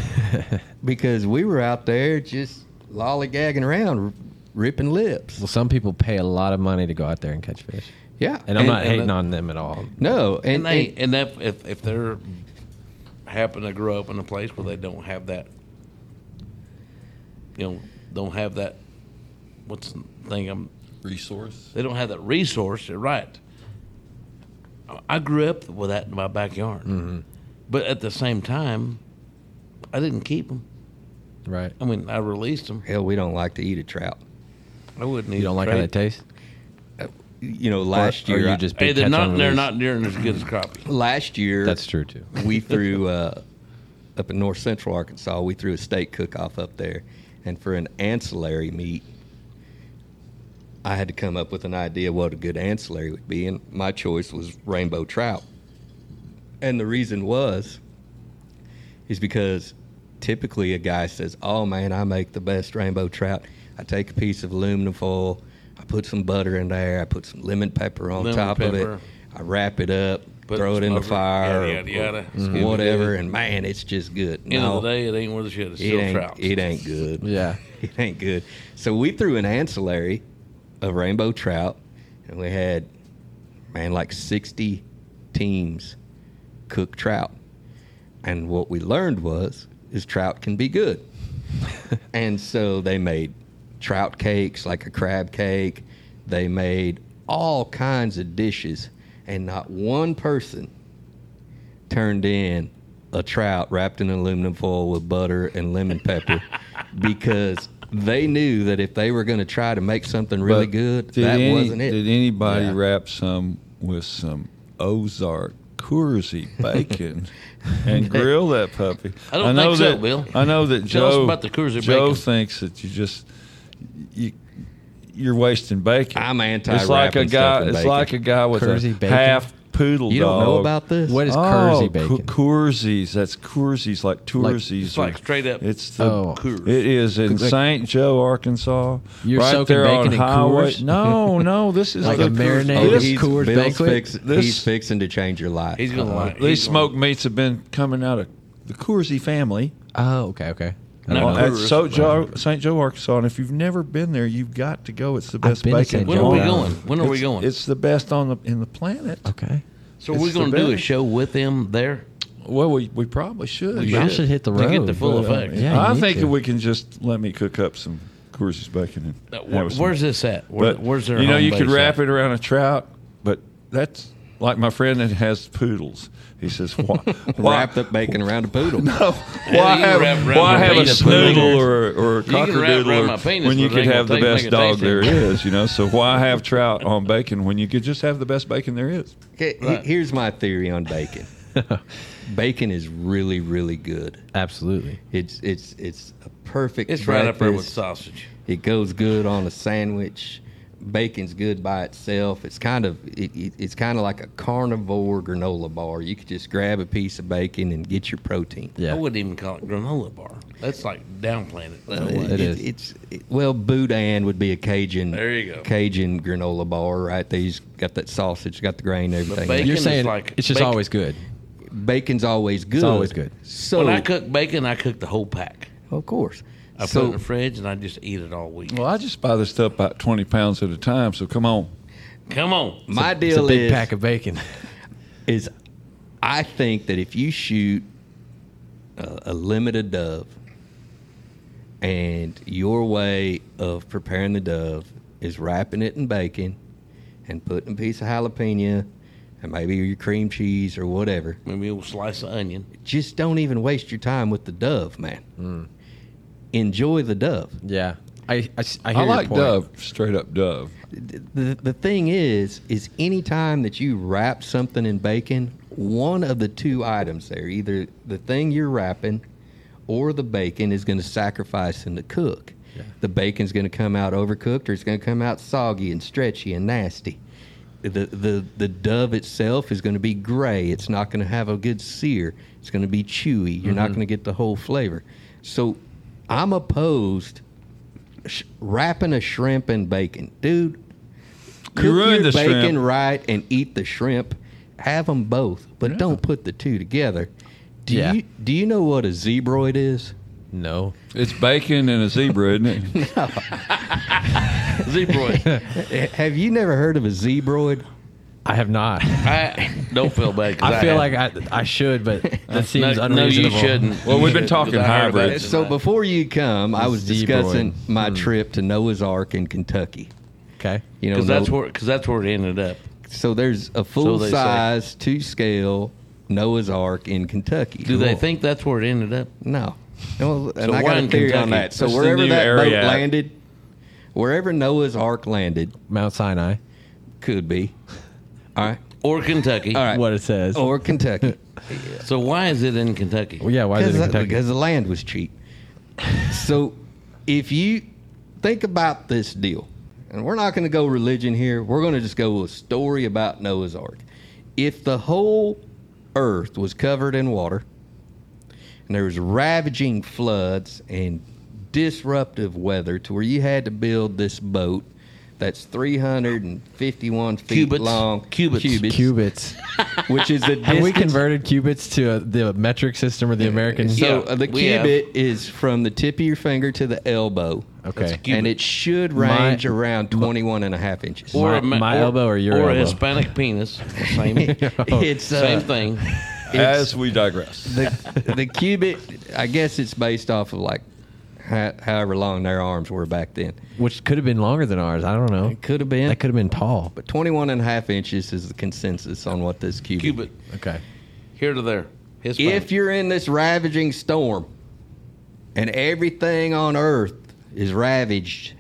because we were out there just lollygagging around, r- ripping lips.
Well, some people pay a lot of money to go out there and catch fish.
Yeah, uh,
And I'm not
and
hating
the-
on them at all.
No,
And
and,
they
and-
and if if, if they're happen to grow up in a place where they don't have that, you know, don't have that. What's the thing? I'm
Resource.
they don't have that resource. You're right. I- I grew up with that in my backyard,
Mm-hmm.
but at the same time, I didn't keep them.
Right.
I mean, I released them.
hell, we don't like to eat a trout.
I wouldn't.
You don't like how they taste?
you know, last
or
year,
you
I-
just
Hey,
big
they're
catch
not
and
they're
release.
not nearing as good as crappie.
last year,
That's true too.
we threw uh, up in north central Arkansas. We threw a steak cook-off up there, and for an ancillary meat, I had to come up with an idea what a good ancillary would be, and my choice was rainbow trout. And the reason was, is because typically a guy says, "Oh man, I make the best rainbow trout." I take a piece of aluminum foil, I put some butter in there, I put some lemon pepper on
Lemon
top of
pepper.
it, I wrap it up,
Put
throw it in the
smoker,
fire,
yada, yada, yada.
or
It's good.
whatever, and man, it's just good.
End
no,
of the day, it ain't worth a shit. It's
it
still
ain't
trout.
it ain't good.
Yeah.
it ain't good. So we threw an ancillary of rainbow trout, and we had man like sixty teams cook trout, and what we learned was is trout can be good. And so they made trout cakes, like a crab cake. They made all kinds of dishes, and not one person turned in a trout wrapped in aluminum foil with butter and lemon pepper because they knew that if they were going to try to make something really
But
good,
did
that
any-
wasn't it.
Did anybody
Yeah.
wrap some with some Ozark Coorsey bacon and grill that puppy?
I don't
know
think so,
that,
Bill.
I know that
Tell
Joe
us about the Coorsey
Joe
bacon.
thinks that you just you. You're wasting bacon.
I'm anti
It's like a
wrapping
guy.
stuff in
It's
bacon.
like a guy with
Coorsey
a
bacon?
half poodle
you don't know
dog.
about this?
What is
oh,
Kersey bacon?
Cou- Coorseys. That's Coorseys, like Tourseys.
It's like straight up.
It's the
Oh.
Coors.
It is in
Like-
St. Joe, Arkansas.
You're
right
soaking
there on
bacon in
highway.
Coors?
No, no, this is
Like
the
a
Coors-
marinade
Oh,
This,
he's,
Coors
Bill's
Banquet?
fix,
This-
he's fixing to change your life. Uh-huh.
he's gonna like he's
these
gonna-
smoked meats have been coming out of the Coorsey family
Oh, okay, okay. I
No,
don't
no.
know.
at
Coors.
St. Joe, St. Joe, Arkansas. And if you've never been there, you've got to go. It's the best
been to
bacon.
St.
When
Joe.
are we
on-
going? When are we
It's-
going?
It's the best on the in the planet.
Okay.
so we're
it's the
gonna do a
best.
show with them there.
Well, we, we probably should.
We
Y'all should hit the
To
road.
get the full
but, uh,
effect.
Yeah, you
I
need
think
to.
we can just let me cook up some Coors bacon. And
Uh, wh-
have us some-
where's this at? Where,
But
where's their?
you know
home
you could
base
wrap
at?
it around a trout, but that's like my friend that has poodles. He says, "Why, why,
Wrapped up bacon around a poodle.
why
you
have,
wrap around
why
a
have a
penis
snoodle
poodle.
or, or a
can wrap around my
cockadoodle
penis,
or- when you
but it
could
ain't
have the
gonna take-
best
make it
dog
tasty.
there is? You know, so why have trout on bacon when you could just have the best bacon there is?
Okay, he- here's my theory on bacon. bacon is really, really good.
Absolutely.
It's it's it's a perfect.
It's right up there with
breakfast.
sausage.
It goes good on a sandwich. Bacon's good by itself. It's kind of it, it- it's kind of like a carnivore granola bar. You could just grab a piece of bacon and get your protein.
I
Yeah.
wouldn't even call it granola bar. That's like downplaying it. That way.
It is.
It's it- well, boudin would be a Cajun.
There you go.
Cajun granola bar, right? there. He's got that sausage, got the grain, everything.
bacon-
You're
is
saying
like
it's just
bacon.
always good.
Bacon's always good.
always good.
So
When I cook bacon, I cook the whole pack.
Of course.
I put it in
so
the fridge and I just eat it all week.
Well, I just buy this stuff about twenty pounds at a time. So come on,
Come on.
my
It's a
deal
big
is,
pack of bacon.
is I think that if you shoot a, a limited dove and your way of preparing the dove is wrapping it in bacon and putting a piece of jalapeno and maybe your cream cheese or whatever,
Maybe we'll slice of onion.
just don't even waste your time with the dove, man.
Mm.
Enjoy the dove.
Yeah. I, I, s- I hear
I
your
like
point.
Dove, straight up Dove.
the, the thing is, is any time that you wrap something in bacon, one of the two items there, either the thing you're wrapping or the bacon is going to sacrifice in the cook. The bacon's going to come out overcooked or it's going to come out soggy and stretchy and nasty. The, the the dove itself is going to be gray. It's not going to have a good sear. It's going to be chewy. You're not going to get the whole flavor. So I'm opposed sh- wrapping a shrimp in bacon, dude. Cook
ruined
your
the
bacon
shrimp.
right and eat the shrimp. Have them both, but don't put the two together. Do
Yeah.
you do you know what a zebroid is?
No.
It's bacon and a zebra, isn't it?
Zebroid.
Eh, Have you never heard of a zebroid?
I have not.
I don't feel bad. 'cause
I feel
have.
like I, I should, but that
no,
seems
no, you
unreasonable.
shouldn't.
Well,
You
we've been
shouldn't, 'cause
talking
I heard about
hybrids.
it
So
tonight.
before you come, I was
Zebroid.
discussing my trip to Noah's Ark in Kentucky.
Okay.
You know,
Because that's
No-
where because that's where it ended up.
so there's a full
they say.
size, two scale Noah's Ark in Kentucky.
Do they think that's where it ended up?
No. Well, and I
why
got a
in
theory on
Kentucky?
that. So
That's the
wherever
new
that boat
area.
landed, wherever Noah's Ark landed,
Mount Sinai.
Could be. All right.
or Kentucky.
All right. Oh.
What it says.
Or Kentucky.
So why is it in Kentucky?
Well, yeah, why is it in
Because uh,
Kentucky?
because the land was cheap. so if you think about this deal, and we're not going to go religion here, we're going to just go with a story about Noah's Ark. If the whole earth was covered in water, and there was ravaging floods and disruptive weather to where you had to build this boat that's 351 feet
Cubits.
long
Cubits.
Cubits.
which is the distance
Have we converted cubits to uh, the metric system or the American?
So
Yeah,
uh, the
we have.
cubit is from the tip of your finger to the elbow.
Okay.
And it should
My-
range around 21 and a half inches.
Or
My-
a ma-
my
or-
elbow or your
or a
elbow?
Hispanic penis. Same,
it's uh,
same thing.
As we digress.
the the cubit. I guess it's based off of like ho- however long their arms were back then.
Which could have been longer than ours. I don't know.
It could have been.
That could have been tall.
But 21 and a half inches is the consensus on what this cubit.
Cubit.
Okay.
Here to there. Hispanic.
If you're in this ravaging storm, and everything on Earth is ravaged,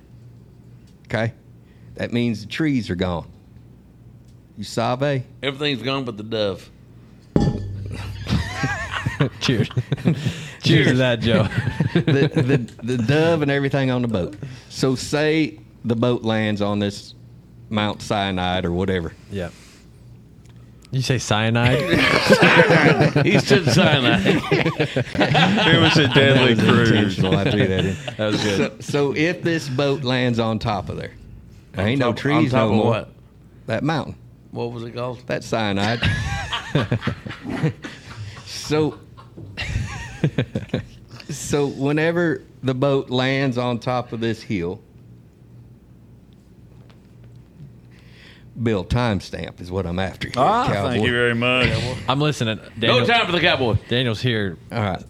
okay, that means the trees are gone. You sabe?
Everything's gone but the dove.
Cheers. Cheers to that, Joe.
the, the, the dove and everything on the boat. So say the boat lands on this Mount Sinai or whatever.
yeah. You say cyanide?
He said cyanide.
It was a deadly cruise.
Intentional, I threw that in.
That was good.
So, so if this boat lands on top of there, there ain't
On
no
top-
trees
on top
no
of
more.
What?
That mountain.
what was it called?
That's cyanide. so, so whenever the boat lands on top of this hill, Bill, timestamp is what I'm after. Here,
Ah,
cowboy.
thank you very much.
I'm listening. Daniel,
No time for the cowboy.
Daniel's here.
All right,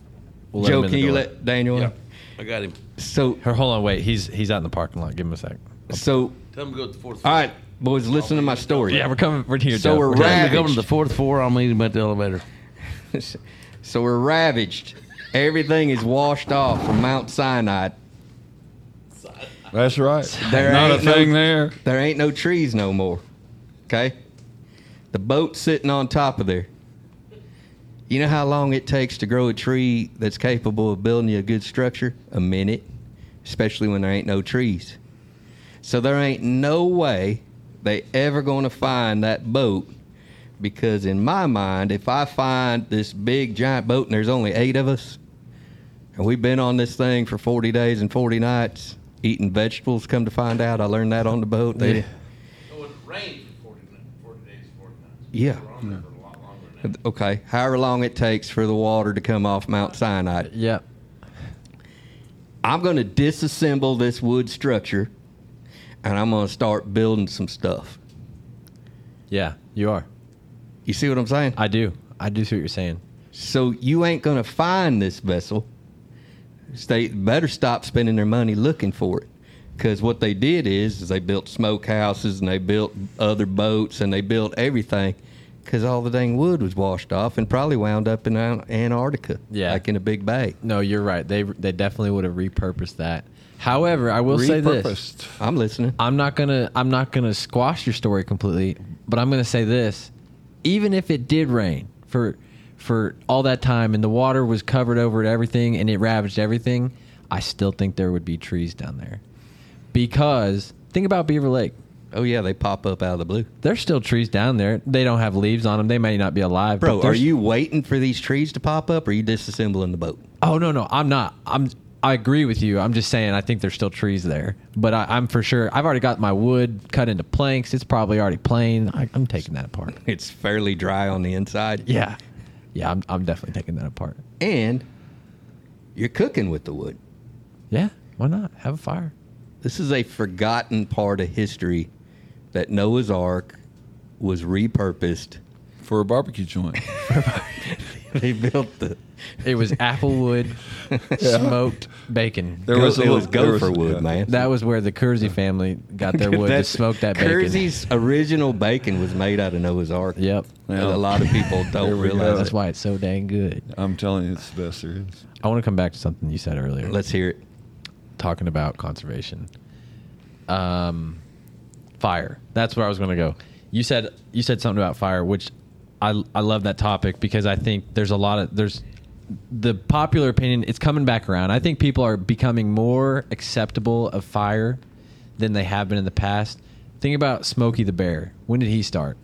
We'll
Joe,
let him in
can
the
you
door.
let Daniel? in?
I got him.
So,
Her, hold on, wait. He's he's out in the parking lot. Give him a sec.
so
Tell him to go to the fourth
all
floor.
right, boys, listen to my story.
Yeah, we're coming. We're here.
So
Joe.
we're
We're
Tell him to go to
ravaged.
the fourth floor. I'm leading him at the elevator.
So we're ravaged. Everything is washed off from Mount Sinai.
That's right.
There
Not a
ain't no-
thing there.
There ain't no trees no more. Okay? The boat's sitting on top of there. You know how long it takes to grow a tree that's capable of building you a good structure? A minute, especially when there ain't no trees. So there ain't no way they ever going to find that boat because in my mind, if I find this big giant boat and there's only 8 of us, and we've been on this thing for 40 days and 40 nights, eating vegetables, come to find out. I learned that on the boat. They, yeah.
Oh, it rained for 40, 40 days, 40 nights.
Okay. However long it takes for the water to come off Mount Sinai.
yeah.
I'm going to disassemble this wood structure and I'm going to start building some stuff.
Yeah. You are.
You see what I'm saying?
I do. I do see what you're saying.
So you ain't going to find this vessel. So They better stop spending their money looking for it. Because what they did is, is they built smokehouses and they built other boats and they built everything because all the dang wood was washed off and probably wound up in An- Antarctica.
Yeah.
Like in a big bag.
No, you're right. They they definitely would have repurposed that. However, I will say this.
Repurposed.
I'm listening.
I'm not gonna I'm not gonna squash your story completely, but I'm gonna say this: even if it did rain for for all that time and the water was covered over everything and it ravaged everything, I still think there would be trees down there. Because think about Beaver Lake.
Oh, yeah. They pop up out of the blue.
There's still trees down there. They don't have leaves on them. They may not be alive. but
Bro, are
there's-
you waiting for these trees to pop up or are you disassembling the boat?
Oh no, no, I'm not. I'm. I agree with you. I'm just saying. I think there's still trees there, but I, I'm for sure. I've already got my wood cut into planks. It's probably already plain. I, I'm taking that apart.
It's fairly dry on the inside.
Yeah, yeah. I'm. I'm definitely taking that apart.
And you're cooking with the wood.
Yeah. Why not have a fire?
This is a forgotten part of history that Noah's Ark was repurposed.
For a barbecue joint.
They built the.
It was apple wood, smoked bacon.
There was a
it was
little- there was-
gopher wood,
yeah.
man.
That was where the Kersey family got their wood to
That's-
smoke that bacon.
Kersey's original bacon was made out of Noah's Ark.
Yep.
And a lot of people
There
don't
we go.
realize
That's
it.
why it's so dang good.
I'm telling you, it's the best there is.
I want to come back to something you said earlier.
Let's hear it.
talking about conservation. Um, fire. That's where I was going to go. You said you said something about fire, which I I love that topic because I think there's a lot of there's the popular opinion it's coming back around. I think people are becoming more acceptable of fire than they have been in the past. Think about Smokey the Bear. When did he start?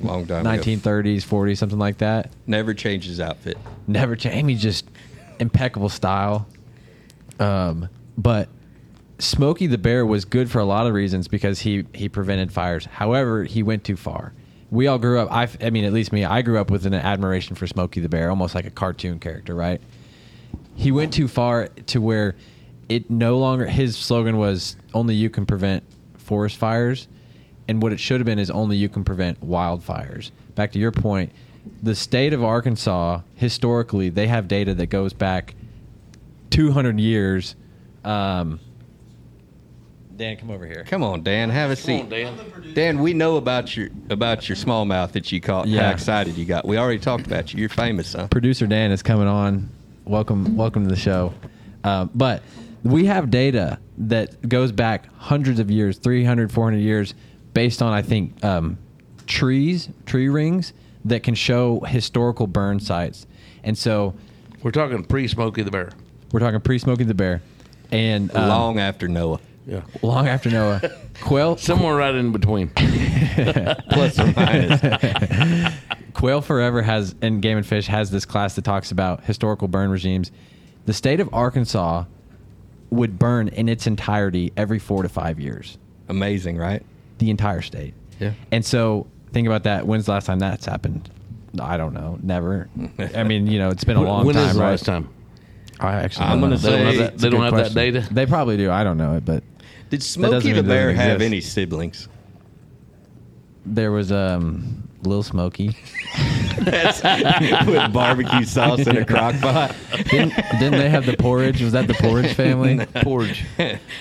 Long time. ago.
1930s, 40s, something like that.
Never changed his outfit.
Never change. I mean, just impeccable style. Um, but Smokey the Bear was good for a lot of reasons because he he prevented fires. However, he went too far. We all grew up. I, I mean, at least me. I grew up with an admiration for Smokey the Bear, almost like a cartoon character, right? He went too far to where it no longer. His slogan was "Only you can prevent forest fires," and what it should have been is "Only you can prevent wildfires." Back to your point, the state of Arkansas historically they have data that goes back 200 years. Um, Dan, come over here.
Come on, Dan, have a seat.
Dan.
Dan, we know about your about your smallmouth that you caught. and How
Yeah.
excited you got! We already talked about you. You're famous, huh?
Producer Dan is coming on. Welcome, welcome to the show. Um, but we have data that goes back hundreds of years, 300, 400 years, based on I think um, trees, tree rings that can show historical burn sites. And so
We're talking pre Smokey the Bear.
we're talking pre-smoking the bear, and um,
Long after Noah,
Yeah.
long after Noah, quail,
Somewhere right in between.
plus or minus.
Quail Forever has and Game and Fish has this class that talks about historical burn regimes. The state of Arkansas would burn in its entirety every four to five years.
Amazing, right?
The entire state.
Yeah.
And so think about that. When's the last time that's happened? I don't know. Never. I mean, you know, it's been a long
when
time.
is the
right?
last time?
I actually
I'm
don't
gonna
know.
They don't have
Say-
that,
It's
they don't
Good
have
question.
that data.
They probably do. I don't know it, but
Did
doesn't
Smokey
mean
the
it doesn't
Bear have
exist.
any siblings?
there was um Lil Smokey.
That's with barbecue sauce in a crock pot.
didn't, didn't they have the porridge? Was that the porridge family?
Porridge.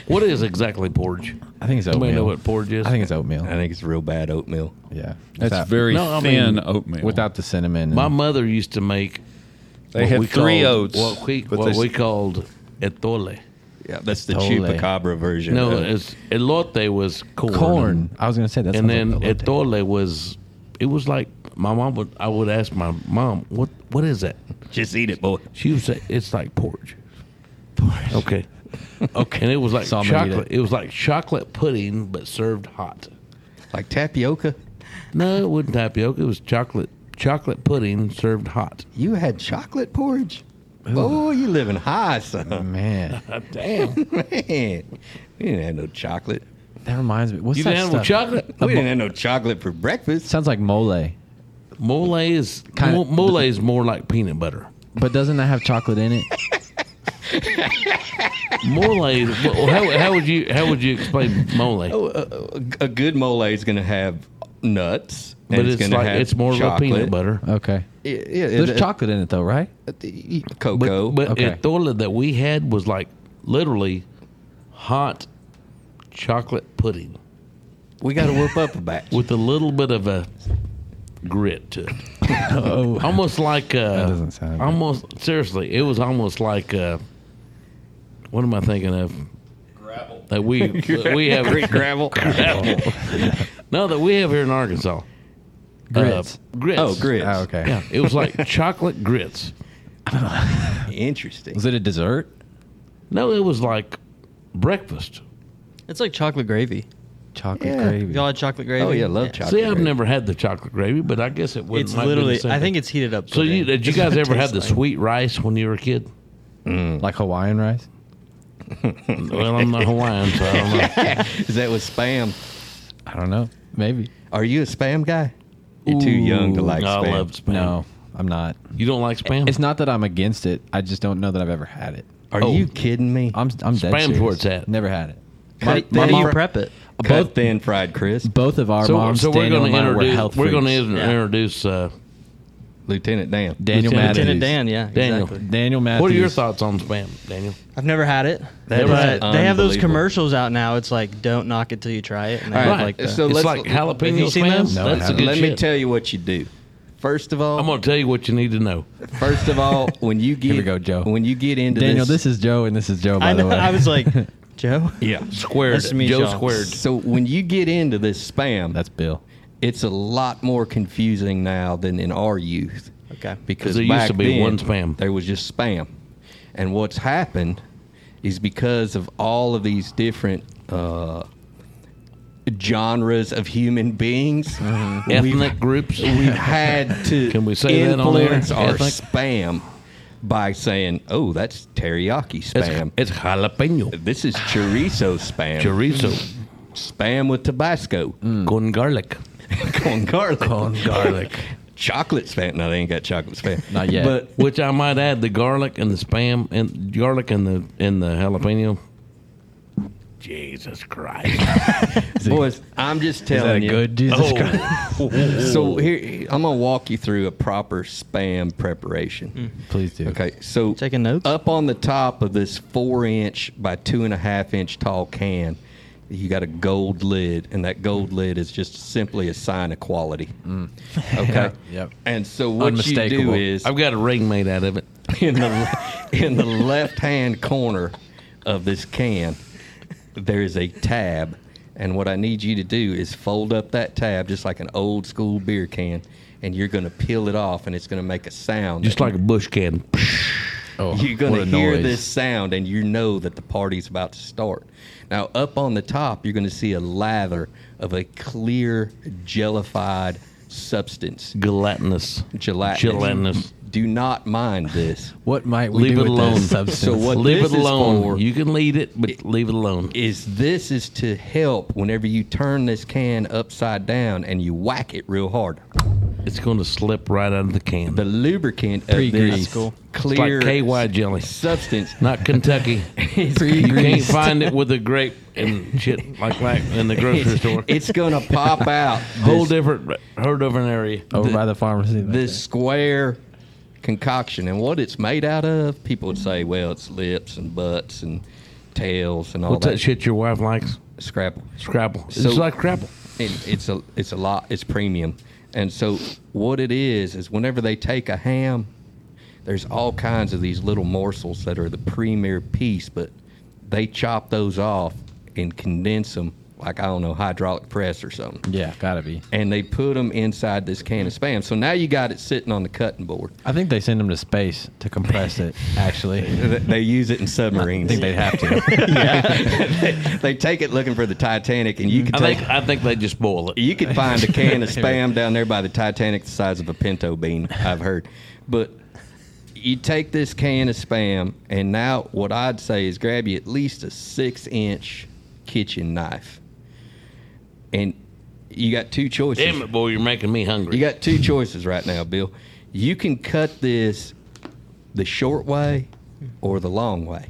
what is exactly porridge?
I think it's oatmeal.
Anybody know what porridge is?
Oh, I think it's oatmeal.
I think it's real bad oatmeal.
Yeah,
That's
Without-
very
No, I
thin
mean,
oatmeal.
without the cinnamon. and-
My mother used to make.
they
what
have
we
three
called,
oats.
What we,
but
what
they-
we called etole.
Yeah, that's the
Totally.
chupacabra version.
No,
of-
it's elote was corn.
corn. I was gonna say that's
and
not
then
what it looked
etole was. It was like my mom would. I would ask my mom, "What? What is that?"
just eat it, boy.
She would say, "It's like porridge." Porridge. Okay. Okay. And it was like
Saw me eat
chocolate.
it.
It. was like chocolate pudding, but served hot.
Like tapioca.
No, it wasn't tapioca. It was chocolate chocolate pudding served hot.
You had chocolate porridge. Oh, you living high,
like.
son.
Man,
Damn.
Man, we didn't have no chocolate.
that reminds me. What's
You
that
didn't have no
stuff?
chocolate.
We didn't have no chocolate for breakfast.
Sounds like mole,
Mole is
Kinda-
mo- mole is more like peanut butter.
but doesn't that have chocolate in it?
Mole. is- well, how, how would you how would you explain mole?
Oh, a, a- a good mole is going to have nuts. and
but it's,
gonna
like
have
it's more like
chocolate.
peanut butter.
Okay,
Yeah, yeah,
there's
it-
chocolate in it though, right?
Uh,
it-
But
Cocoa.
but
Okay.
okay. that we had was like literally hot chocolate pudding
we got to whip up a batch.
with a little bit of a grit to it.
Oh,
Almost like uh that
doesn't sound good.
almost seriously, it was almost like uh what am I thinking of? Gravel. That we we have
Great gravel.
no that we have here in Arkansas.
grits.
Uh, grits.
Oh, grits.
Oh, okay.
Yeah, it was like chocolate grits.
Interesting.
Was it a dessert?
No, it was like breakfast.
It's like chocolate gravy.
Chocolate
Yeah.
gravy.
Y'all had chocolate gravy?
Oh yeah, love chocolate.
See, I've
gravy.
never had the chocolate gravy, but I guess it wouldn't.
It's
might be the
literally,
same
I think
thing.
it's heated up.
So, you,
today.
did you
That's
guys
what it
ever have the
tastes like.
sweet rice when you were a kid?
Like Hawaiian rice?
Well, I'm not Hawaiian, so I don't know.
Is that with spam?
I don't know. Maybe.
Are you a spam guy? You're too young to
Ooh,
like
no,
spam.
I love spam.
No, I'm not.
You don't like spam?
It's not that I'm against it. I just don't know that I've ever had it.
Are
Oh.
you kidding me?
I'm I'm dead
Spam's
serious.
where it's at.
Never had it.
my,
How do you prep it?
Cut thin fried crisp.
Both of our
so,
moms,
so we're
Daniel
going to
and I, were
introduce.
health
We're going to
freaks.
introduce. Uh,
Lieutenant Dan.
Daniel
Lieutenant
Matthews.
Lieutenant Dan, yeah.
Daniel.
Exactly.
Daniel Matthews.
what are your thoughts on spam, Daniel?
I've never had it.
That
but
is
they have those
unbelievable.
commercials out now. It's like, don't knock it till you try it. And they
All
have
right,
like the,
so
it's
let's-
like jalapeno
have you seen
spam.
those? No,
I
That's a
haven't.
good
Let
shit.
me tell you what you do. First of all,
I'm going to tell you what you need to know.
first of all, when you get
we go, Joe.
when you get into
Daniel, this
this
is Joe, and this is Joe. By
I
the
know.
way,
I was like, Joe.
Yeah.
Squared.
Nice to meet
Joe
y'all.
squared.
So when you get into this spam,
That's Bill.
it's a lot more confusing now than in our youth.
Okay.
Because
there used
back
to be
then,
one spam.
There was just spam. And what's happened is because of all of these different uh, genres of human beings,
Mm-hmm. Ethnic groups.
we've had to
Can we say that on air?
influence our
Ethnic?
spam by saying, "Oh, that's teriyaki
It's,
spam.
it's jalapeno,
this is chorizo spam.
chorizo,
spam with Tabasco,
con garlic,
corn garlic,
con garlic.
chocolate spam. No, they ain't got chocolate spam.
Not yet.
But
Which I might add, the garlic and the spam and garlic and the and the jalapeno. Jesus Christ!
boys, I'm just telling
Is that
you.
good? Jesus Christ.
So here, I'm gonna walk you through a proper spam preparation.
Mm. Please do.
Okay, so
Taking notes?
Up on the top of this four inch by two and a half inch tall can, you got a gold lid, and that gold
Mm.
lid is just simply a sign of quality. Okay.
Yep.
And so what you do
Unmistakable.
is
I've got a ring made out of it.
in the in the left hand corner of this can, there is a tab, and what I need you to do is fold up that tab just like an old school beer can, and you're going to peel it off, and it's going to make a sound.
just
that
like a bush can.
Oh,
you're going
what
to
a
hear
noise.
this sound and you know that the party's about to start. Now, up on the top, you're going to see a lather of a clear, jellified substance.
Gelatinous.
Gelatinous.
Gelatinous.
Do not mind this.
What might we
Leave
do
it
with
alone.
this substance?
So what
leave
this
it
is
alone.
for-
you can lead it, but leave it alone.
Is this is to help whenever you turn this can upside down and you whack it real hard.
It's going to slip right out of the can.
The lubricant of
Pre-grease.
this
That's cool.
it's like
clear
KY jelly.
substance.
Not Kentucky.
is
you can't find it with a grape and shit like that in the grocery store.
It's gonna pop out.
whole
this
different, whole different area.
Over by the pharmacy. back
this square concoction and what it's made out of people would say well it's lips and butts and tails and all
What's that
that shit
shit your wife likes?
scrapple
Scrabble.
So-
it's like Scrabble.
it, it's a it's a lot it's premium and so what it is is whenever they take a ham there's all kinds of these little morsels that are the premier piece but they chop those off and condense them like i don't know hydraulic press or something
there. Yeah, gotta be.
and they put them inside this can of spam so now you got it sitting on the cutting board
I think they send them to space to compress it. Actually,
Th- they use it in
I
submarines.
think they'd have to.
they, they take it looking for the Titanic, and you can
I
take,
think I think they just boil it.
you could find a can of spam down there by the Titanic, the size of a pinto bean. I've heard, but you take this can of spam, and now what I'd say is grab you at least a six inch kitchen knife, and you got two choices.
Damn it, boy! You're making me hungry.
You got two choices right now, Bill. You can cut this the short way or the long way.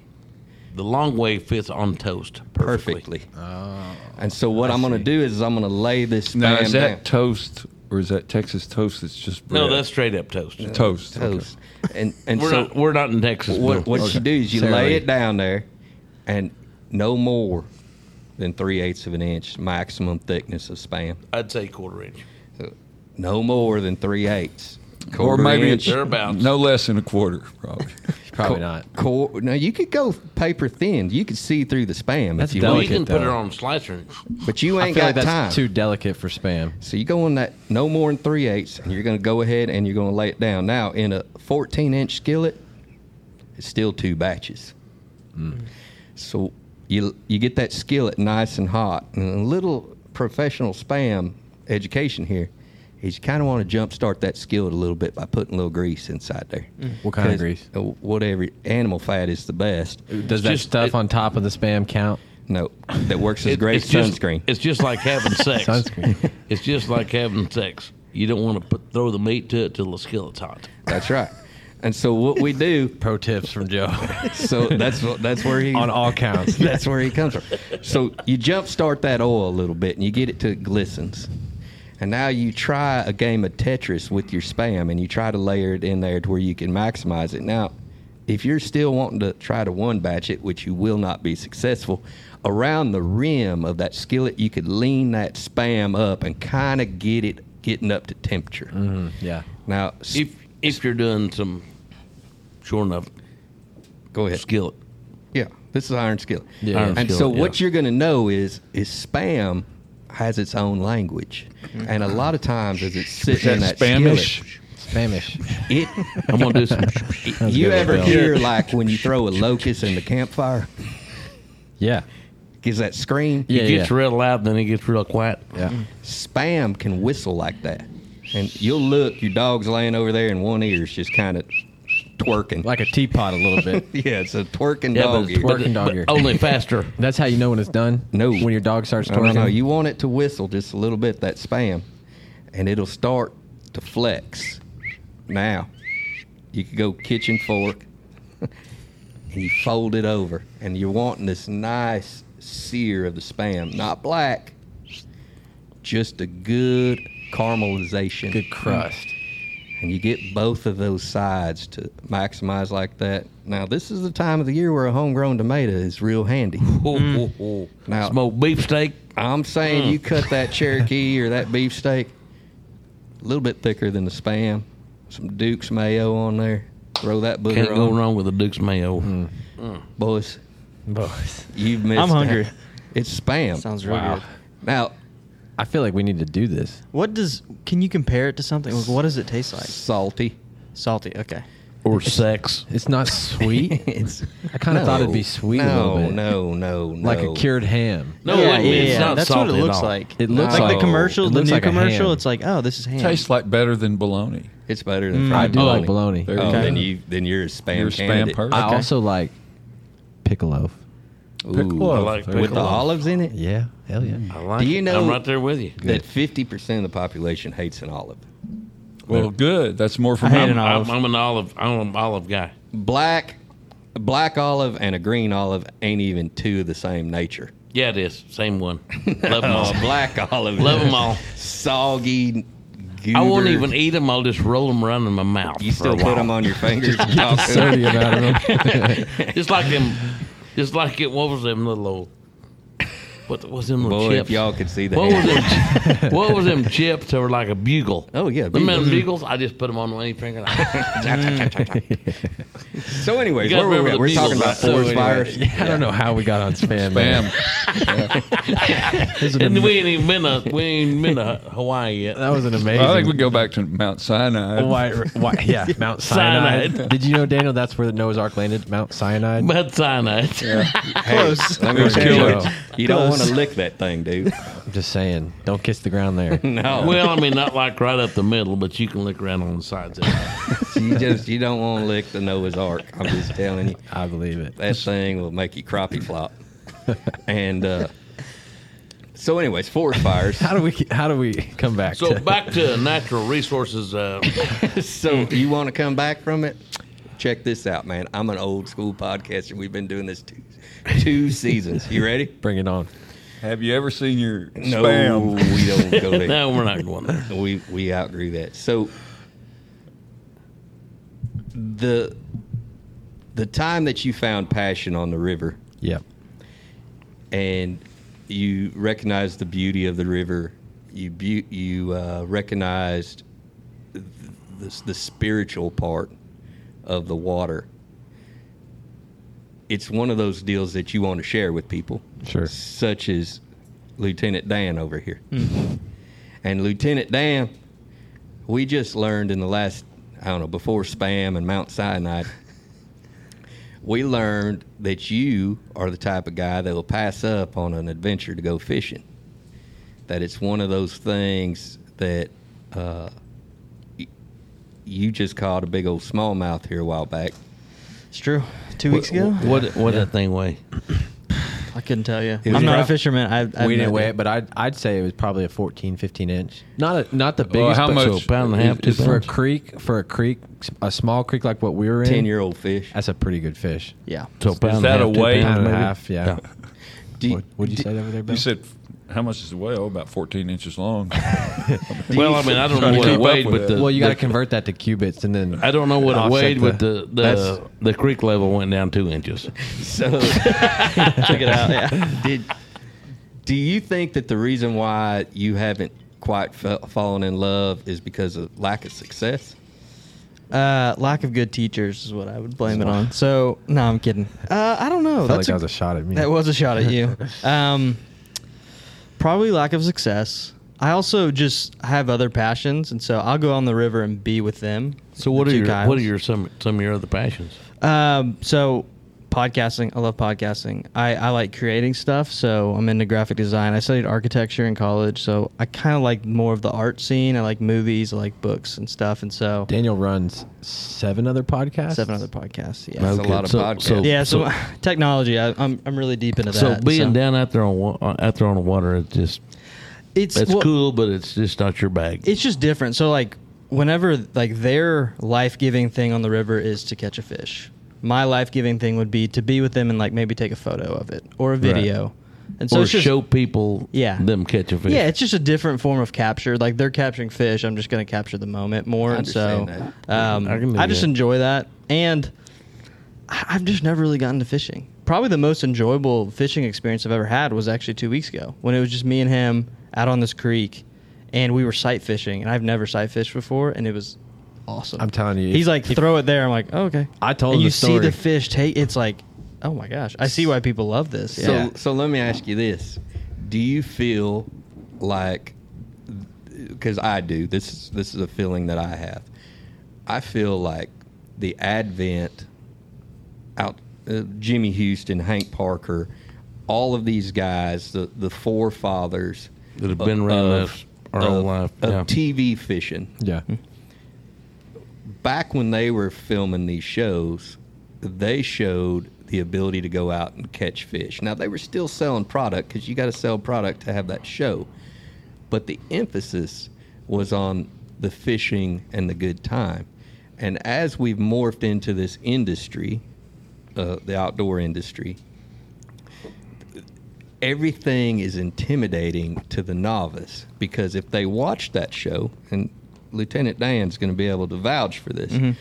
the long way fits on toast perfectly.
perfectly. and so what I am going to do is I'm going to lay this spam
Oh, Now, is that
down.
toast or is that Texas toast that's just bread?
No, that's straight up toast.
toast.
toast. And and
We're
so
not we're not in Texas.
what
Bill.
what you do is you lay
Lee.
it down there, and no more than three eighths of an inch maximum thickness of spam.
I'd say quarter inch.
No more than three eighths.
Or maybe it's
Thereabouts.
no less than a quarter, probably.
Probably not.
Cor- no, you could go paper thin. You could see through the spam
That's
if you
Well,
want,
you can
Delicate,
put it
though.
on slicer. and-
but you
I
ain't
feel
got
like that's
time.
too delicate for spam.
So you go on that no more than three eighths, and you're going to go ahead and you're going to lay it down. Now in a 14 inch skillet, it's still two batches.
Mm.
So you you get that skillet nice and hot, and a little professional spam education here is you kind of want to jumpstart that skillet a little bit by putting a little grease inside there.
What kind of
'Cause,
grease?
uh, Whatever animal fat is the best.
Does that
just-
stuff
it-
on top of the spam count?
No, that works as great as
it's just-
sunscreen.
It's just like having sex.
Sunscreen.
It's just like having sex. You don't want to put, throw the meat to it till the skillet's hot.
That's right. And so what we do,
Pro tips from Joe
so that's what- that's where he
on all counts.
That's where he comes from. So you jump start that oil a little bit and you get it to it glistens. And now you try a game of Tetris with your spam and you try to layer it in there to where you can maximize it. Now, if you're still wanting to try to one batch it, which you will not be successful, around the rim of that skillet, you could lean that spam up and kind of get it getting up to temperature.
Mm, Yeah.
Now, s-
If if you're doing some, sure enough,
go ahead.
skillet,
Yeah. This is iron skillet.
Yeah.
and
Iron skillet,
so
yeah.
what you're going to know is is spam has its own language,
Mm-hmm.
and a lot of times as it's sitting in that skillet,
Spamish.
Spanish.
it
I'm gonna do some.
you
good,
ever
Bill.
hear like when you throw a locust in the campfire
Yeah.
gives that scream
Yeah.
it gets real loud, then it gets real quiet.
Yeah.
spam can whistle like that and you'll look your dog's laying over there and one ear's just kind of twerking
Like a teapot a little bit.
yeah it's a twerking
Yeah,
dog
but,
ear.
but-
Working dog
but
ear.
only faster.
That's how you know when it's done.
No.
When your dog starts
no,
twerking.
no, no. You want it to whistle just a little bit, that spam, and it'll start to flex. Now, you could go kitchen fork and you fold it over, and you're wanting this nice sear of the spam, not black, just a good caramelization.
Good crust.
And you get both of those sides to maximize like that. Now, this is the time of the year where a homegrown tomato is real handy. Now,
Smoked beefsteak.
I'm saying
Hmm.
you cut that Cherokee or that beefsteak a little bit thicker than the spam. Some Duke's mayo on there. Throw that booger
Can't go
on. Mm.
wrong with a Duke's mayo.
boys.
Boys.
You've missed.
hungry.
It's spam.
Sounds real
Wow.
good.
now
I feel like we need to do this.
What does? Can you compare it to something? Like, what does it taste like?
salty.
Salty. Okay.
Or sex.
It's not sweet.
It's,
I kind of thought it'd be sweet a
No,
little bit.
no, no, no.
Like a cured ham.
No,
yeah,
it-
yeah,
it's
yeah.
not
That's
salty
what it
at
looks
all.
like.
It looks
No.
like the commercial,
it
the
looks
new
like a
commercial.
ham.
It's like, oh, this is ham.
Tastes like better than bologna.
It's better than
Mm. I
fried
do like
bologna.
bologna.
There
Oh,
you go.
then you then you're a spam
You're a spam
candidate.
person.
I
Okay.
also like pickle loaf.
Ooh.
Pickle I
like
with
pickle
the
loaf.
olives in it.
Yeah. Hell yeah.
I like
Do you
it.
know-
I'm right there with you.
That fifty percent of the population hates an olive.
Well, good. That's more for
I
me.
hate an
I'm,
olive.
I'm an olive. I'm an olive guy.
black black olive and a green olive ain't even two of the same nature.
Yeah, it is. Same one. Love them all.
A black olive,
Love 'em all.
soggy. Goober.
I won't even eat them. I'll just roll them around in my mouth.
You
for a
still put
while.
them on your fingers. and talk to 'em.
Sodium out of them.
Just like them. Just like it. What was them little old? What was them little
Boy, if
chips?
y'all could see the
What was
hand.
them? what was them chips that were like a bugle?
Oh yeah,
The man
beagles.
beagles. I just put them on any finger. Like,
So anyways,
You gotta
where were we?
remember
At?
the
We're talking
beagles,
about
right? So
forest
anyway,
fires.
I don't know how we got on spam. man.
Bam.
This is
and
an-
we ain't even been a, we ain't even been to Hawaii yet.
that was an amazing.
I think we go back to Mount Sinai.
White, white, yeah, Mount Sinai.
Cyanide.
Did you know, Daniel? That's where the Noah's Ark landed, Mount Sinai.
But Sinai.
Close. Let me
There's
tell you,
killer.
you don't want to lick that thing, dude.
I'm just saying, don't kiss the ground there.
No,
Oh. Well, I mean, not like right up the middle, but you can look around on the sides. Of it.
you just you don't want to lick the Noah's Ark. I'm just telling you.
I believe it.
That thing will make you crappie flop. and uh, so, anyways, forest fires.
How do we? How do we come back?
So
to,
back to natural resources. Uh,
so,
Mm.
you want to come back from it? Check this out, man. I'm an old school podcaster. We've been doing this two, two seasons. You ready?
bring it on.
Have you ever seen your
No,
spam?
we don't go there.
no, we're not going there.
We we outgrew that. So the the time that you found passion on the river
Yep.
and you recognized the beauty of the river. You bu- you uh, recognized th- the, the spiritual part of the water. It's one of those deals that you want to share with people,
Sure.
such as Lieutenant Dan over here. and Lieutenant Dan, we just learned in the last I don't know before spam and Mount Sinai we learned that you are the type of guy that will pass up on an adventure to go fishing. That it's one of those things that uh, y- you just caught a big old smallmouth here a while back.
It's true. Two weeks ago,
What what that thing weigh?
I couldn't tell you.
was
I'm not a
prob-
fisherman. I, I
we didn't weigh it, but I'd, I'd say it was probably a 14, 15 inch. Not a, not the biggest.
Well, how
but
much?
a pound and a half,
is-
two
is-
for a creek? For a creek, a small creek like what we were in.
Ten year old fish.
That's a pretty good fish.
Yeah.
So a pound and
that
half,
a
two
weight?
pounds
Pound and a
maybe?
half. Yeah.
Do you-
What would you say over there, Bill?
You said, how much is the whale? About 14 inches long.
Well, I mean, I don't
Trying
know
to
what
keep
it
up
weighed,
with
but
it.
the
well, you got to
the-
convert that to cubits, and then
I don't know what it
offset
weighed, but the
that's-
the, the creek level went down two inches.
So check it out. Did do you think that the reason why you haven't quite fa- fallen in love is because of lack of success?
Uh, lack of good teachers is what I would blame it on. So no, I'm kidding. Uh, I don't know.
I felt like
That's
that was a shot at me.
That was a shot at you. Um, probably lack of success. I also just have other passions, and so I'll go on the river and be with them.
So what are
the two
your
Kyles.
what are your some some of your other passions?
Um, so podcasting, I love podcasting. I, I like creating stuff, so I'm into graphic design. I studied architecture in college, so I kind of like more of the art scene. I like movies, I like books and stuff, and so
Daniel runs seven other podcasts.
seven other podcasts. Yeah,
That's a lot of
So-
podcasts.
so-
yeah. So, technology, I, I'm I'm really deep into that.
So being down out there on wa- uh, out there on the water, it's just
it's
it's
well,
cool, but it's just not your bag.
It's just different. So like whenever like their life giving thing on the river is to catch a fish. My life giving thing would be to be with them and like maybe take a photo of it or a video. And so
or
it's just
show people
Yeah.
them catch a fish.
Yeah, it's just a different form of capture. Like they're capturing fish. I'm just going to capture the moment more.
I
And so
understand
um,
I can do
I, just
that.
enjoy that. And I- I've just never really gotten to fishing. Probably the most enjoyable fishing experience I've ever had was actually two weeks ago when it was just me and him out on this creek and we were sight fishing. And I've never sight fished before. And it was awesome.
I'm telling you,
He's
if-
like,
if-
throw it there. I'm like, oh, okay.
I told
And
him
you
the
see
story.
the fish take it's like, oh my gosh. I see why people love this.
So,
yeah.
so let me ask you this: Do you feel like? Because I do. This is this is a feeling that I have. I feel like the advent out uh, Jimmy Houston, Hank Parker, all of these guys, the the forefathers
That have been around us our whole
of-
life,
of
yeah.
TV fishing
yeah.
back when they were filming these shows, they showed the ability to go out and catch fish. Now they were still selling product because you got to sell product to have that show, but the emphasis was on the fishing and the good time. And as we've morphed into this industry, uh, the outdoor industry, everything is intimidating to the novice because if they watch that show, and Lieutenant Dan's going to be able to vouch for this,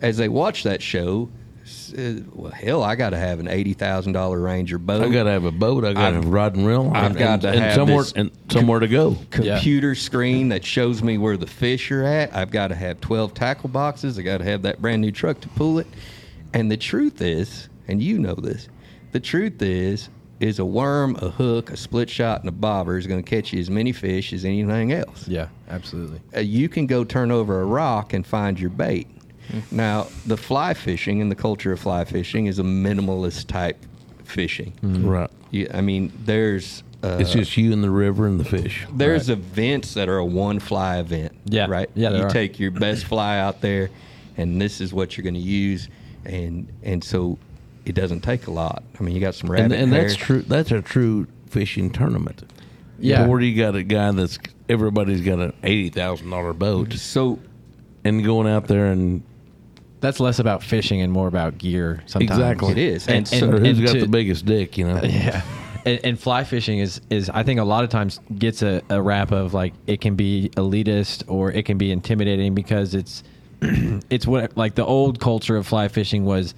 as they watch that show, s- uh, well, hell, I got to have an eighty thousand dollar Ranger boat.
I gotta have a boat. I
I've-
gotta have rod and reel.
I've
and,
got
and,
to
and
have
somewhere
this-
and somewhere to go.
Yeah.
computer screen that shows me where the fish are at. I've got to have 12 tackle boxes. I got to have that brand new truck to pull it. And the truth is, and you know this, the truth is, is a worm, a hook, a split shot, and a bobber is going to catch you as many fish as anything else
Yeah. Absolutely.
uh, you can go turn over a rock and find your bait. Now, the fly fishing and the culture of fly fishing is a minimalist type fishing.
Right.
You, I mean, there's uh,
It's just you and the river and the fish.
there's events that are a one fly event.
Yeah.
Right.
Yeah,
You
there are.
take your best fly out there, and this is what you're going to use, and and so it doesn't take a lot. I mean, you got some rabbit
and, and that's
hair.
true. That's a true fishing tournament.
Yeah.
Where you got a guy that's everybody's got an eighty thousand dollar boat
So
and going out there and
That's less about fishing and more about gear. Sometimes
Exactly.
it is,
And-
and,
who
so
or who's
and
got
to-
the biggest dick, you know?
Yeah. And, and fly fishing is, is I think a lot of times gets a, a rap of like it can be elitist or it can be intimidating because it's it's what like the old culture of fly fishing was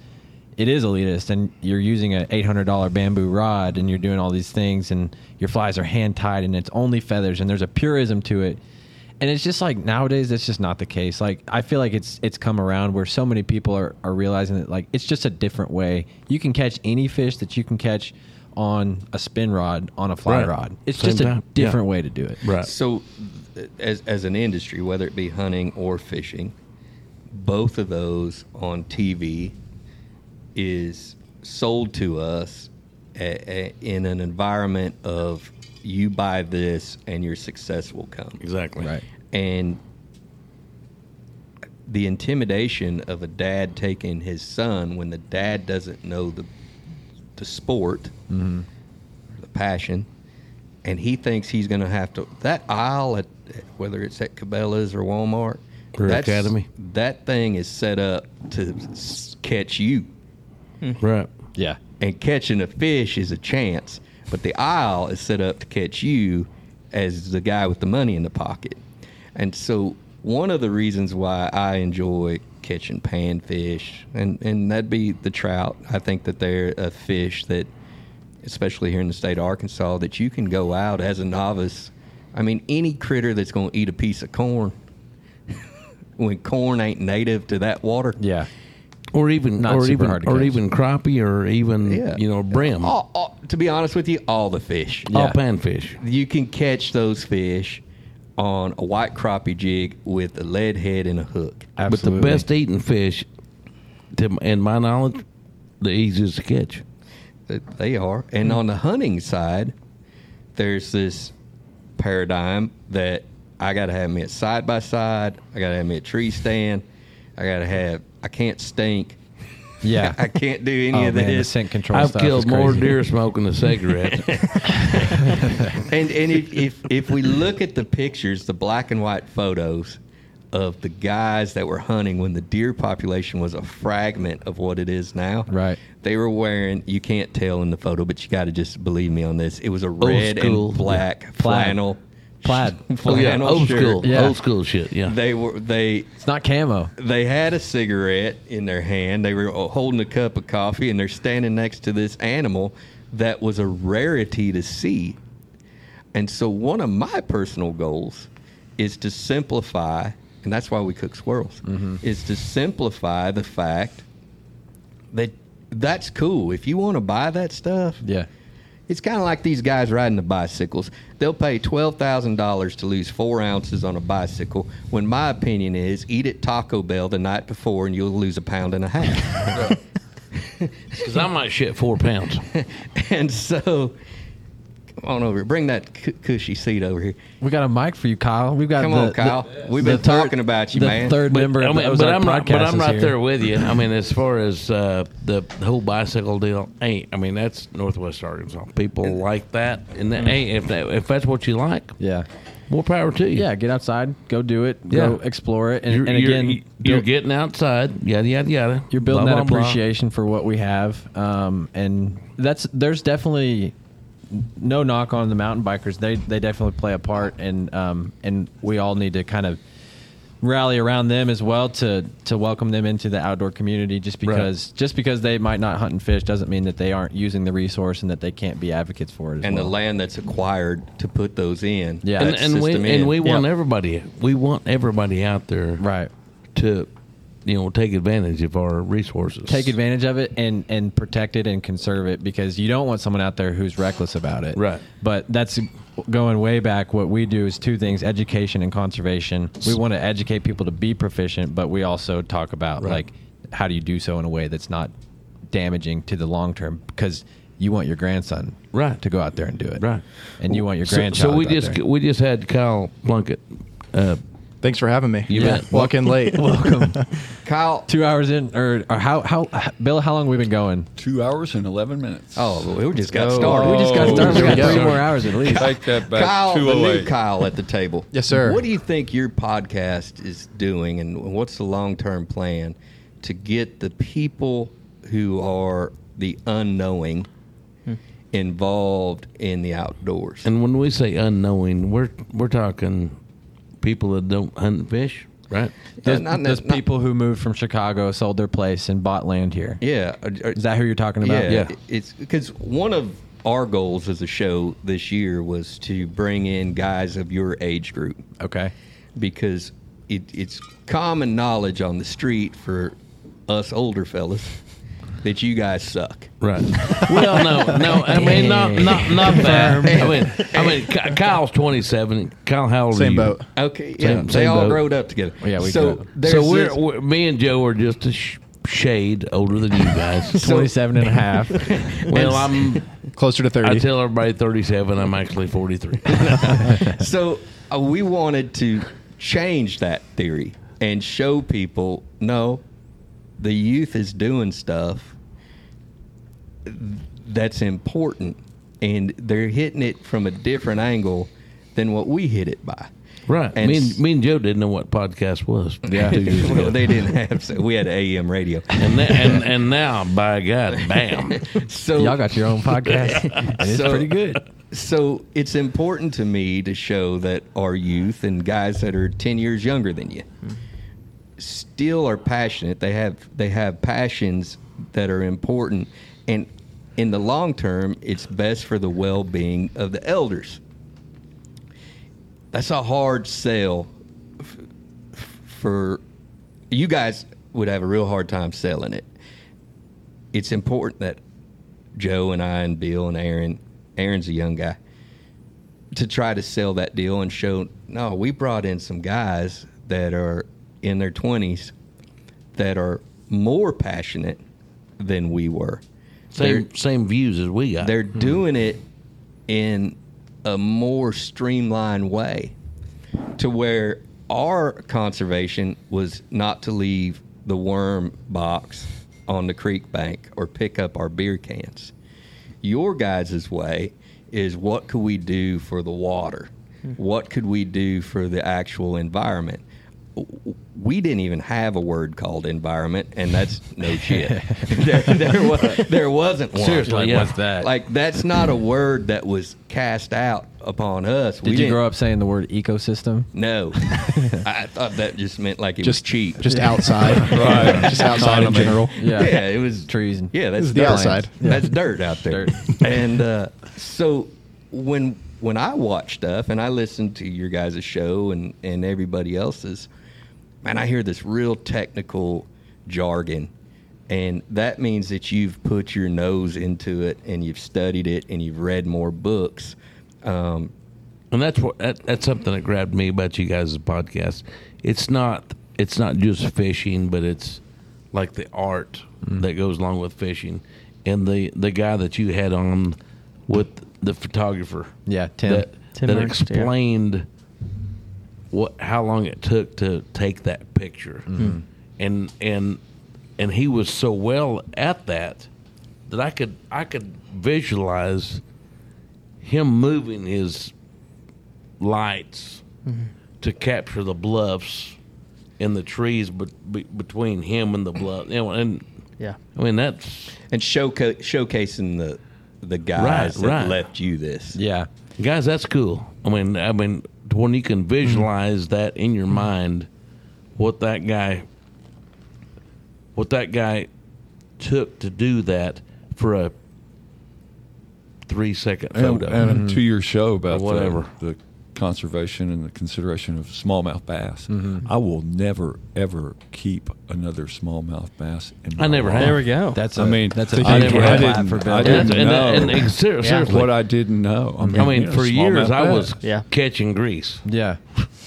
it is elitist and you're using a $800 bamboo rod and you're doing all these things and your flies are hand tied and it's only feathers and there's a purism to it and it's just like nowadays that's just not the case like i feel like it's it's come around where so many people are, are realizing that like it's just a different way you can catch any fish that you can catch on a spin rod on a fly
Right.
rod it's
Same
just a
time. Yeah.
different way to do it
Right.
So, th- as as an industry, whether it be hunting or fishing, both of those on TV is sold to us a, a, in an environment of you buy this and your success will come,
Exactly.
right
and the intimidation of a dad taking his son when the dad doesn't know the the sport, the passion, and he thinks he's going to have to that aisle at whether it's at Cabela's or Walmart,
Or
that's-
Academy.
That thing is set up to s- catch you,
Right.
yeah
and catching a fish is a chance, but the aisle is set up to catch you as the guy with the money in the pocket. And so, one of the reasons why I enjoy catching panfish, and, and that'd be the trout, I think that they're a fish that, especially here in the state of Arkansas, that you can go out as a novice. I mean, any critter that's going to eat a piece of corn when corn ain't native to that water.
Yeah.
or even
Not
or
super
even
hard to
or
catch.
even crappie or even
Yeah.
you know brim, all,
All, all, uh, to be honest with you, all the fish.
Yeah.
panfish.
You can catch those fish on a white crappie jig with a lead head and a hook.
Absolutely.
But the best eating fish, to in my knowledge, the easiest to catch.
Th- They are. And
Mm-hmm.
on the hunting side, there's this paradigm that I got to have me at side by side. I got to have me at tree stand. I got to have, I can't stink.
Yeah.
I can't do any
oh,
of
man, the
this.
scent control
I've
stuff is
killed more
crazy.
deer smoking a cigarette.
and and if, if if we look at the pictures, the black and white photos of the guys that were hunting when the deer population was a fragment of what it is now.
Right.
They were wearing you can't tell in the photo, but you gotta just believe me on this. It was a red
school.
and black flannel
Plaid.
oh yeah,
flannel
old
shirt.
school,
Yeah.
old school shit. Yeah,
They were they
It's not camo.
they had a cigarette in their hand. They were holding a cup of coffee, and they're standing next to this animal that was a rarity to see. And so, one of my personal goals is to simplify, and that's why we cook squirrels, is to simplify the fact that that's cool. If you want to buy that stuff,
Yeah.
it's kind of like these guys riding the bicycles. They'll pay twelve thousand dollars to lose four ounces on a bicycle. When my opinion is, eat at Taco Bell the night before, and you'll lose a pound and a half.
because I might shit four pounds.
and so, come on over. Bring that cu- cushy seat over here.
We got a mic for you, Kyle. We've got
Come
the,
on, Kyle.
the-
We've
the
been talking about you,
the
man.
Third member
I
of
mean,
the Ozark
but I'm not, but
podcast
I'm
is
not
here.
there with you. I mean, as far as uh, the whole bicycle deal, ain't. I mean, that's Northwest Arkansas. People like that, and
Mm-hmm.
that, hey, if that, if that's what you like,
Yeah.
more power to you.
Yeah. Get outside. Go do it. Go
Yeah.
explore it. And,
You're,
and
you're-
again,
you're,
build-
getting outside, yada yada yada.
you're building
Blah,
that
blah, blah.
appreciation for what we have um, and that's there's definitely no knock on the mountain bikers they they definitely play a part and um, and we all need to kind of rally around them as well to to welcome them into the outdoor community just because just because they might not hunt and fish doesn't mean that they aren't using the resource and that they can't be advocates for it as
And
well.
the land that's acquired to put those in.
Yeah.
that
And, and we
system in.
and we want
Yeah.
everybody. We want everybody out there,
right
To you know, take advantage of our resources.
take advantage of it and and protect it and conserve it because you don't want someone out there who's reckless about it.
Right.
But that's going way back. What we do is two things: education and conservation. We want to educate people to be proficient, but we also talk about
Right.
like how do you do so in a way that's not damaging to the long term because you want your grandson
Right.
to go out there and do it
Right.
and you want your
So,
grandchild
so we
out
just
there.
we just had Kyle Plunkett. Uh,
Thanks for having me.
You
Yeah.
bet.
Walk in late.
welcome
Kyle.
two hours in or, or how how Bill how long we been going
Two hours and 11 minutes.
Oh, we just got
go.
started.
we just got
Oh,
started we
there we
got
go.
three more hours at least
Take that back.
Kyle, the
208.
new Kyle at the table.
Yes, sir.
What do you think your podcast is doing, and what's the long term plan to get the people who are the unknowing involved in the outdoors?
And when we say unknowing, we're we're talking people that don't hunt and fish, right?
Those,
Not- not-
those
not-
people who moved from Chicago sold their place and bought land here. Is
yeah, are- are-
that who you're talking about?
Yeah, it's because one of our goals as a show this year was to bring in guys of your age group.
Okay.
because it, it's common knowledge on the street for us older fellas that you guys suck.
Right. well, no, no. I mean, not not not that. I mean, I mean, Ky- Kyle's twenty seven. Kyle, how old are
Same
you?
boat.
Okay, yeah,
Same-
they
same
all
boat. Oh,
growed up together.
Yeah, we
so
grew up.
there's
so we're,
this-
we're me and Joe are just a sh- shade older than you guys.
27 and a half.
well, I'm.
Closer to 30.
I tell everybody thirty seven. I'm actually forty three.
so uh, we wanted to change that theory and show people no, the youth is doing stuff that's important, and they're hitting it from a different angle than what we hit it by.
Right.
And
me,
s-
and, me and Joe didn't know what podcast was. Yeah. Two years ago.
Well, they didn't have. So we had AM radio.
and, then, and and now, by God, bam.
So
Y'all got your own podcast. And it's
So-
pretty good.
so it's important to me to show that our youth and guys that are 10 years younger than you still are passionate they have they have passions that are important and in the long term it's best for the well-being of the elders that's a hard sell f- f- for you guys would have a real hard time selling it. It's important that Joe and I and Bill and Aaron, Aaron's a young guy, to try to sell that deal and show no, we brought in some guys that are in their 20s that are more passionate than we were.
Same
They're-
same views as we got.
they're doing it in a more streamlined way to where our conservation was not to leave the worm box on the creek bank or pick up our beer cans. Your guys' way is what could we do for the water? What could we do for the actual environment? we didn't even have a word called environment, and that's no shit. there, there, wa- there wasn't one.
Seriously,
like,
yeah. what's
Uh,
that?
Like that's not a word that was cast out upon us.
Did you grow up saying the word ecosystem?
No, I thought that just meant like it was cheap.
Just outside. right. Just outside in general.
yeah. it was
Trees and-
yeah, that's
It's the
dirt.
outside.
That's dirt out there. and uh, so when when I watch stuff and I listen to your guys' show and and everybody else's, man, I hear this real technical jargon. And that means that you've put your nose into it and you've studied it and you've read more books. Um,
and that's what that, that's something that grabbed me about you guys' podcast. It's not it's not just fishing, but it's like the art that goes along with fishing, and the the guy that you had on with the photographer,
Yeah, Tim.
that,
Tim
that
Ernst, yeah.
explained what how long it took to take that picture,
Mm-hmm.
Mm-hmm. and and and he was so well at that that I could I could visualize him moving his lights
Mm-hmm.
to capture the bluffs and the trees but be, between him and the bluff. You know, and
Yeah.
I mean that's
and showca- showcasing the the guys
Right,
that
right.
left you this.
Yeah.
guys, that's cool. I mean, I mean when you can visualize that in your mind, what that guy, what that guy took to do that for a three second
And,
photo.
and to your show about
Or whatever.
The, the conservation and the consideration of smallmouth bass,
Mm-hmm.
I will never ever keep another smallmouth bass. In my
I never
life.
have.
There we go.
That's a
I mean,
that's
I
a huge
never- I
red
didn't-
flag for
I
Bill.
didn't
And, that's- and,
know.
and, and ser- seriously,
What I didn't know. I mean,
I mean,
yeah,
for years
smallmouth
I
bass.
was
Yeah.
catching grease.
Yeah.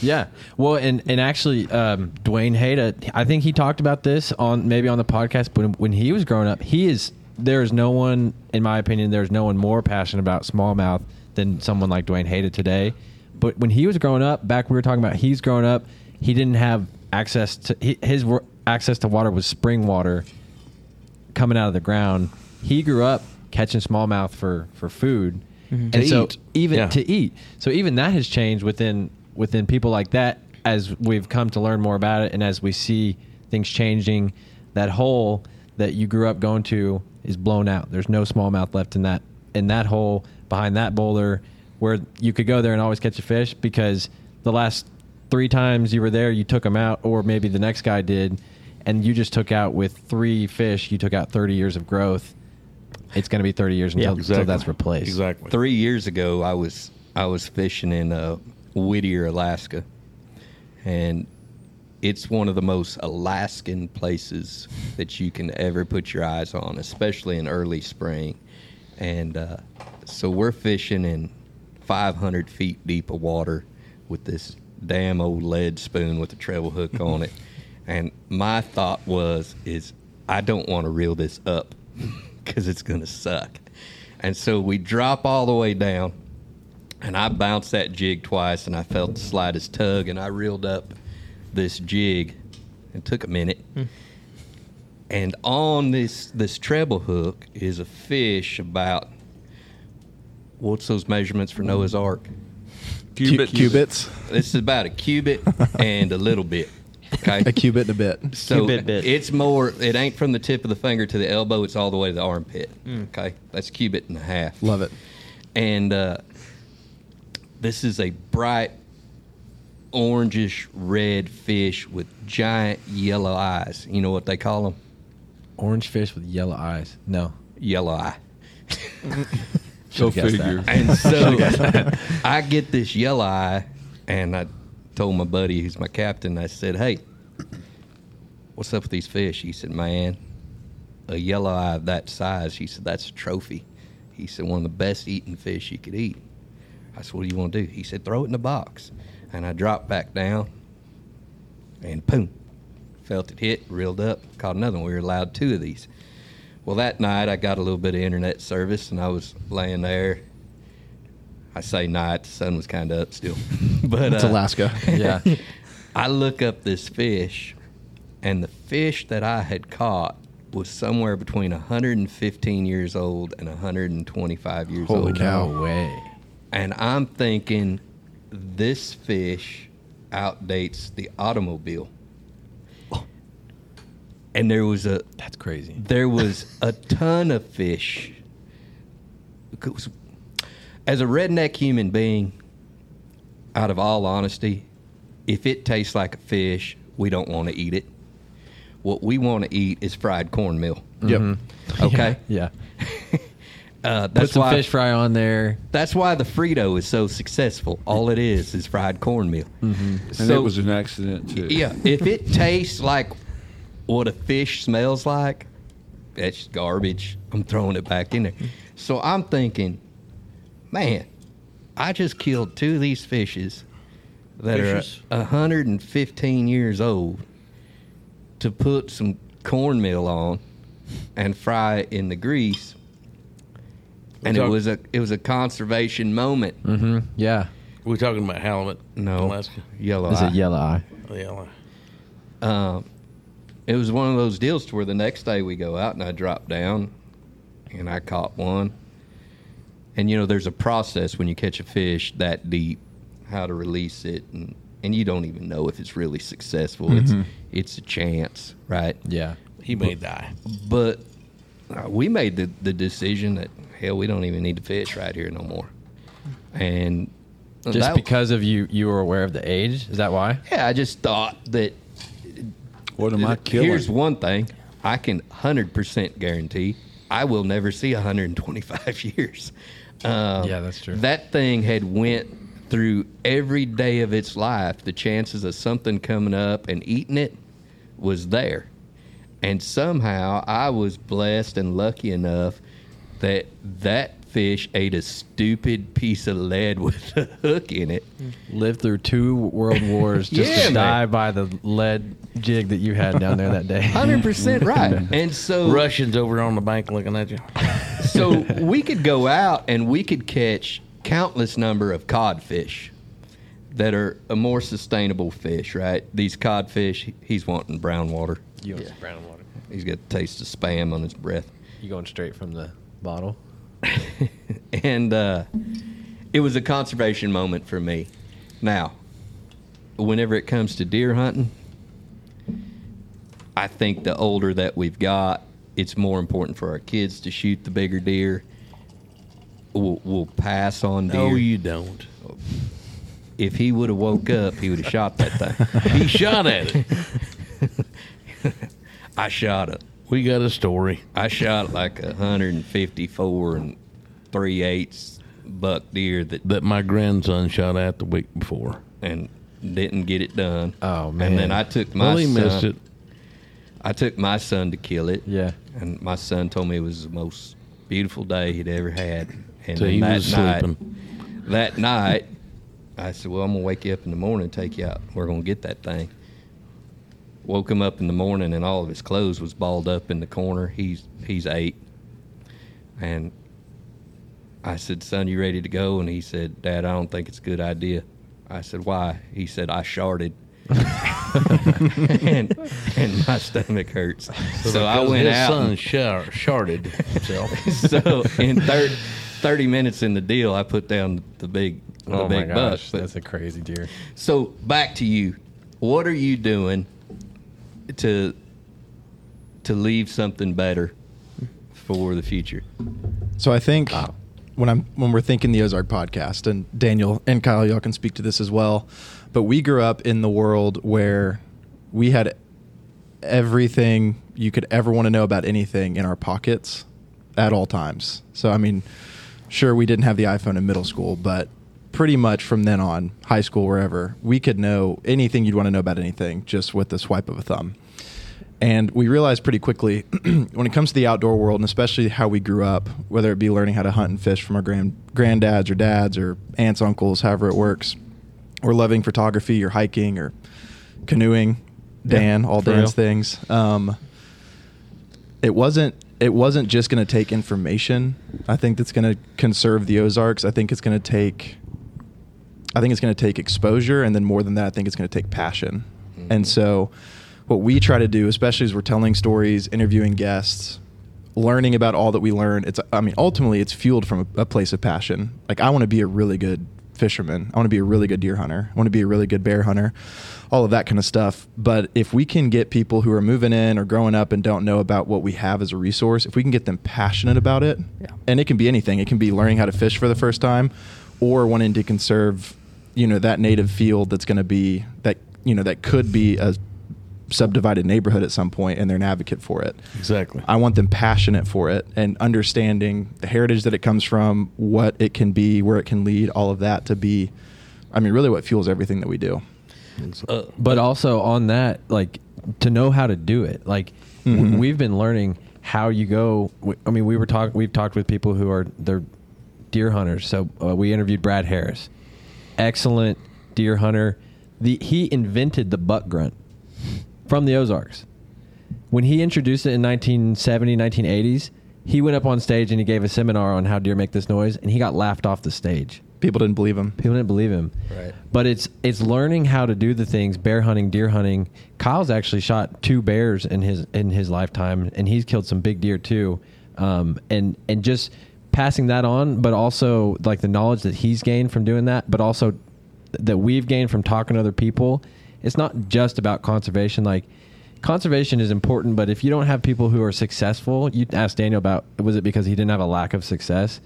Yeah. Well, and, and actually, um, Dwayne Hayda, I think he talked about this on maybe on the podcast, but when he was growing up, he is, there is no one, in my opinion, there's no one more passionate about smallmouth than someone like Dwayne Hayda today. But when he was growing up, back we were talking about, he's growing up, he didn't have access to, he, his wor- access to water was spring water coming out of the ground. He grew up catching smallmouth for for food, and
Mm-hmm. To
so
eat.
even
Yeah.
to eat. So even that has changed within within people like that as we've come to learn more about it and as we see things changing. That hole that you grew up going to is blown out. There's no smallmouth left in that in that hole behind that boulder where you could go there and always catch a fish because the last three times you were there you took them out or maybe the next guy did and you just took out with three fish you took out 30 years of growth it's going to be 30 years until, until that's replaced
Exactly.
three years ago i was i was fishing in uh, whittier alaska and it's one of the most alaskan places that you can ever put your eyes on especially in early spring and uh, so we're fishing in 500 feet deep of water with this damn old lead spoon with a treble hook on it and my thought was is i don't want to reel this up because it's going to suck and so we drop all the way down and I bounced that jig twice, and I felt the slightest tug, and I reeled up this jig. It took a minute, and on this this treble hook is a fish about what's those measurements for Noah's Ark?
Cubits. Cubits.
This is about a cubit and a little bit. Okay,
A cubit and a bit.
so
Cubit bit.
it's more. It ain't from the tip of the finger to the elbow. It's all the way to the armpit.
Mm.
Okay, that's a cubit and a half
Love it.
and uh, this is a bright orangish red fish with giant yellow eyes. You know what they call them?
orange fish with yellow eyes no
Yellow eye.
Go
guessed
figure.
that.
And so I get this yellow eye, and I told my buddy, who's my captain, I said, "Hey, what's up with these fish? He said, man, a yellow eye of that size. He said, that's a trophy. He said, one of the best eating fish you could eat. I said, what do you want to do? He said, throw it in the box. And I dropped back down and boom, felt it hit, reeled up, caught another one. We were allowed two of these. Well, that night I got a little bit of internet service and I was laying there. I say night, the sun was kind of up still. but
It's
uh,
Alaska.
Yeah.
I look up this fish, and the fish that I had caught was somewhere between 115 years old and 125 years
Holy
old.
cow.
No way.
And I'm thinking this fish outdates the automobile. And there was a
That's crazy.
there was a ton of fish. It was- As a redneck human being, out of all honesty, if it tastes like a fish, we don't want to eat it. What we want to eat is fried cornmeal.
Yep.
Okay,
Yeah.
uh, that's
Mm-hmm. Put some
why
fish fry on there.
that's why the Frito is so successful. All it is is fried cornmeal. Mm-hmm.
And it was an accident too.
Yeah, if it tastes like what a fish smells like, that's garbage. I'm throwing it back in there. So I'm thinking, man, I just killed two of these fishes that
Fishes?
are 115 years old to put some cornmeal on and fry it in the grease. And it
talk-
was a it was a conservation moment.
Yeah.
We're talking about halibut,
No,
Alaska.
yellow
It's a
eye.
yellow eye.
Oh, Yeah, Ala-
it was one of those deals to where the next day we go out and I drop down and I caught one. And you know, there's a process when you catch a fish that deep, how to release it and and you don't even know if it's really successful. It's it's a chance, right?
Yeah.
he may die.
But uh, we made the, the decision that hell, we don't even need to fish right here no more. And
Just
that-
because of you, you were aware of the age. Is that why?
yeah, I just thought that
What am I killing?
Here's one thing I can 100% guarantee I will never see 125 years. Um,
Yeah, that's true.
That thing had went through every day of its life. The chances of something coming up and eating it was there. And somehow I was blessed and lucky enough that that fish ate a stupid piece of lead with a hook in it.
Lived through two world wars just
Yeah, man.
to die by the lead jig that you had down there that day.
100% right. And so
Russians over on the bank looking at you.
so we could go out and we could catch countless number of codfish that are a more sustainable fish, right? These codfish, he- he's wanting brown water.
You want some brown water?
He's got a taste of spam on his breath.
You going straight from the bottle?
And uh, it was a conservation moment for me. Now, whenever it comes to deer hunting, I think the older that we've got, it's more important for our kids to shoot the bigger deer. We'll, we'll pass on deer.
No, Oh, you don't.
if he would have woke up, he would have shot that thing.
He shot at it.
I shot it.
We got a story.
I shot like a 154 and three eighths buck deer that
that my grandson shot at the week before.
and didn't get it done.
Oh,
And
man.
then I took my
Well, he
son.
missed it.
I took my son to kill it.
Yeah.
And my son told me it was the most beautiful day he'd ever had. And
So
then
he
that
was
night,
sleeping.
that night, I said, "Well, I'm gonna wake you up in the morning, and take you out. We're gonna get that thing." Woke him up in the morning, and all of his clothes was balled up in the corner. He's he's eight, and I said, "Son, you ready to go?" And he said, "Dad, I don't think it's a good idea." I said, "Why?" He said, "I sharded." and, and my stomach hurts. So, I
Because
went
his
out.
son
and-
shar- sharded himself.
so in thir 30 minutes in the deal, I put down the big the
oh
big
my gosh,
buck. But-
that's a crazy deer.
so back to you. What are you doing to to leave something better for the future?
So I think when I'm when we're thinking the Ozark podcast, and Daniel and Kyle, y'all can speak to this as well. But we grew up in the world where we had everything you could ever want to know about anything in our pockets at all times. So I mean, sure we didn't have the iPhone in middle school, but pretty much from then on, high school wherever, we could know anything you'd want to know about anything just with the swipe of a thumb. And we realized pretty quickly when it comes to the outdoor world, and especially how we grew up, whether it be learning how to hunt and fish from our grand granddads or dads or aunts, uncles, however it works, or loving photography or hiking or canoeing, Dan, all
for
Dan's
real.
things. Um, it wasn't it wasn't just going to take information. I think that's going to conserve the Ozarks. I think it's going to take I think it's going to take exposure, and then more than that, I think it's going to take passion. And so, what we try to do, especially as we're telling stories, interviewing guests, learning about all that we learn, it's I mean, ultimately, it's fueled from a, a place of passion. Like I want to be a really good fisherman. I want to be a really good deer hunter. I want to be a really good bear hunter. All of that kind of stuff. But if we can get people who are moving in or growing up and don't know about what we have as a resource, if we can get them passionate about it,
Yeah.
and it can be anything. It can be learning how to fish for the first time, or wanting to conserve, you know, that native field that's going to be that you know that could be a subdivided neighborhood at some point, and they're an advocate for it.
Exactly.
I want them passionate for it and understanding the heritage that it comes from, what it can be, where it can lead, all of that to be, I mean, really what fuels everything that we do.
but also on that like to know how to do it like w we've been learning how you go w- i mean we were talking we've talked with people who are they're deer hunters so uh, we interviewed brad harris excellent deer hunter the, he invented the buck grunt from the ozarks when he introduced it in 1970 1980s he went up on stage and he gave a seminar on how deer make this noise and he got laughed off the stage
People didn't believe him.
People didn't believe him.
Right.
But it's it's learning how to do the things bear hunting, deer hunting. Kyle's actually shot two bears in his in his lifetime, and he's killed some big deer too. Um, and and just passing that on, but also like the knowledge that he's gained from doing that, but also that we've gained from talking to other people. It's not just about conservation. Like conservation is important, but if you don't have people who are successful, you asked Daniel about was it because he didn't have a lack of success?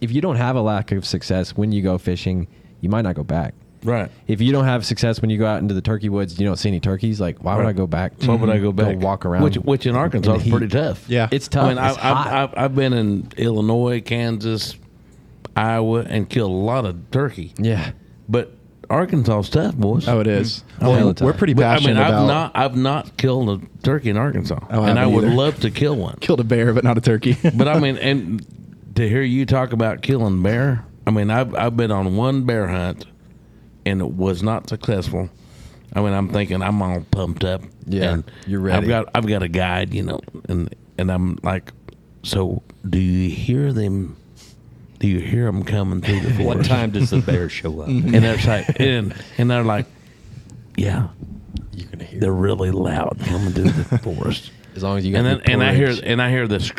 if you don't have a lack of success when you go fishing, you might not go back.
Right.
If you don't have success when you go out into the turkey woods, and you don't see any turkeys. Like, why would
Right.
I go back?
Why would I go back?
walk around.
Which, which in Arkansas
the
is pretty
heat.
tough.
Yeah.
It's tough.
I mean, I,
It's hot.
I, I've, I've been in Illinois, Kansas, Iowa, and killed a lot of turkey.
yeah.
But Arkansas is tough, boys.
Oh, it is.
Mm-hmm. All
Well,
the time.
we're pretty
But,
passionate
I mean, I've
about
not I've not killed a turkey in Arkansas,
Oh, I
and I
haven't
would
either.
love to kill one.
killed a bear, but not a turkey.
But I mean, and to hear you talk about killing bear, I mean, I've I've been on one bear hunt, and it was not successful. I mean, I'm thinking I'm all pumped up.
Yeah,
and
you're ready.
I've got I've got a guide, you know, and and I'm like, so do you hear them? Do you hear them coming through the
What
forest?
time does the bear show up?
and they're like, and, and they're like, yeah, you're gonna hear. They're really loud coming through the forest,
As long as you got
and then
your
and I hear
porridge.
and I hear this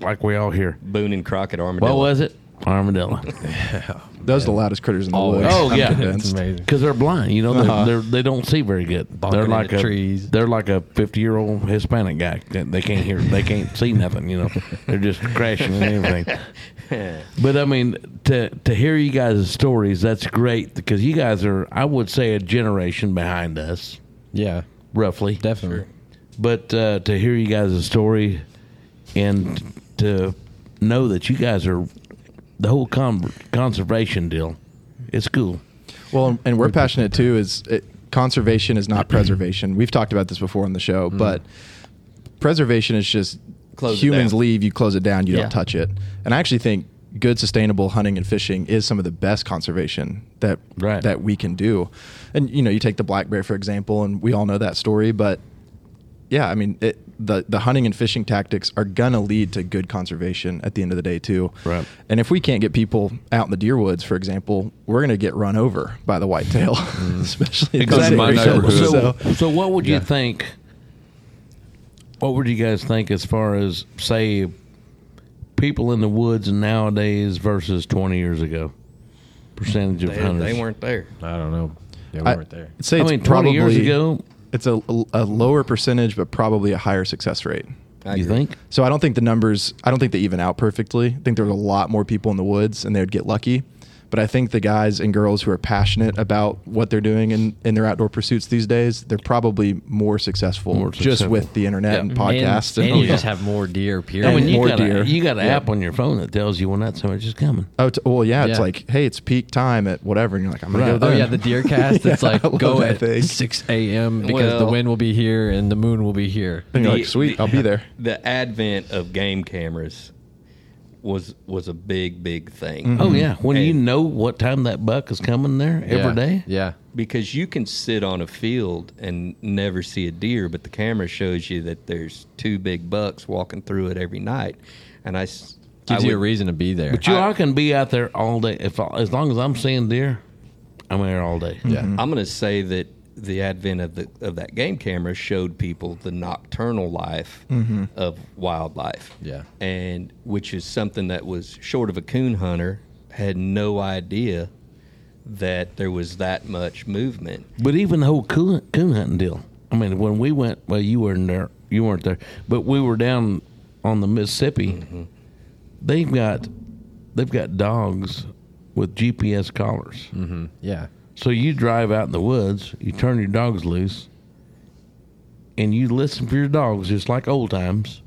like we all hear.
Boone and Crockett Armadillo.
What was it? Armadillo.
Those are the loudest critters in the
Always.
woods.
Oh
I'm
yeah,
convinced.
amazing.
because they're blind. You know, they're,
Uh-huh.
they're, they don't see very good.
Bonking
they're
into
like a
trees.
They're like a fifty-year-old Hispanic guy. They- They can't hear. They can't see nothing. You know, they're just crashing and everything. But I mean, to to hear you guys' stories, that's great because you guys are, I would say, a generation behind us,
Yeah.
roughly.
Definitely.
But uh, to hear you guys' story and to know that you guys are the whole con- conservation deal, it's cool.
Well, and we're passionate too. Is it, conservation is
Mm-hmm.
not preservation. We've talked about this before on the show, but preservation is just
Close it
humans
down.
leave, you close it down, you
Yeah.
don't touch it. And I actually think good, sustainable hunting and fishing is some of the best conservation that
Right.
that we can do. And you know, you take the black bear for example, and we all know that story, but yeah, I mean, it, the the hunting and fishing tactics are gonna lead to good conservation at the end of the day too.
Right.
And if we can't get people out in the deer woods, for example, we're gonna get run over by the whitetail,
Mm.
especially in
Exactly.
those
My
areas.
neighborhood.
So,
So,
so what would you think? What would you guys think as far as say people in the woods nowadays versus twenty years ago? Percentage of
They,
hunters.
they weren't there.
I don't know. Yeah, we
I,
weren't there.
I'd say
I
it's
mean,
probably
twenty years ago.
it's a, a lower percentage, but probably a higher success rate.
I
you
agree.
think?
So I don't think the numbers. I don't think they even out perfectly. I think there's a lot more people in the woods, and they would get lucky. But I think the guys and girls who are passionate about what they're doing in, in their outdoor pursuits these days, they're probably more successful
More
just
successful.
with the internet
Yeah.
and
And-
podcasts.
and,
And,
Oh,
you just have more deer. Period.
And when you
more
got, a,
deer.
you got an
Yeah.
app on your phone that tells you when that so much is coming.
oh, t- well, yeah, it's
Yeah.
like, hey, it's peak time at whatever, and you're like, I'm gonna go
oh
there.
yeah, the deer cast. It's
Yeah,
like
I love
go
that
at
thing.
six a.m. because the
Well-
wind will be here and the moon will be here.
and you're
The-
like, sweet, I'll be there.
the advent of game cameras was was a big big thing
Mm-hmm.
Oh yeah, when you
And-
know what time that buck is coming there every day.
Mm-hmm. Yeah.
because you can sit on a field and never see a deer but the camera shows you that there's two big bucks walking through it every night and i s-
Gives
I
you a
would-
reason to be there.
But you are going to be out there all day. If as long as I'm seeing deer, I'm there all day. Yeah.
i'm going to say that the advent of the of that game camera showed people the nocturnal life of wildlife
Mm-hmm. Yeah.
and which is something that was short of a coon hunter had no idea that there was that much movement
But even the whole coon, coon hunting deal. I mean, when we went, well, you weren't there. You weren't there. But we were down on the Mississippi.
Mm-hmm.
They've got they've got dogs with GPS collars.
Yeah.
So you drive out in the woods, you turn your dogs loose, and you listen for your dogs just like old times.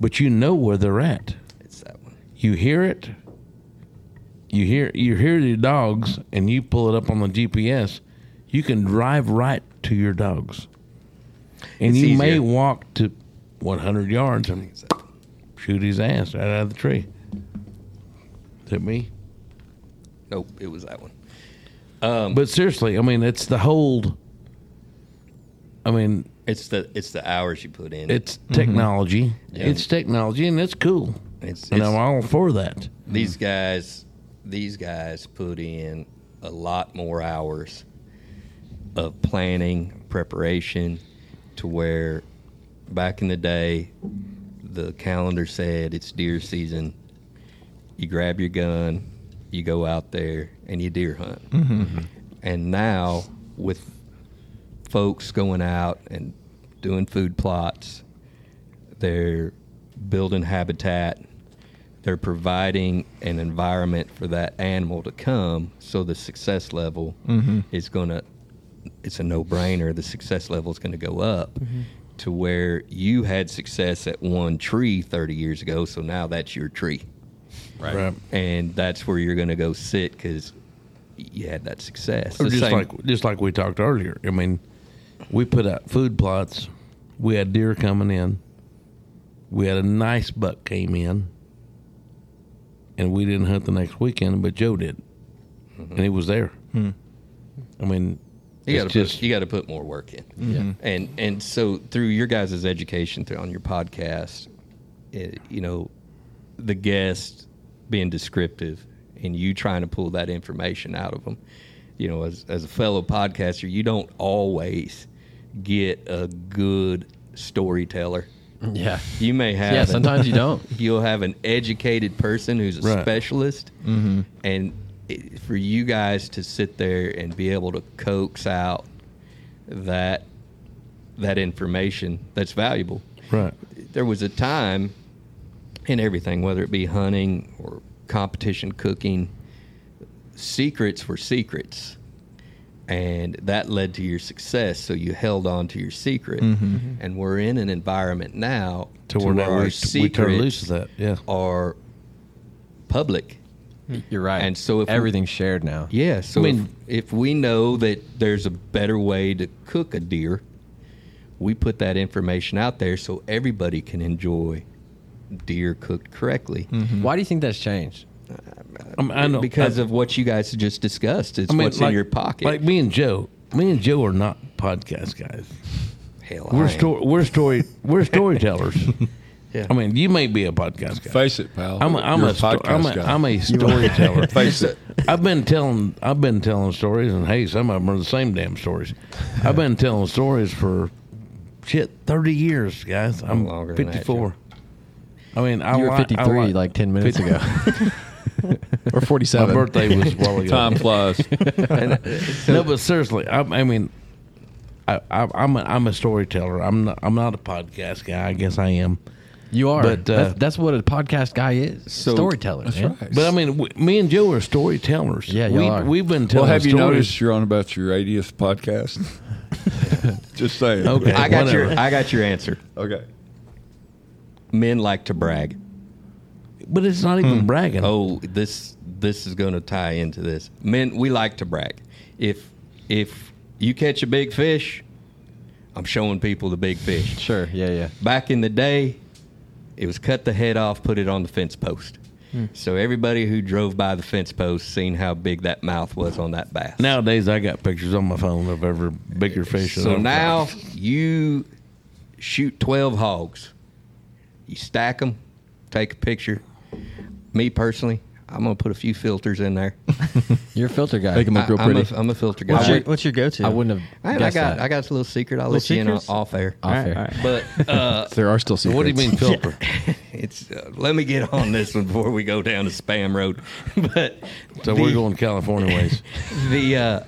But you know where they're at.
it's that one
You hear it. You hear you hear your dogs, and you pull it up on the GPS. You can drive right to your dogs,
It's
and you may
easier.
walk to 100 yards and shoot his ass right out of the tree. Is that me?
nope it was that one
But seriously, I mean, it's the whole. I mean,
It's the it's the hours you put in.
it's technology. It's technology, and it's cool.
It's-
and
it's-
I'm all for that.
these guys these guys put in a lot more hours of planning, preparation to where back in the day the calendar said it's deer season. You grab your gun, you go out there and you deer hunt. And now with folks going out and doing food plots, they're building habitat, they're providing an environment for that animal to come. So the success level
Mm-hmm.
is going to, it's a no brainer. The success level is going to go up
Mm-hmm.
to where you had success at one tree 30 years ago. So now that's your tree.
Right.
And that's where you're going to go sit because you had that success.
Or
The
just
same-
like just like we talked earlier. I mean, we put out food plots. We had deer coming in. We had a nice buck came in, and we didn't hunt the next weekend, but Joe did, and he was there. I mean,
Mm-hmm. Hmm. You
it's
got to
just
put you got to put more work in.
Mm-hmm.
And and so through your guys' education through on your podcast, it, you know, the guest being descriptive and you trying to pull that information out of them. You know, as as a fellow podcaster, you don't always get a good storyteller.
Yeah.
You may have
Yeah.
an-
Sometimes you don't.
you'll have an educated person who's a
Right.
specialist and it, for you guys to sit there and be able to coax out that that information that's valuable
right.
there was a time in everything whether it be hunting or competition cooking secrets were secrets and that led to your success so you held on to your secret and we're in an environment now
Mm-hmm. To where now
our
we, we turn loose
secrets
of that. Yeah.
are public.
You're right.
And so if we-
everything's shared now.
Yeah. So
I mean-
if, if we know that there's a better way to cook a deer, we put that information out there so everybody can enjoy deer cooked correctly
Mm-hmm.
Why do you think that's changed?
I, mean, I know
because
I-
of what you guys just discussed. It's
I mean,
what's in your pocket.
Like me and Joe. Me and Joe are not podcast guys.
Hell, I am.
We're sto- we're story we're storytellers.
Yeah.
I mean, you may be a podcast guy.
Face it, pal.
I'm a, I'm
You're
a, sto- I'm, a I'm a storyteller.
Face it.
I've been telling I've been telling stories, and hey, some of them are the same damn stories. I've been telling stories for shit thirty years, guys. I'm
Longer than that,
54. I mean, I
You were
li- I
53
li-
like 10 minutes ago.
Or
My
47.
birthday was a while ago.
Time flies.
no, but seriously, I, I mean, I, I, I'm a, I'm a storyteller. I'm not I'm not a podcast guy. I guess I am.
You are.
But, uh,
that's, that's what a podcast guy is. Storyteller.
That's
man.
right.
But I mean, w me and Joe are storytellers.
Yeah, y'all
we,
are.
we've been
well,
telling.
have you
stories.
noticed you're on about your 80th podcast? Just saying.
Okay.
I got your
whatever.
I got your answer.
Okay.
Men like to brag.
But it's not even bragging.
Oh, this this is going to tie into this. Men, we like to brag. If if you catch a big fish, I'm showing people the big fish.
Sure. Yeah, yeah.
Back in the day, it was cut the head off, put it on the fence post. So everybody who drove by the fence post seen how big that mouth was on that bass.
Nowadays, I got pictures on my phone of every bigger fish. than
So
I've
now
caught.
you shoot 12 hogs. You stack them, take a picture. Me personally, I'm going to put a few filters in there.
You're a filter guy.
Make 'em look real
I'm,
pretty.
a, I'm a filter guy.
What's
I
your,
would-
what's your go-to?
I wouldn't have.
I, I got
guessed that.
I got a little secret. I'll
Little
let you in on
secrets?
off air.
Off air.
But uh,
There are still secrets.
what do you mean filter?
it's uh, let me get on this one before we go down to spam road. but
So
the-
we're going California ways.
the uh,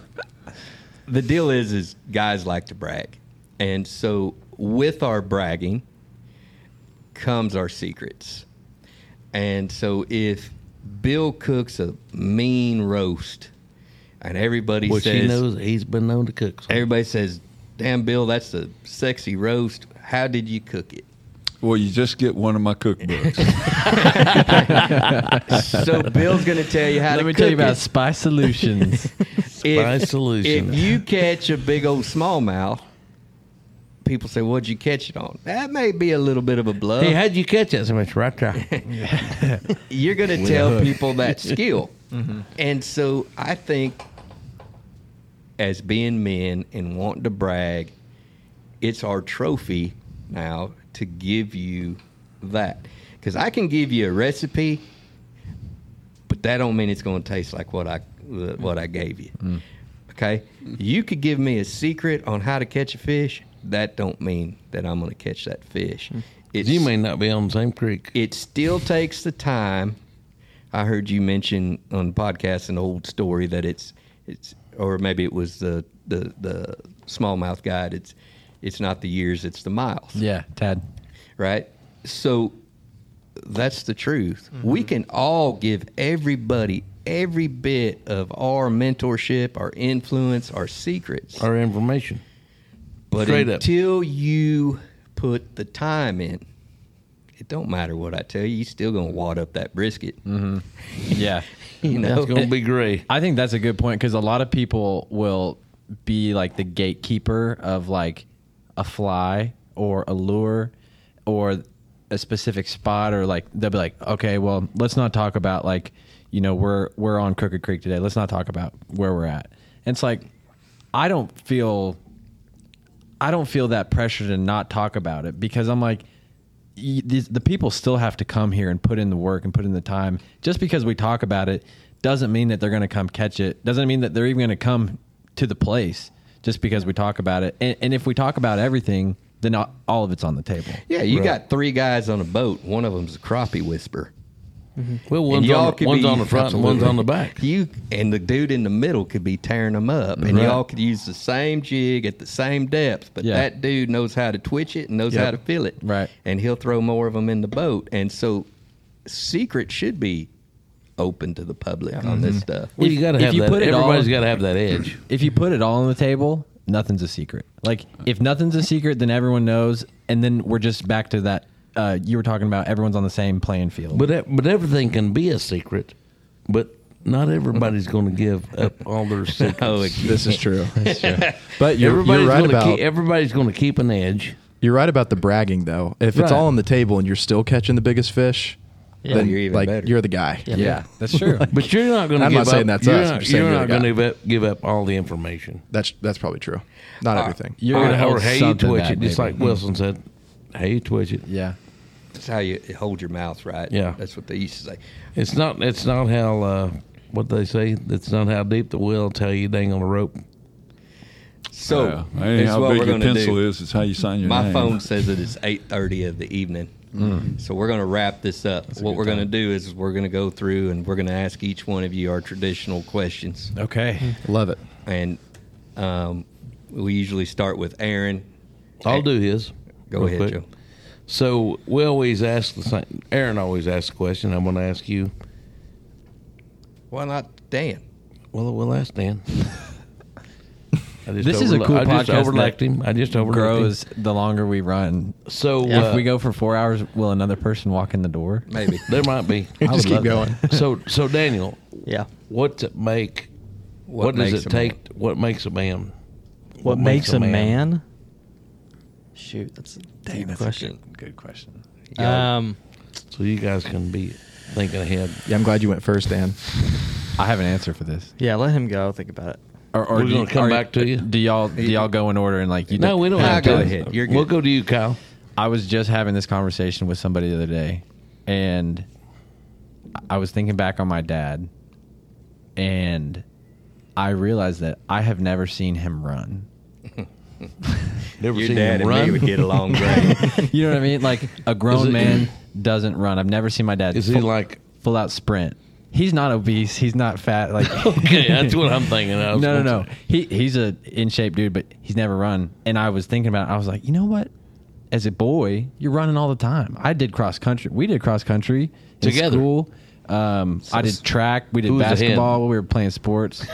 the deal is is guys like to brag, and so with our bragging comes our secrets. And so if Bill cooks a mean roast, and everybody
Which
says
he knows he's been known to cook. some.
everybody says, "Damn, Bill, that's a sexy roast. How did you cook it?"
Well, you just get one of my cookbooks.
So Bill's going to tell you how
Let
to
me
cook
tell you
it.
about Spy Solutions.
By solution.
If you catch a big old smallmouth, people say, "What'd you catch it on?" That may be a little bit of a bluff.
hey, how'd you catch that so much? Right there.
You're going to tell people that skill, and so I think, as being men and wanting to brag, it's our trophy now to give you that because I can give you a recipe, but that don't mean it's going to taste like what I what I gave you.
Mm.
Okay, you could give me a secret on how to catch a fish. That don't mean that I'm going to catch that fish. It's,
You may not be on the same creek.
it still takes the time. I heard you mention on the podcast an old story that it's it's or maybe it was the the the smallmouth guide. It's it's not the years, it's the miles.
yeah, Tad.
Right? So that's the truth.
Mm-hmm.
We can all give everybody every bit of our mentorship, our influence, our secrets.
Our information.
But
Straight up.
until you put the time in, it don't matter what I tell you. You still gonna wad up that brisket.
Yeah.
You know,
It's gonna be gray.
I think that's a good point because a lot of people will be like the gatekeeper of like a fly or a lure or a specific spot or like they'll be like, okay, well, let's not talk about like you know we're we're on Crooked Creek today. Let's not talk about where we're at. And it's like I don't feel I don't feel that pressure to not talk about it because I'm like, y- these, the people still have to come here and put in the work and put in the time. Just because we talk about it doesn't mean that they're going to come catch it. Doesn't mean that they're even going to come to the place just because we talk about it. And, and if we talk about everything, then all all of it's on the table.
yeah, you got three guys on a boat. One of them's a crappie whisperer.
Well, one's,
y'all
on,
could
one's
be-
on the front and one's
Absolutely.
on the back.
You and the dude in the middle could be tearing them up, and y'all could use the same jig at the same depth. But
Yeah.
that dude knows how to twitch it and knows how to feel it,
Right.
And he'll throw more of them in the boat. And so, secret should be open to the public on
Mm-hmm.
this stuff.
Well, you gotta
if
have
you
that.
put it all-
Everybody's gotta have that edge.
If you put it all on the table, nothing's a secret. Like if nothing's a secret, then everyone knows, and then we're just back to that. Uh, you were talking about everyone's on the same playing field.
But that- but everything can be a secret, but not everybody's going to give up all their secrets.
This is true. That's true. But you're,
Oh, everybody's
you're right
going
about
to keep, everybody's going to keep an edge.
you're right about the bragging though. If
Right.
it's all on the table and you're still catching the biggest fish, then
you're even
like
better.
you're the guy.
yeah, that's true.
But you're not going to
I'm
give
not
up.
saying that's
you're
us, I'm
not,
just saying
you're
you're
not
the
going to
guy.
give up, give up all the information.
That's that's probably true.
Uh,
Not everything.
You're
or
gonna hold
or how you
something
twitch
back,
it, just
maybe.
like Wilson said. How you twitch it.
Yeah.
That's how you hold your mouth right.
Yeah.
that's what they used to say.
It's not. It's not how. Uh, what they say. It's not how deep the well. It's how you dang on the rope.
So
Yeah. I ain't
Oh, it's
how
what
big your
we're going to
pencil
do.
is. It's how you sign your
My
name.
phone says it is eight thirty of the evening.
Mm.
So we're going to wrap this up. what we're going to do is we're going to go through and we're going to ask each one of you our traditional questions,
Hmm.
Okay.
Love it.
and um, we usually start with Aaron.
I'll do his.
Go
real
ahead,
quick.
Joe.
So we always ask the same. Aaron always asks the question. I'm going to ask you.
Why not Dan?
Well, we'll ask Dan. I just
This is a cool
I just
podcast
overlooked
that
him. I just overlooked
grows the longer we run.
him. So uh,
if we go for four hours, will another person walk in the door?
Maybe.
there might be.
Just
would
keep
love that. so so Daniel,
Yeah.
what's it make?
What
What, does
makes
it
a man?
take? What makes a man?
What, makes, a man? Shoot, that's a deep question.
good, good question.
um,
So you guys can be thinking ahead.
Yeah, I'm glad you went first, Dan.
I have an answer for this.
yeah, let him go. Think about it.
Or, or
We're
do
gonna
you-
come
are-
back to you.
Do y'all do y'all go in order and like you?
No, we don't
Nah,
have
go
to.
ahead. You're
We'll
good.
go to you, Kyle.
I was just having this conversation with somebody the other day, and I- I was thinking back on my dad, and I realized that I have never seen him run.
Never
Your
seen
dad and
him run.
me would get along great.
You know what I mean? Like a grown
it-
man doesn't run. I've never seen my dad.
Is he
full-
like?
full out sprint? He's not obese. He's not fat. Like
Okay, that's what I'm thinking. Of.
no, no, no. He he's a in shape dude, but he's never run. And I was thinking about, it. I was like, you know what? As a boy, you're running all the time. I did cross country. We did cross country in
Together.
School. Um, I did track. We
who
did
was ahead?
basketball. We were playing sports.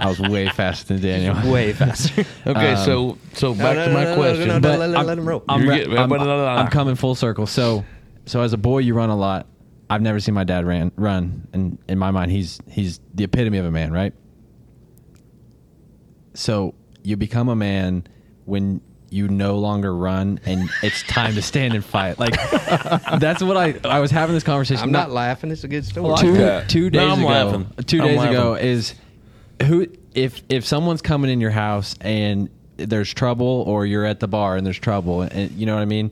I was way faster than Daniel.
Way faster.
Okay, so so back to my question.
No, no,
But
let, let-
I'm-
let him roll.
I'm,
You're
ra-
getting-
I'm-
blah, blah, blah, blah.
I'm coming full circle. So, so as a boy, you run a lot. I've never seen my dad ran run, and in my mind, he's he's the epitome of a man, right? So you become a man when you no longer run, and it's time to stand and fight. Like that's what I I was having this conversation.
I'm not laughing. It's a good story.
two
that.
two days
No, I'm
ago.
laughing.
Two
I'm
days ago
laughing.
is who if if someone's coming in your house and there's trouble or you're at the bar and there's trouble and you know what I mean,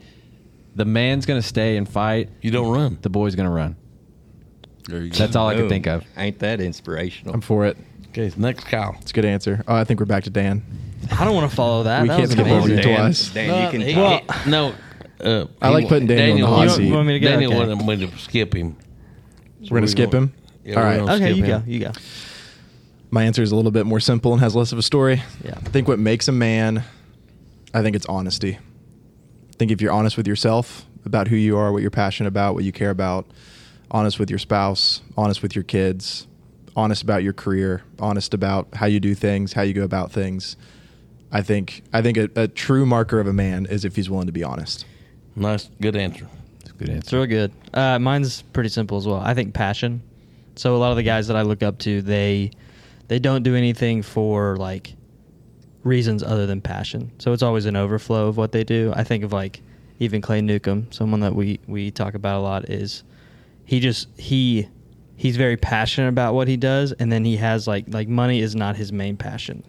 the man's gonna stay and fight.
You don't run.
The boy's gonna run.
There you go.
That's all I can
Boom.
think of.
Oh, Ain't that inspirational?
I'm for it.
Okay, next Kyle.
It's a good answer. Oh, I think we're back to Dan.
I don't want to follow that.
We
that
can't
was
skip
amazing.
over it.
Dan,
twice.
Dan,
No,
you can.
he-
talk.
he- no. Uh,
I
he
like
wa-
putting Daniel in the hot
you
seat. You want
me to go?
Daniel
Okay.
wanted me to skip him.
We're gonna skip him.
Yeah,
All
we're
right.
gonna
Okay,
skip
you
him.
go. You go.
My answer is a little bit more simple and has less of a story.
Yeah.
I think what makes a man, I think it's honesty. I think if you're honest with yourself about who you are, what you're passionate about, what you care about, honest with your spouse, honest with your kids, honest about your career, honest about how you do things, how you go about things. I think I think a, a true marker of a man is if he's willing to be honest.
Nice, good answer.
Good
It's
answer.
real good. Uh, mine's pretty simple as well. I think passion. So a lot of the guys that I look up to, they they don't do anything for like reasons other than passion. So it's always an overflow of what they do. I think of like even Clay Newcomb, someone that we we talk about a lot is he just he he's very passionate about what he does and then he has like like money is not his main passion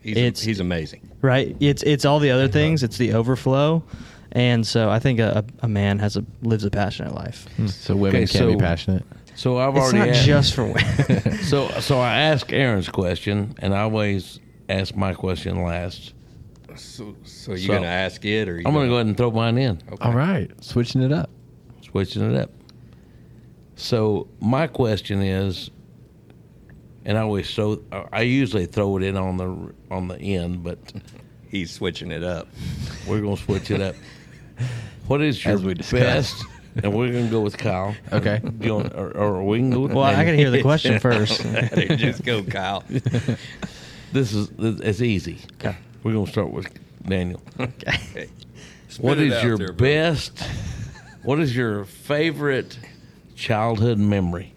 He's,
It's-
he's amazing.
right? It's it's all the other things. It's the overflow, and so I think a, a man has a lives a passionate life.
So women
Okay,
can not be
so-
passionate.
So I've
It's
already
not
asked-
just for women.
so so I asked Aaron's question, and I always ask my question last.
So, so you
So-
gonna ask it, or you
I'm going to go ahead and throw mine in,
All right, switching it up.
switching it up. So my question is, and I always so I usually throw it in on the on the end, but
He's switching it up.
we're going to switch it up. What is your
As we discussed.
best? And we're going to go with Kyle.
Okay.
You want- or, or we can go. With
Well, I
Daniel.
gotta hear the question first.
Just go, Kyle.
This is it's easy.
Okay.
We're gonna start with Daniel.
Okay.
what
it
is
out
your
there, brother.
best? What is your favorite childhood memory?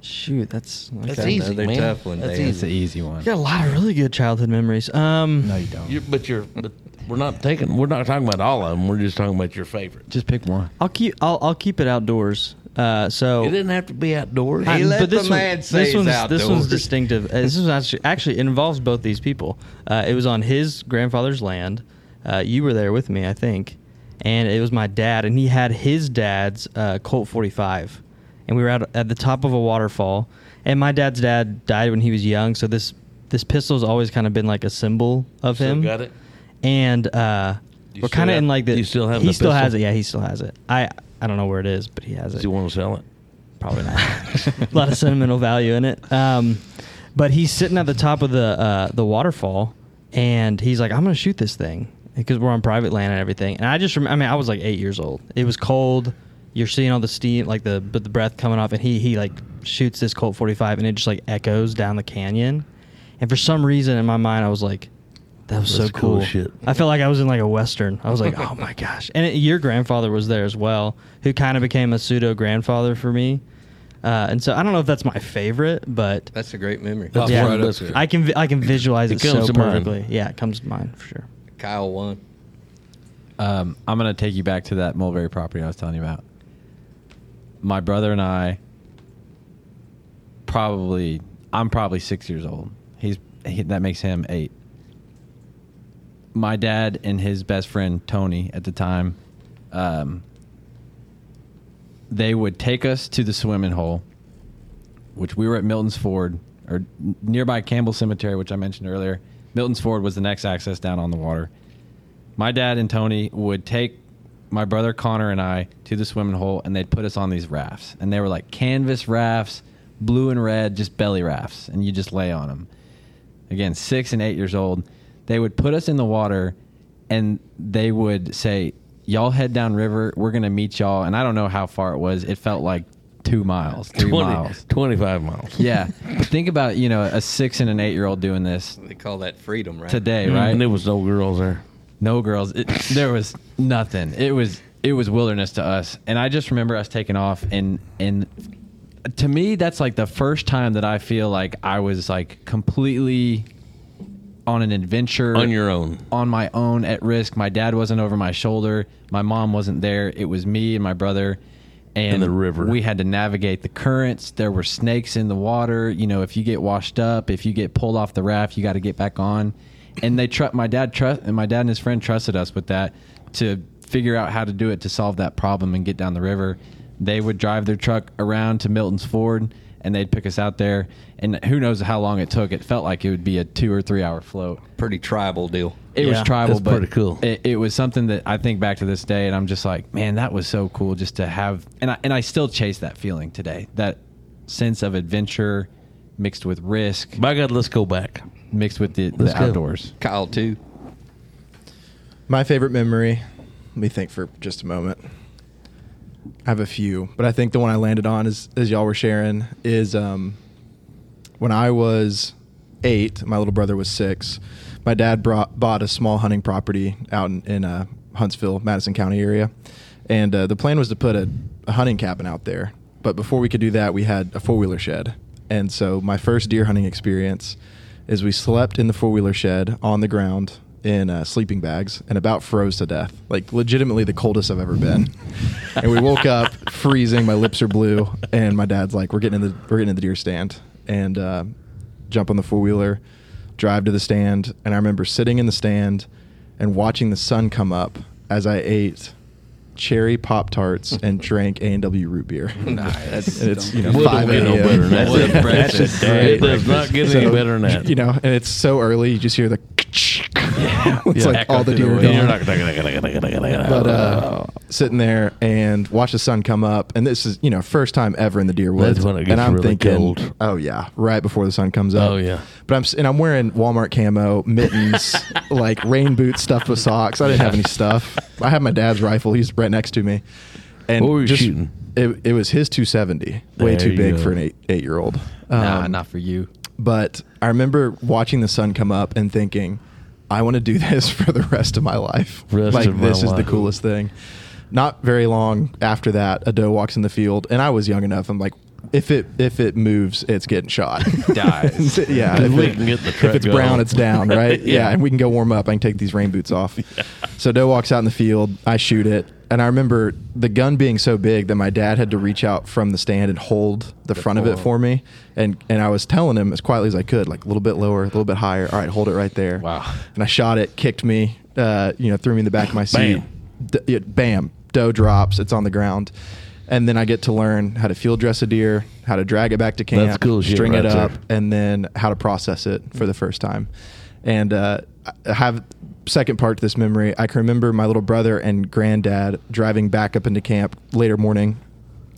Shoot, that's okay.
That's easy,
another
man.
tough one,
That's
Dan.
It's the easy one.
You got a lot of really good childhood memories. Um,
No, you don't.
you but you're but we're not taking we're not talking about all of them. We're just talking about your favorite.
Just pick one.
I'll keep I'll, I'll keep it outdoors. Uh, so
It didn't have to be outdoors.
He
Um,
let the man
this
say he's
one's this one's
outdoors.
distinctive. Uh, this is actually actually involves both these people. Uh, it was on his grandfather's land. Uh, you were there with me, I think, and it was my dad, and he had his dad's uh, Colt 45, and we were out at the top of a waterfall. And my dad's dad died when he was young, so this this pistol's always kind of been like a symbol of
Still
him
got it.
and uh,
You
we're
still
kind of
have-
in like the.
you still have
he
the
still
pistol?
has it. Yeah, he still has it. I I don't know where it is, but he has
Do
it.
you want to sell it?
Probably not. a lot of sentimental value in it. Um, but he's sitting at the top of the uh, the waterfall, and he's like, "I'm gonna shoot this thing." because we're on private land and everything. And I just, rem- I mean, I was like eight years old. It was cold. You're seeing all the steam, like the but the breath coming off, and he he like shoots this Colt 45, and it just like echoes down the canyon. And for some reason, in my mind, I was like, that was
That's
so
cool
cool.
shit.
I felt like I was in like a western. I was like, oh my gosh. And it, your grandfather was there as well, who kind of became a pseudo grandfather for me. Uh, and so I don't know if that's my favorite, but
That's a great memory.
That's
Yeah.
right up there.
I can vi- I can visualize
It
it,
comes
so
to mind.
perfectly. Yeah, it comes to mind for sure.
Kyle won.
Um, I'm gonna take you back to that mulberry property I was telling you about. My brother and I, probably, I'm probably six years old. He's he, that makes him eight. My dad and his best friend Tony at the time, um, they would take us to the swimming hole, which we were at Milton's Ford or n- nearby Campbell Cemetery, which I mentioned earlier. Milton's Ford was the next access down on the water my dad and Tony would take my brother Connor and I to the swimming hole and they'd put us on these rafts. And they were like canvas rafts, blue and red, just belly rafts. And you just lay on them. Again, six and eight years old. They would put us in the water and they would say, Y'all head down river. We're going to meet y'all. And I don't know how far it was. It felt like two miles, three
20,
miles.
25 miles.
Yeah. but think about, you know, a six and an eight year old doing this
They call that freedom, right?
today, right?
And there was no girls there.
no girls it, there was nothing it was it was wilderness to us and i just remember us taking off and and to me that's like the first time that i feel like i was like completely on an adventure
On your own.
on my own at risk my dad wasn't over my shoulder my mom wasn't there it was me and my brother and
And the river.
we had to navigate the currents there were snakes in the water you know if you get washed up if you get pulled off the raft you got to get back on and they trust my dad trust and my dad and his friend trusted us with that to figure out how to do it to solve that problem and get down the river they would drive their truck around to milton's ford and they'd pick us out there and who knows how long it took it felt like it would be a two or three hour float
Pretty tribal deal.
it was
Yeah.
tribal,
That's
but
pretty cool.
It, it was something that I think back to this day, and I'm just like, man, that was so cool just to have, and I and I still chase that feeling today, that sense of adventure mixed with risk,
By God, let's go back.
mixed with the,
Let's
the
go.
outdoors.
Kyle too.
My favorite memory, let me think for just a moment. I have a few, but I think the one I landed on is as y'all were sharing is um, when I was eight, my little brother was six. My dad brought, bought a small hunting property out in, in uh, Huntsville, Madison County area, and uh, the plan was to put a, a hunting cabin out there. But before we could do that, we had a four wheeler shed, and so my first deer hunting experience is we slept in the four wheeler shed on the ground in uh, sleeping bags and about froze to death, like legitimately the coldest I've ever been. and we woke up freezing, my lips are blue, and my dad's like, "We're getting in the we're getting in the deer stand." And uh, jump on the four wheeler, drive to the stand, and I remember sitting in the stand and watching the sun come up as I ate cherry pop tarts and drank A and W root beer.
Nah, that's
And it's you know
Wouldn't
five
get no
a.m.
better than that.
That's a breakfast.
That's a
Great
It does not
breakfast.
get any better than that.
You know, and it's so early, you just hear the. it's like all the deer. are
You're
gone.
not gonna-
But uh, sitting there and watch the sun come up, and this is you know first time ever in the deer woods,
That's when it gets
and I'm
really
thinking,
cold.
oh yeah, right before the sun comes up.
Oh, yeah.
But I'm s- and I'm wearing Walmart camo mittens, like rain boots stuffed with socks. I didn't have any stuff. I had my dad's rifle. He's right next to me. And
What were you
just,
shooting?
It, it was his 270, way
There
too
you
big
go.
for an eight Um, eight year old
nah,
Um,
not for you.
but I remember watching the sun come up and thinking, I want to do this for the rest of my life.
Rest
like
of my
this is
life.
the coolest thing. Not very long after that, a doe walks in the field, and I was young enough. I'm like, if it if it moves, it's getting shot.
Dies.
yeah.
If
If,
we
it-
can get the
if
truck
it's brown,
going.
it's down, right? yeah. And we can go warm up. I can take these rain boots off. So doe walks out in the field. I shoot it, and I remember the gun being so big that my dad had to reach out from the stand and hold the front of it for me. And and I was telling him as quietly as I could, like a little bit lower, a little bit higher. All right, hold it right there.
Wow.
And I shot it, kicked me, uh, you know, threw me in the back of my seat.
Bam.
D- it, bam, doe drops. It's on the ground. And then I get to learn how to field dress a deer, how to drag it back to camp,
That's cool shit
string
right
it up,
there.
and then how to process it for the first time. And uh, I have second part to this memory. I can remember my little brother and granddad driving back up into camp later morning,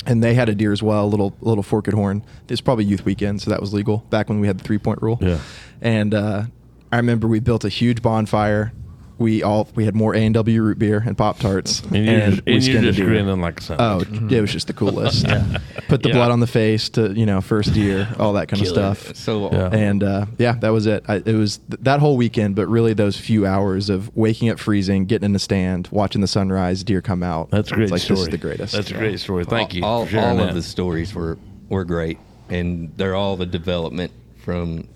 and they had a deer as well, a little little forked horn. It's probably youth weekend, so that was legal back when we had the three point rule.
Yeah.
And uh, I remember we built a huge bonfire, we all we had more A and W root beer and Pop Tarts,
And you're just, and you're
skinned a
just
deer.
grinning like something.
Oh, it was just the coolest. Put the
Yeah.
blood on the face to you know first year, all that kind of stuff.
So
Yeah.
And uh, yeah, that was it. I, it was th- that whole weekend, but really those few hours of waking up freezing, getting in the stand, watching the sunrise, deer come out.
That's a great
It's like
story.
this is the greatest.
That's a great story. Thank you.
All,
for sharing
all
that.
of the stories were were great, and they're all the development from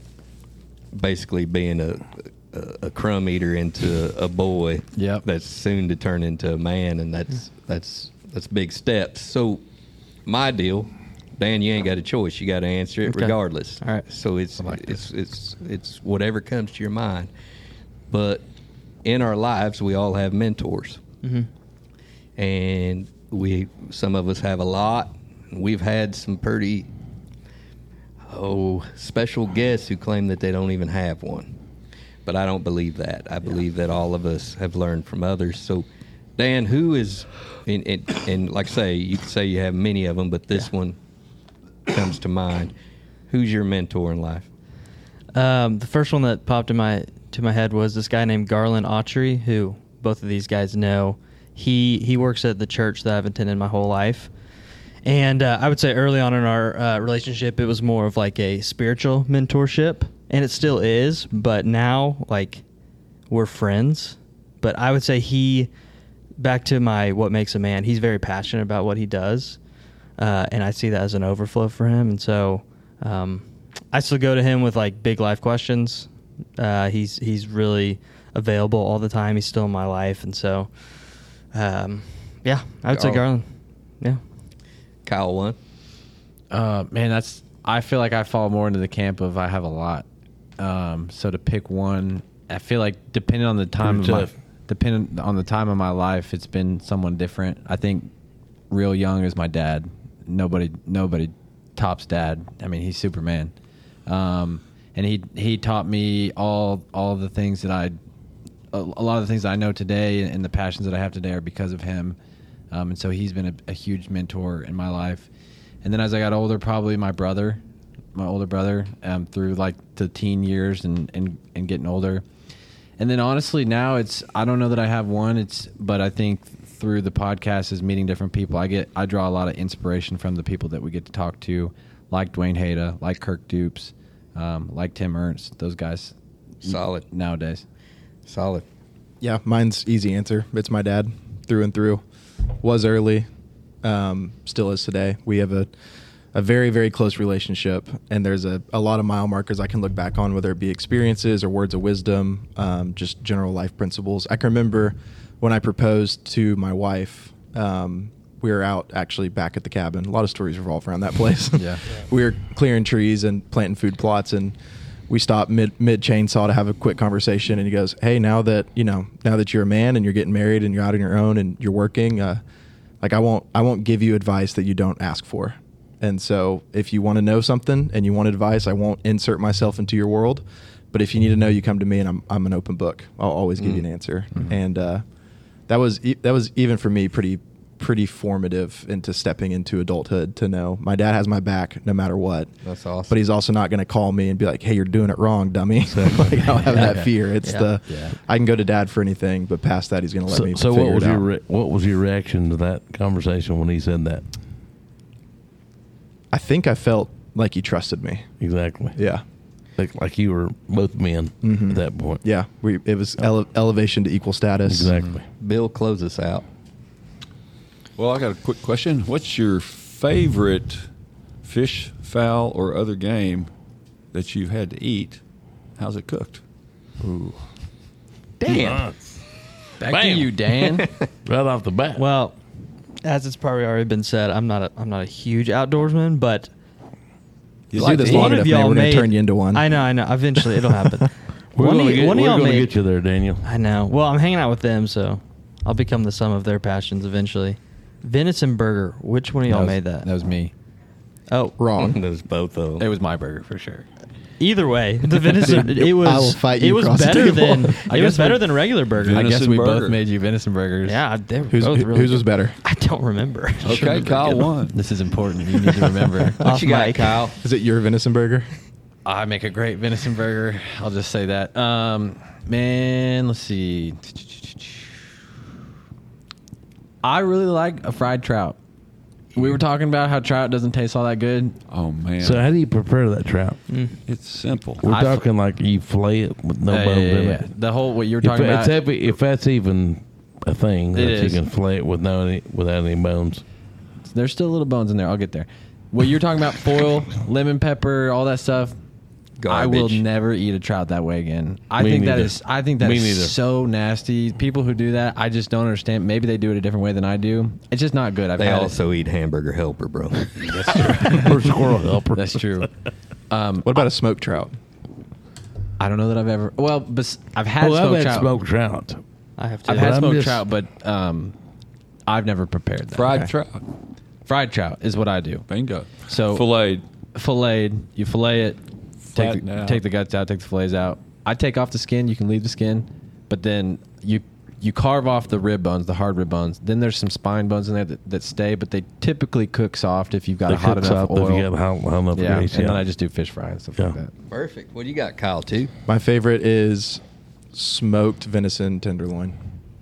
basically being a a, a crumb eater into a boy.
Yep.
that's soon to turn into a man, and that's
Hmm.
that's that's big steps. So my deal. Dan, you ain't got a choice. You got to answer it
Okay.
regardless.
All right.
So it's it's it's it's whatever comes to your mind. But in our lives, we all have mentors
Mm-hmm.
and we some of us have a lot. We've had some pretty oh special guests who claim that they don't even have one, but I don't believe that. I believe that all of us have learned from others. So, Dan, who is and and, and like I say you could say you have many of them, but this one comes to mind. Who's your mentor in life?
Um, the first one that popped in my to my head was this guy named Garland Autry, who both of these guys know. He he works at the church that I've attended my whole life, and uh, I would say early on in our uh, relationship, it was more of like a spiritual mentorship, and it still is. But now, like, we're friends. But I would say he, back to my what makes a man, he's very passionate about what he does, uh, and I see that as an overflow for him. And so, um, I still go to him with like big life questions. Uh, he's he's really available all the time. He's still in my life, and so, um, yeah, I
Oh.
would say Garland.
Garland.
Yeah,
Kyle one.
Uh, man, that's. I feel like I fall more into the camp of I have a lot. Um, so to pick one, I feel like depending on the time, of
Pretty
my,
tough.
depending on the time of my life, it's been someone different. I think real young is my dad. Nobody, nobody tops dad. I mean, he's Superman. Um, and he he taught me all all the things that I a, a lot of the things I know today and the passions that I have today are because of him. Um, and so he's been a, a huge mentor in my life. And then as I got older, probably my brother, my older brother, um, through like the teen years and, and, and getting older. And then honestly, now it's, I don't know that I have one. It's, but I think through the podcast is meeting different people. I get, I draw a lot of inspiration from the people that we get to talk to, like Dwayne Hayda, like Kirk Dupes, um, like Tim Ernst, those guys
Solid,
nowadays.
solid.
Yeah, mine's easy answer. It's my dad through and through. Was early, um, still is today. We have a a very very close relationship, and there's a, a lot of mile markers I can look back on, whether it be experiences or words of wisdom, um, just general life principles. I can remember when I proposed to my wife. Um, we were out actually back at the cabin. A lot of stories revolve around that place.
Yeah.
we were clearing trees and planting food plots and we stopped mid mid chainsaw to have a quick conversation and he goes hey now that you know now that you're a man and you're getting married and you're out on your own and you're working uh, like i won't i won't give you advice that you don't ask for and so if you want to know something and you want advice i won't insert myself into your world but if you need to know you come to me and i'm, I'm an open book i'll always give you an answer and uh, that was e- that was even for me pretty pretty formative into stepping into adulthood to know my dad has my back no matter what
That's awesome.
but he's also not going to call me and be like, "Hey, you're doing it wrong, dummy." like I don't have that fear. It's the I can go to dad for anything, but past that, he's going to let
So,
me.
so
figure
what was
it
your
out.
re- what was your reaction to that conversation when he said that?
I think I felt like he trusted me.
Exactly.
Yeah,
Like, like you were both men
Mm-hmm.
at that point.
yeah. We it
Oh.
was ele- elevation to equal status.
Exactly.
Mm-hmm. Bill, close us out.
Well, I got a quick question. What's your favorite fish, fowl, or other game that you've had to eat? How's it cooked?
Damn.
Back
Bam.
to you, Dan.
Right off the bat.
Well, as it's probably already been said, I'm not a, I'm not a huge outdoorsman, but
You do this long
one of
enough, man.
y'all
We're going
made-
to turn you into one.
I know, I know. Eventually, it'll happen.
we're
one
gonna
of, y-
get,
one of
we're
y'all
gonna
made.
get you there, Daniel.
I know. Well, I'm hanging out with them, so I'll become the sum of their passions eventually. Venison burger. Which one of y'all
was-
made that?
That was me.
oh,
Wrong.
Those both of them.
It was my burger for sure.
either way, the venison.
Dude,
it was.
I will fight you
it was
across the
better
table.
than.
I
It was
guess
better
we-
than regular burger.
I guess
Venison
we
burger.
both made you venison burgers.
yeah, they were
Whose,
both really.
whose was
good.
better?
I don't remember.
Okay, Kyle won.
This is important. You need to remember.
what you got,
mic.
Kyle?
Is it your venison burger?
I make a great venison burger. I'll just say that. Um, man, let's see. I really like a fried trout. We were talking about how trout doesn't taste all that good.
Oh man,
So how do you prepare that trout?
Mm,
it's simple.
We're
I-
talking like you flay it with no
Yeah,
bones
yeah,
in
yeah.
it.
The whole what you were
If,
talking
it's
about.
heavy, if that's even a thing, that
is.
you can flay it with no any, without any bones.
There's still little bones in there. I'll get there. What you're talking about, foil, lemon pepper, all that stuff. I will
Garbage.
never eat a trout that way again. I
Me
think that
neither.
is. I think that
Me
is
neither.
so nasty. People who do that, I just don't understand. Maybe they do it a different way than I do. It's just not good. I've
They
had it.
also eat hamburger helper, bro.
or squirrel helper.
That's true.
Mm.
What about a smoked trout?
I don't know that I've ever. Well, bes- I've had
Oh, I've
smoked
had
trout.
smoked trout.
I have to.
I've had
I'm
smoked
just-
trout, but um, I've never prepared that.
Fried
Okay.
trout,
fried trout is what I do.
bingo.
So
Filleted.
filleted. You fillet it. Take
Flatten it
the,
out.
take the guts out. Take the fillets out. I take off the skin. You can leave the skin, but then you you carve off the rib bones, the hard rib bones. Then there's some spine bones in there that, that stay, but they typically cook soft if you've got
They
a hot
cook
enough
soft if
oil.
you got hot, hot enough
yeah,
grease,
and
yeah.
then I just do fish fry and stuff like
Yeah.
that.
Perfect. What do you got, Kyle? Too
My favorite is smoked venison tenderloin,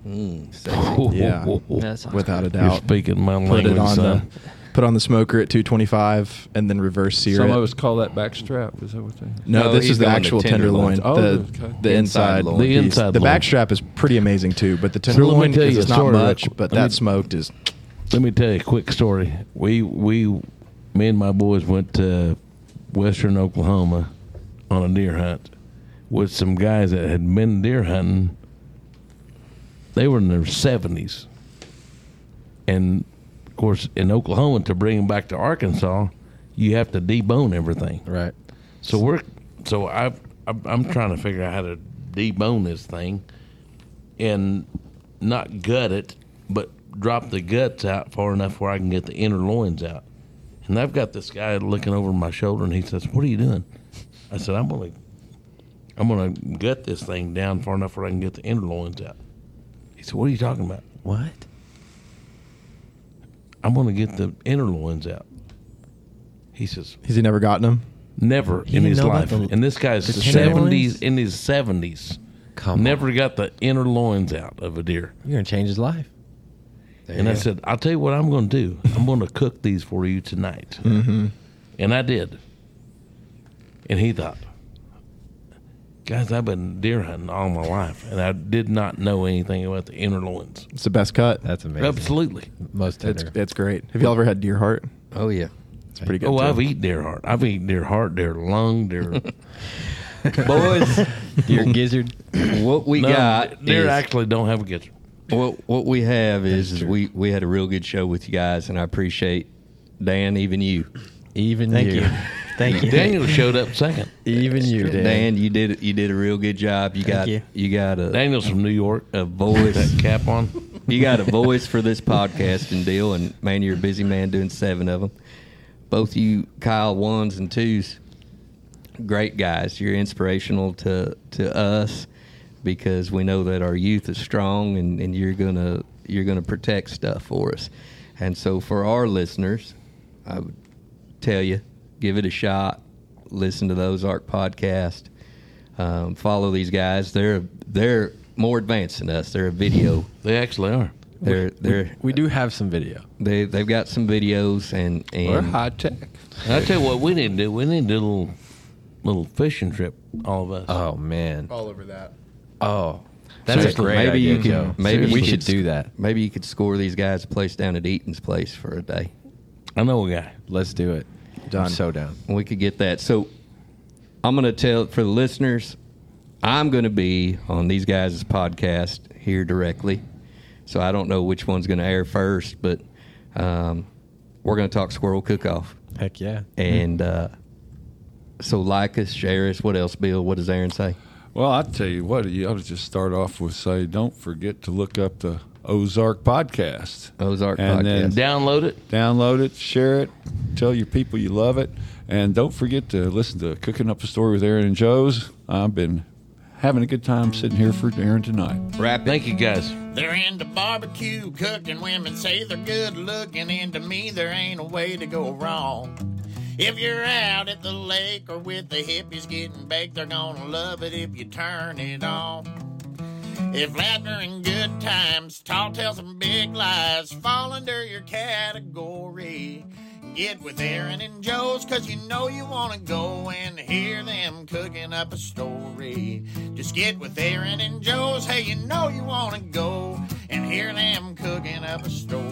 Yeah.
that sounds
without
You're
a doubt.
speaking my
Put
language,
it on the
son.
put on the smoker at 225 and then reverse sear
Some
it.
of us call that back strap. Is that what they?
No,
No,
this
he's
is the
going to
actual
tenderloins.
tenderloin.
Oh,
the,
okay.
the
Inside
inside,
loin.
The
piece.
inside
The
loin.
back strap is pretty amazing too, but the
let me
tenderloin
tell
because
you a
it's not
story real
much,
quick. Let
but
me-
that smoked is
Let me tell you a quick story. We we me and my boys went to western Oklahoma on a deer hunt with some guys that had been deer hunting. They were in their seventies. And of course in Oklahoma to bring them back to Arkansas, you have to debone everything.
Right.
So we're so I I'm, I'm trying to figure out how to debone this thing, and not gut it, but drop the guts out far enough where I can get the inner loins out. And I've got this guy looking over my shoulder, and he says, "What are you doing?" I said, "I'm gonna I'm gonna gut this thing down far enough where I can get the inner loins out." He said, "What are you talking about?" What? I'm gonna get the inner loins out. He says,
has he never gotten them?
Never in
didn't
his
know about
life.
the-
and this guy's seventies in his seventies.
Come
Never got the inner loins out of a deer.
You're gonna change his life.
and I said, I'll tell you what I'm gonna do. I'm gonna cook these for you tonight.
Mm-hmm.
And I did. And he thought, Guys, I've been deer hunting all my life and I did not know anything about the inner loins.
It's the best cut.
That's amazing.
Absolutely.
Most
It's
tender.
it's great. Have y'all ever had deer heart?
Oh yeah.
It's pretty good.
Oh,
too.
I've eaten deer heart. I've eaten deer heart, deer lung, deer
Boys,
Your gizzard.
what we
No,
got
deer
is
actually don't have a gizzard.
what what we have is, is we we had a real good show with you guys, and I appreciate Dan, even you,
Even
Thank
you.
you. Thank you.
Daniel showed up second.
Even you, Dan.
Dan, you did you did a real good job. You got
you.
you. got a
Daniel's from New York. uh,
a voice.
That cap on.
you got a voice for this podcast and deal, and man, you're a busy man doing seven of them. Both you, Kyle, ones and twos, great guys. You're inspirational to to us because we know that our youth is strong, and, and you're gonna you're gonna protect stuff for us. And so, for our listeners, I would tell you, give it a shot. Listen to the Ozark podcast. Um, follow these guys. They're they're more advanced than us. They're a video
They actually are.
they're they're
We do have some video.
they they've got some videos and
They're
and
high tech.
And I tell you what, we need to do. We need to do a little, little fishing trip, all of us.
Oh man.
all over that.
Oh, that's
Seriously,
a great
maybe
idea,
you can-
Joe.
maybe
Seriously,
you
we
can
should
sc-
do that.
maybe you could score these guys a place down at Eaton's place for a day.
I know a guy.
Let's do it.
Done.
I'm so down.
We could get that. So I'm gonna tell for the listeners, I'm gonna be on these guys' podcast here directly. So I don't know which one's gonna air first, but um, we're gonna talk squirrel cook off.
Heck yeah.
And uh, so like us, share us, what else, Bill? What does Aaron say?
Well, I tell you what, you ought to just start off with say, don't forget to look up the Ozark podcast.
Ozark
And then-
podcast.
Download it.
Download it, share it, tell your people you love it, and don't forget to listen to Cooking Up a Story with Aaron and Joe's. I've been having a good time sitting here for Aaron tonight.
Wrap
Thank you guys.
They're into barbecue cooking. Women say they're good looking, and to me, there ain't a way to go wrong. If you're out at the lake or with the hippies getting baked, they're gonna love it if you turn it on. If laughter and good times, tall tales and big lies fall under your category, get with Aaron and Joe's, cause you know you wanna go and hear them cooking up a story. Just get with Aaron and Joe's, hey, you know you wanna go and hear them cooking up a story.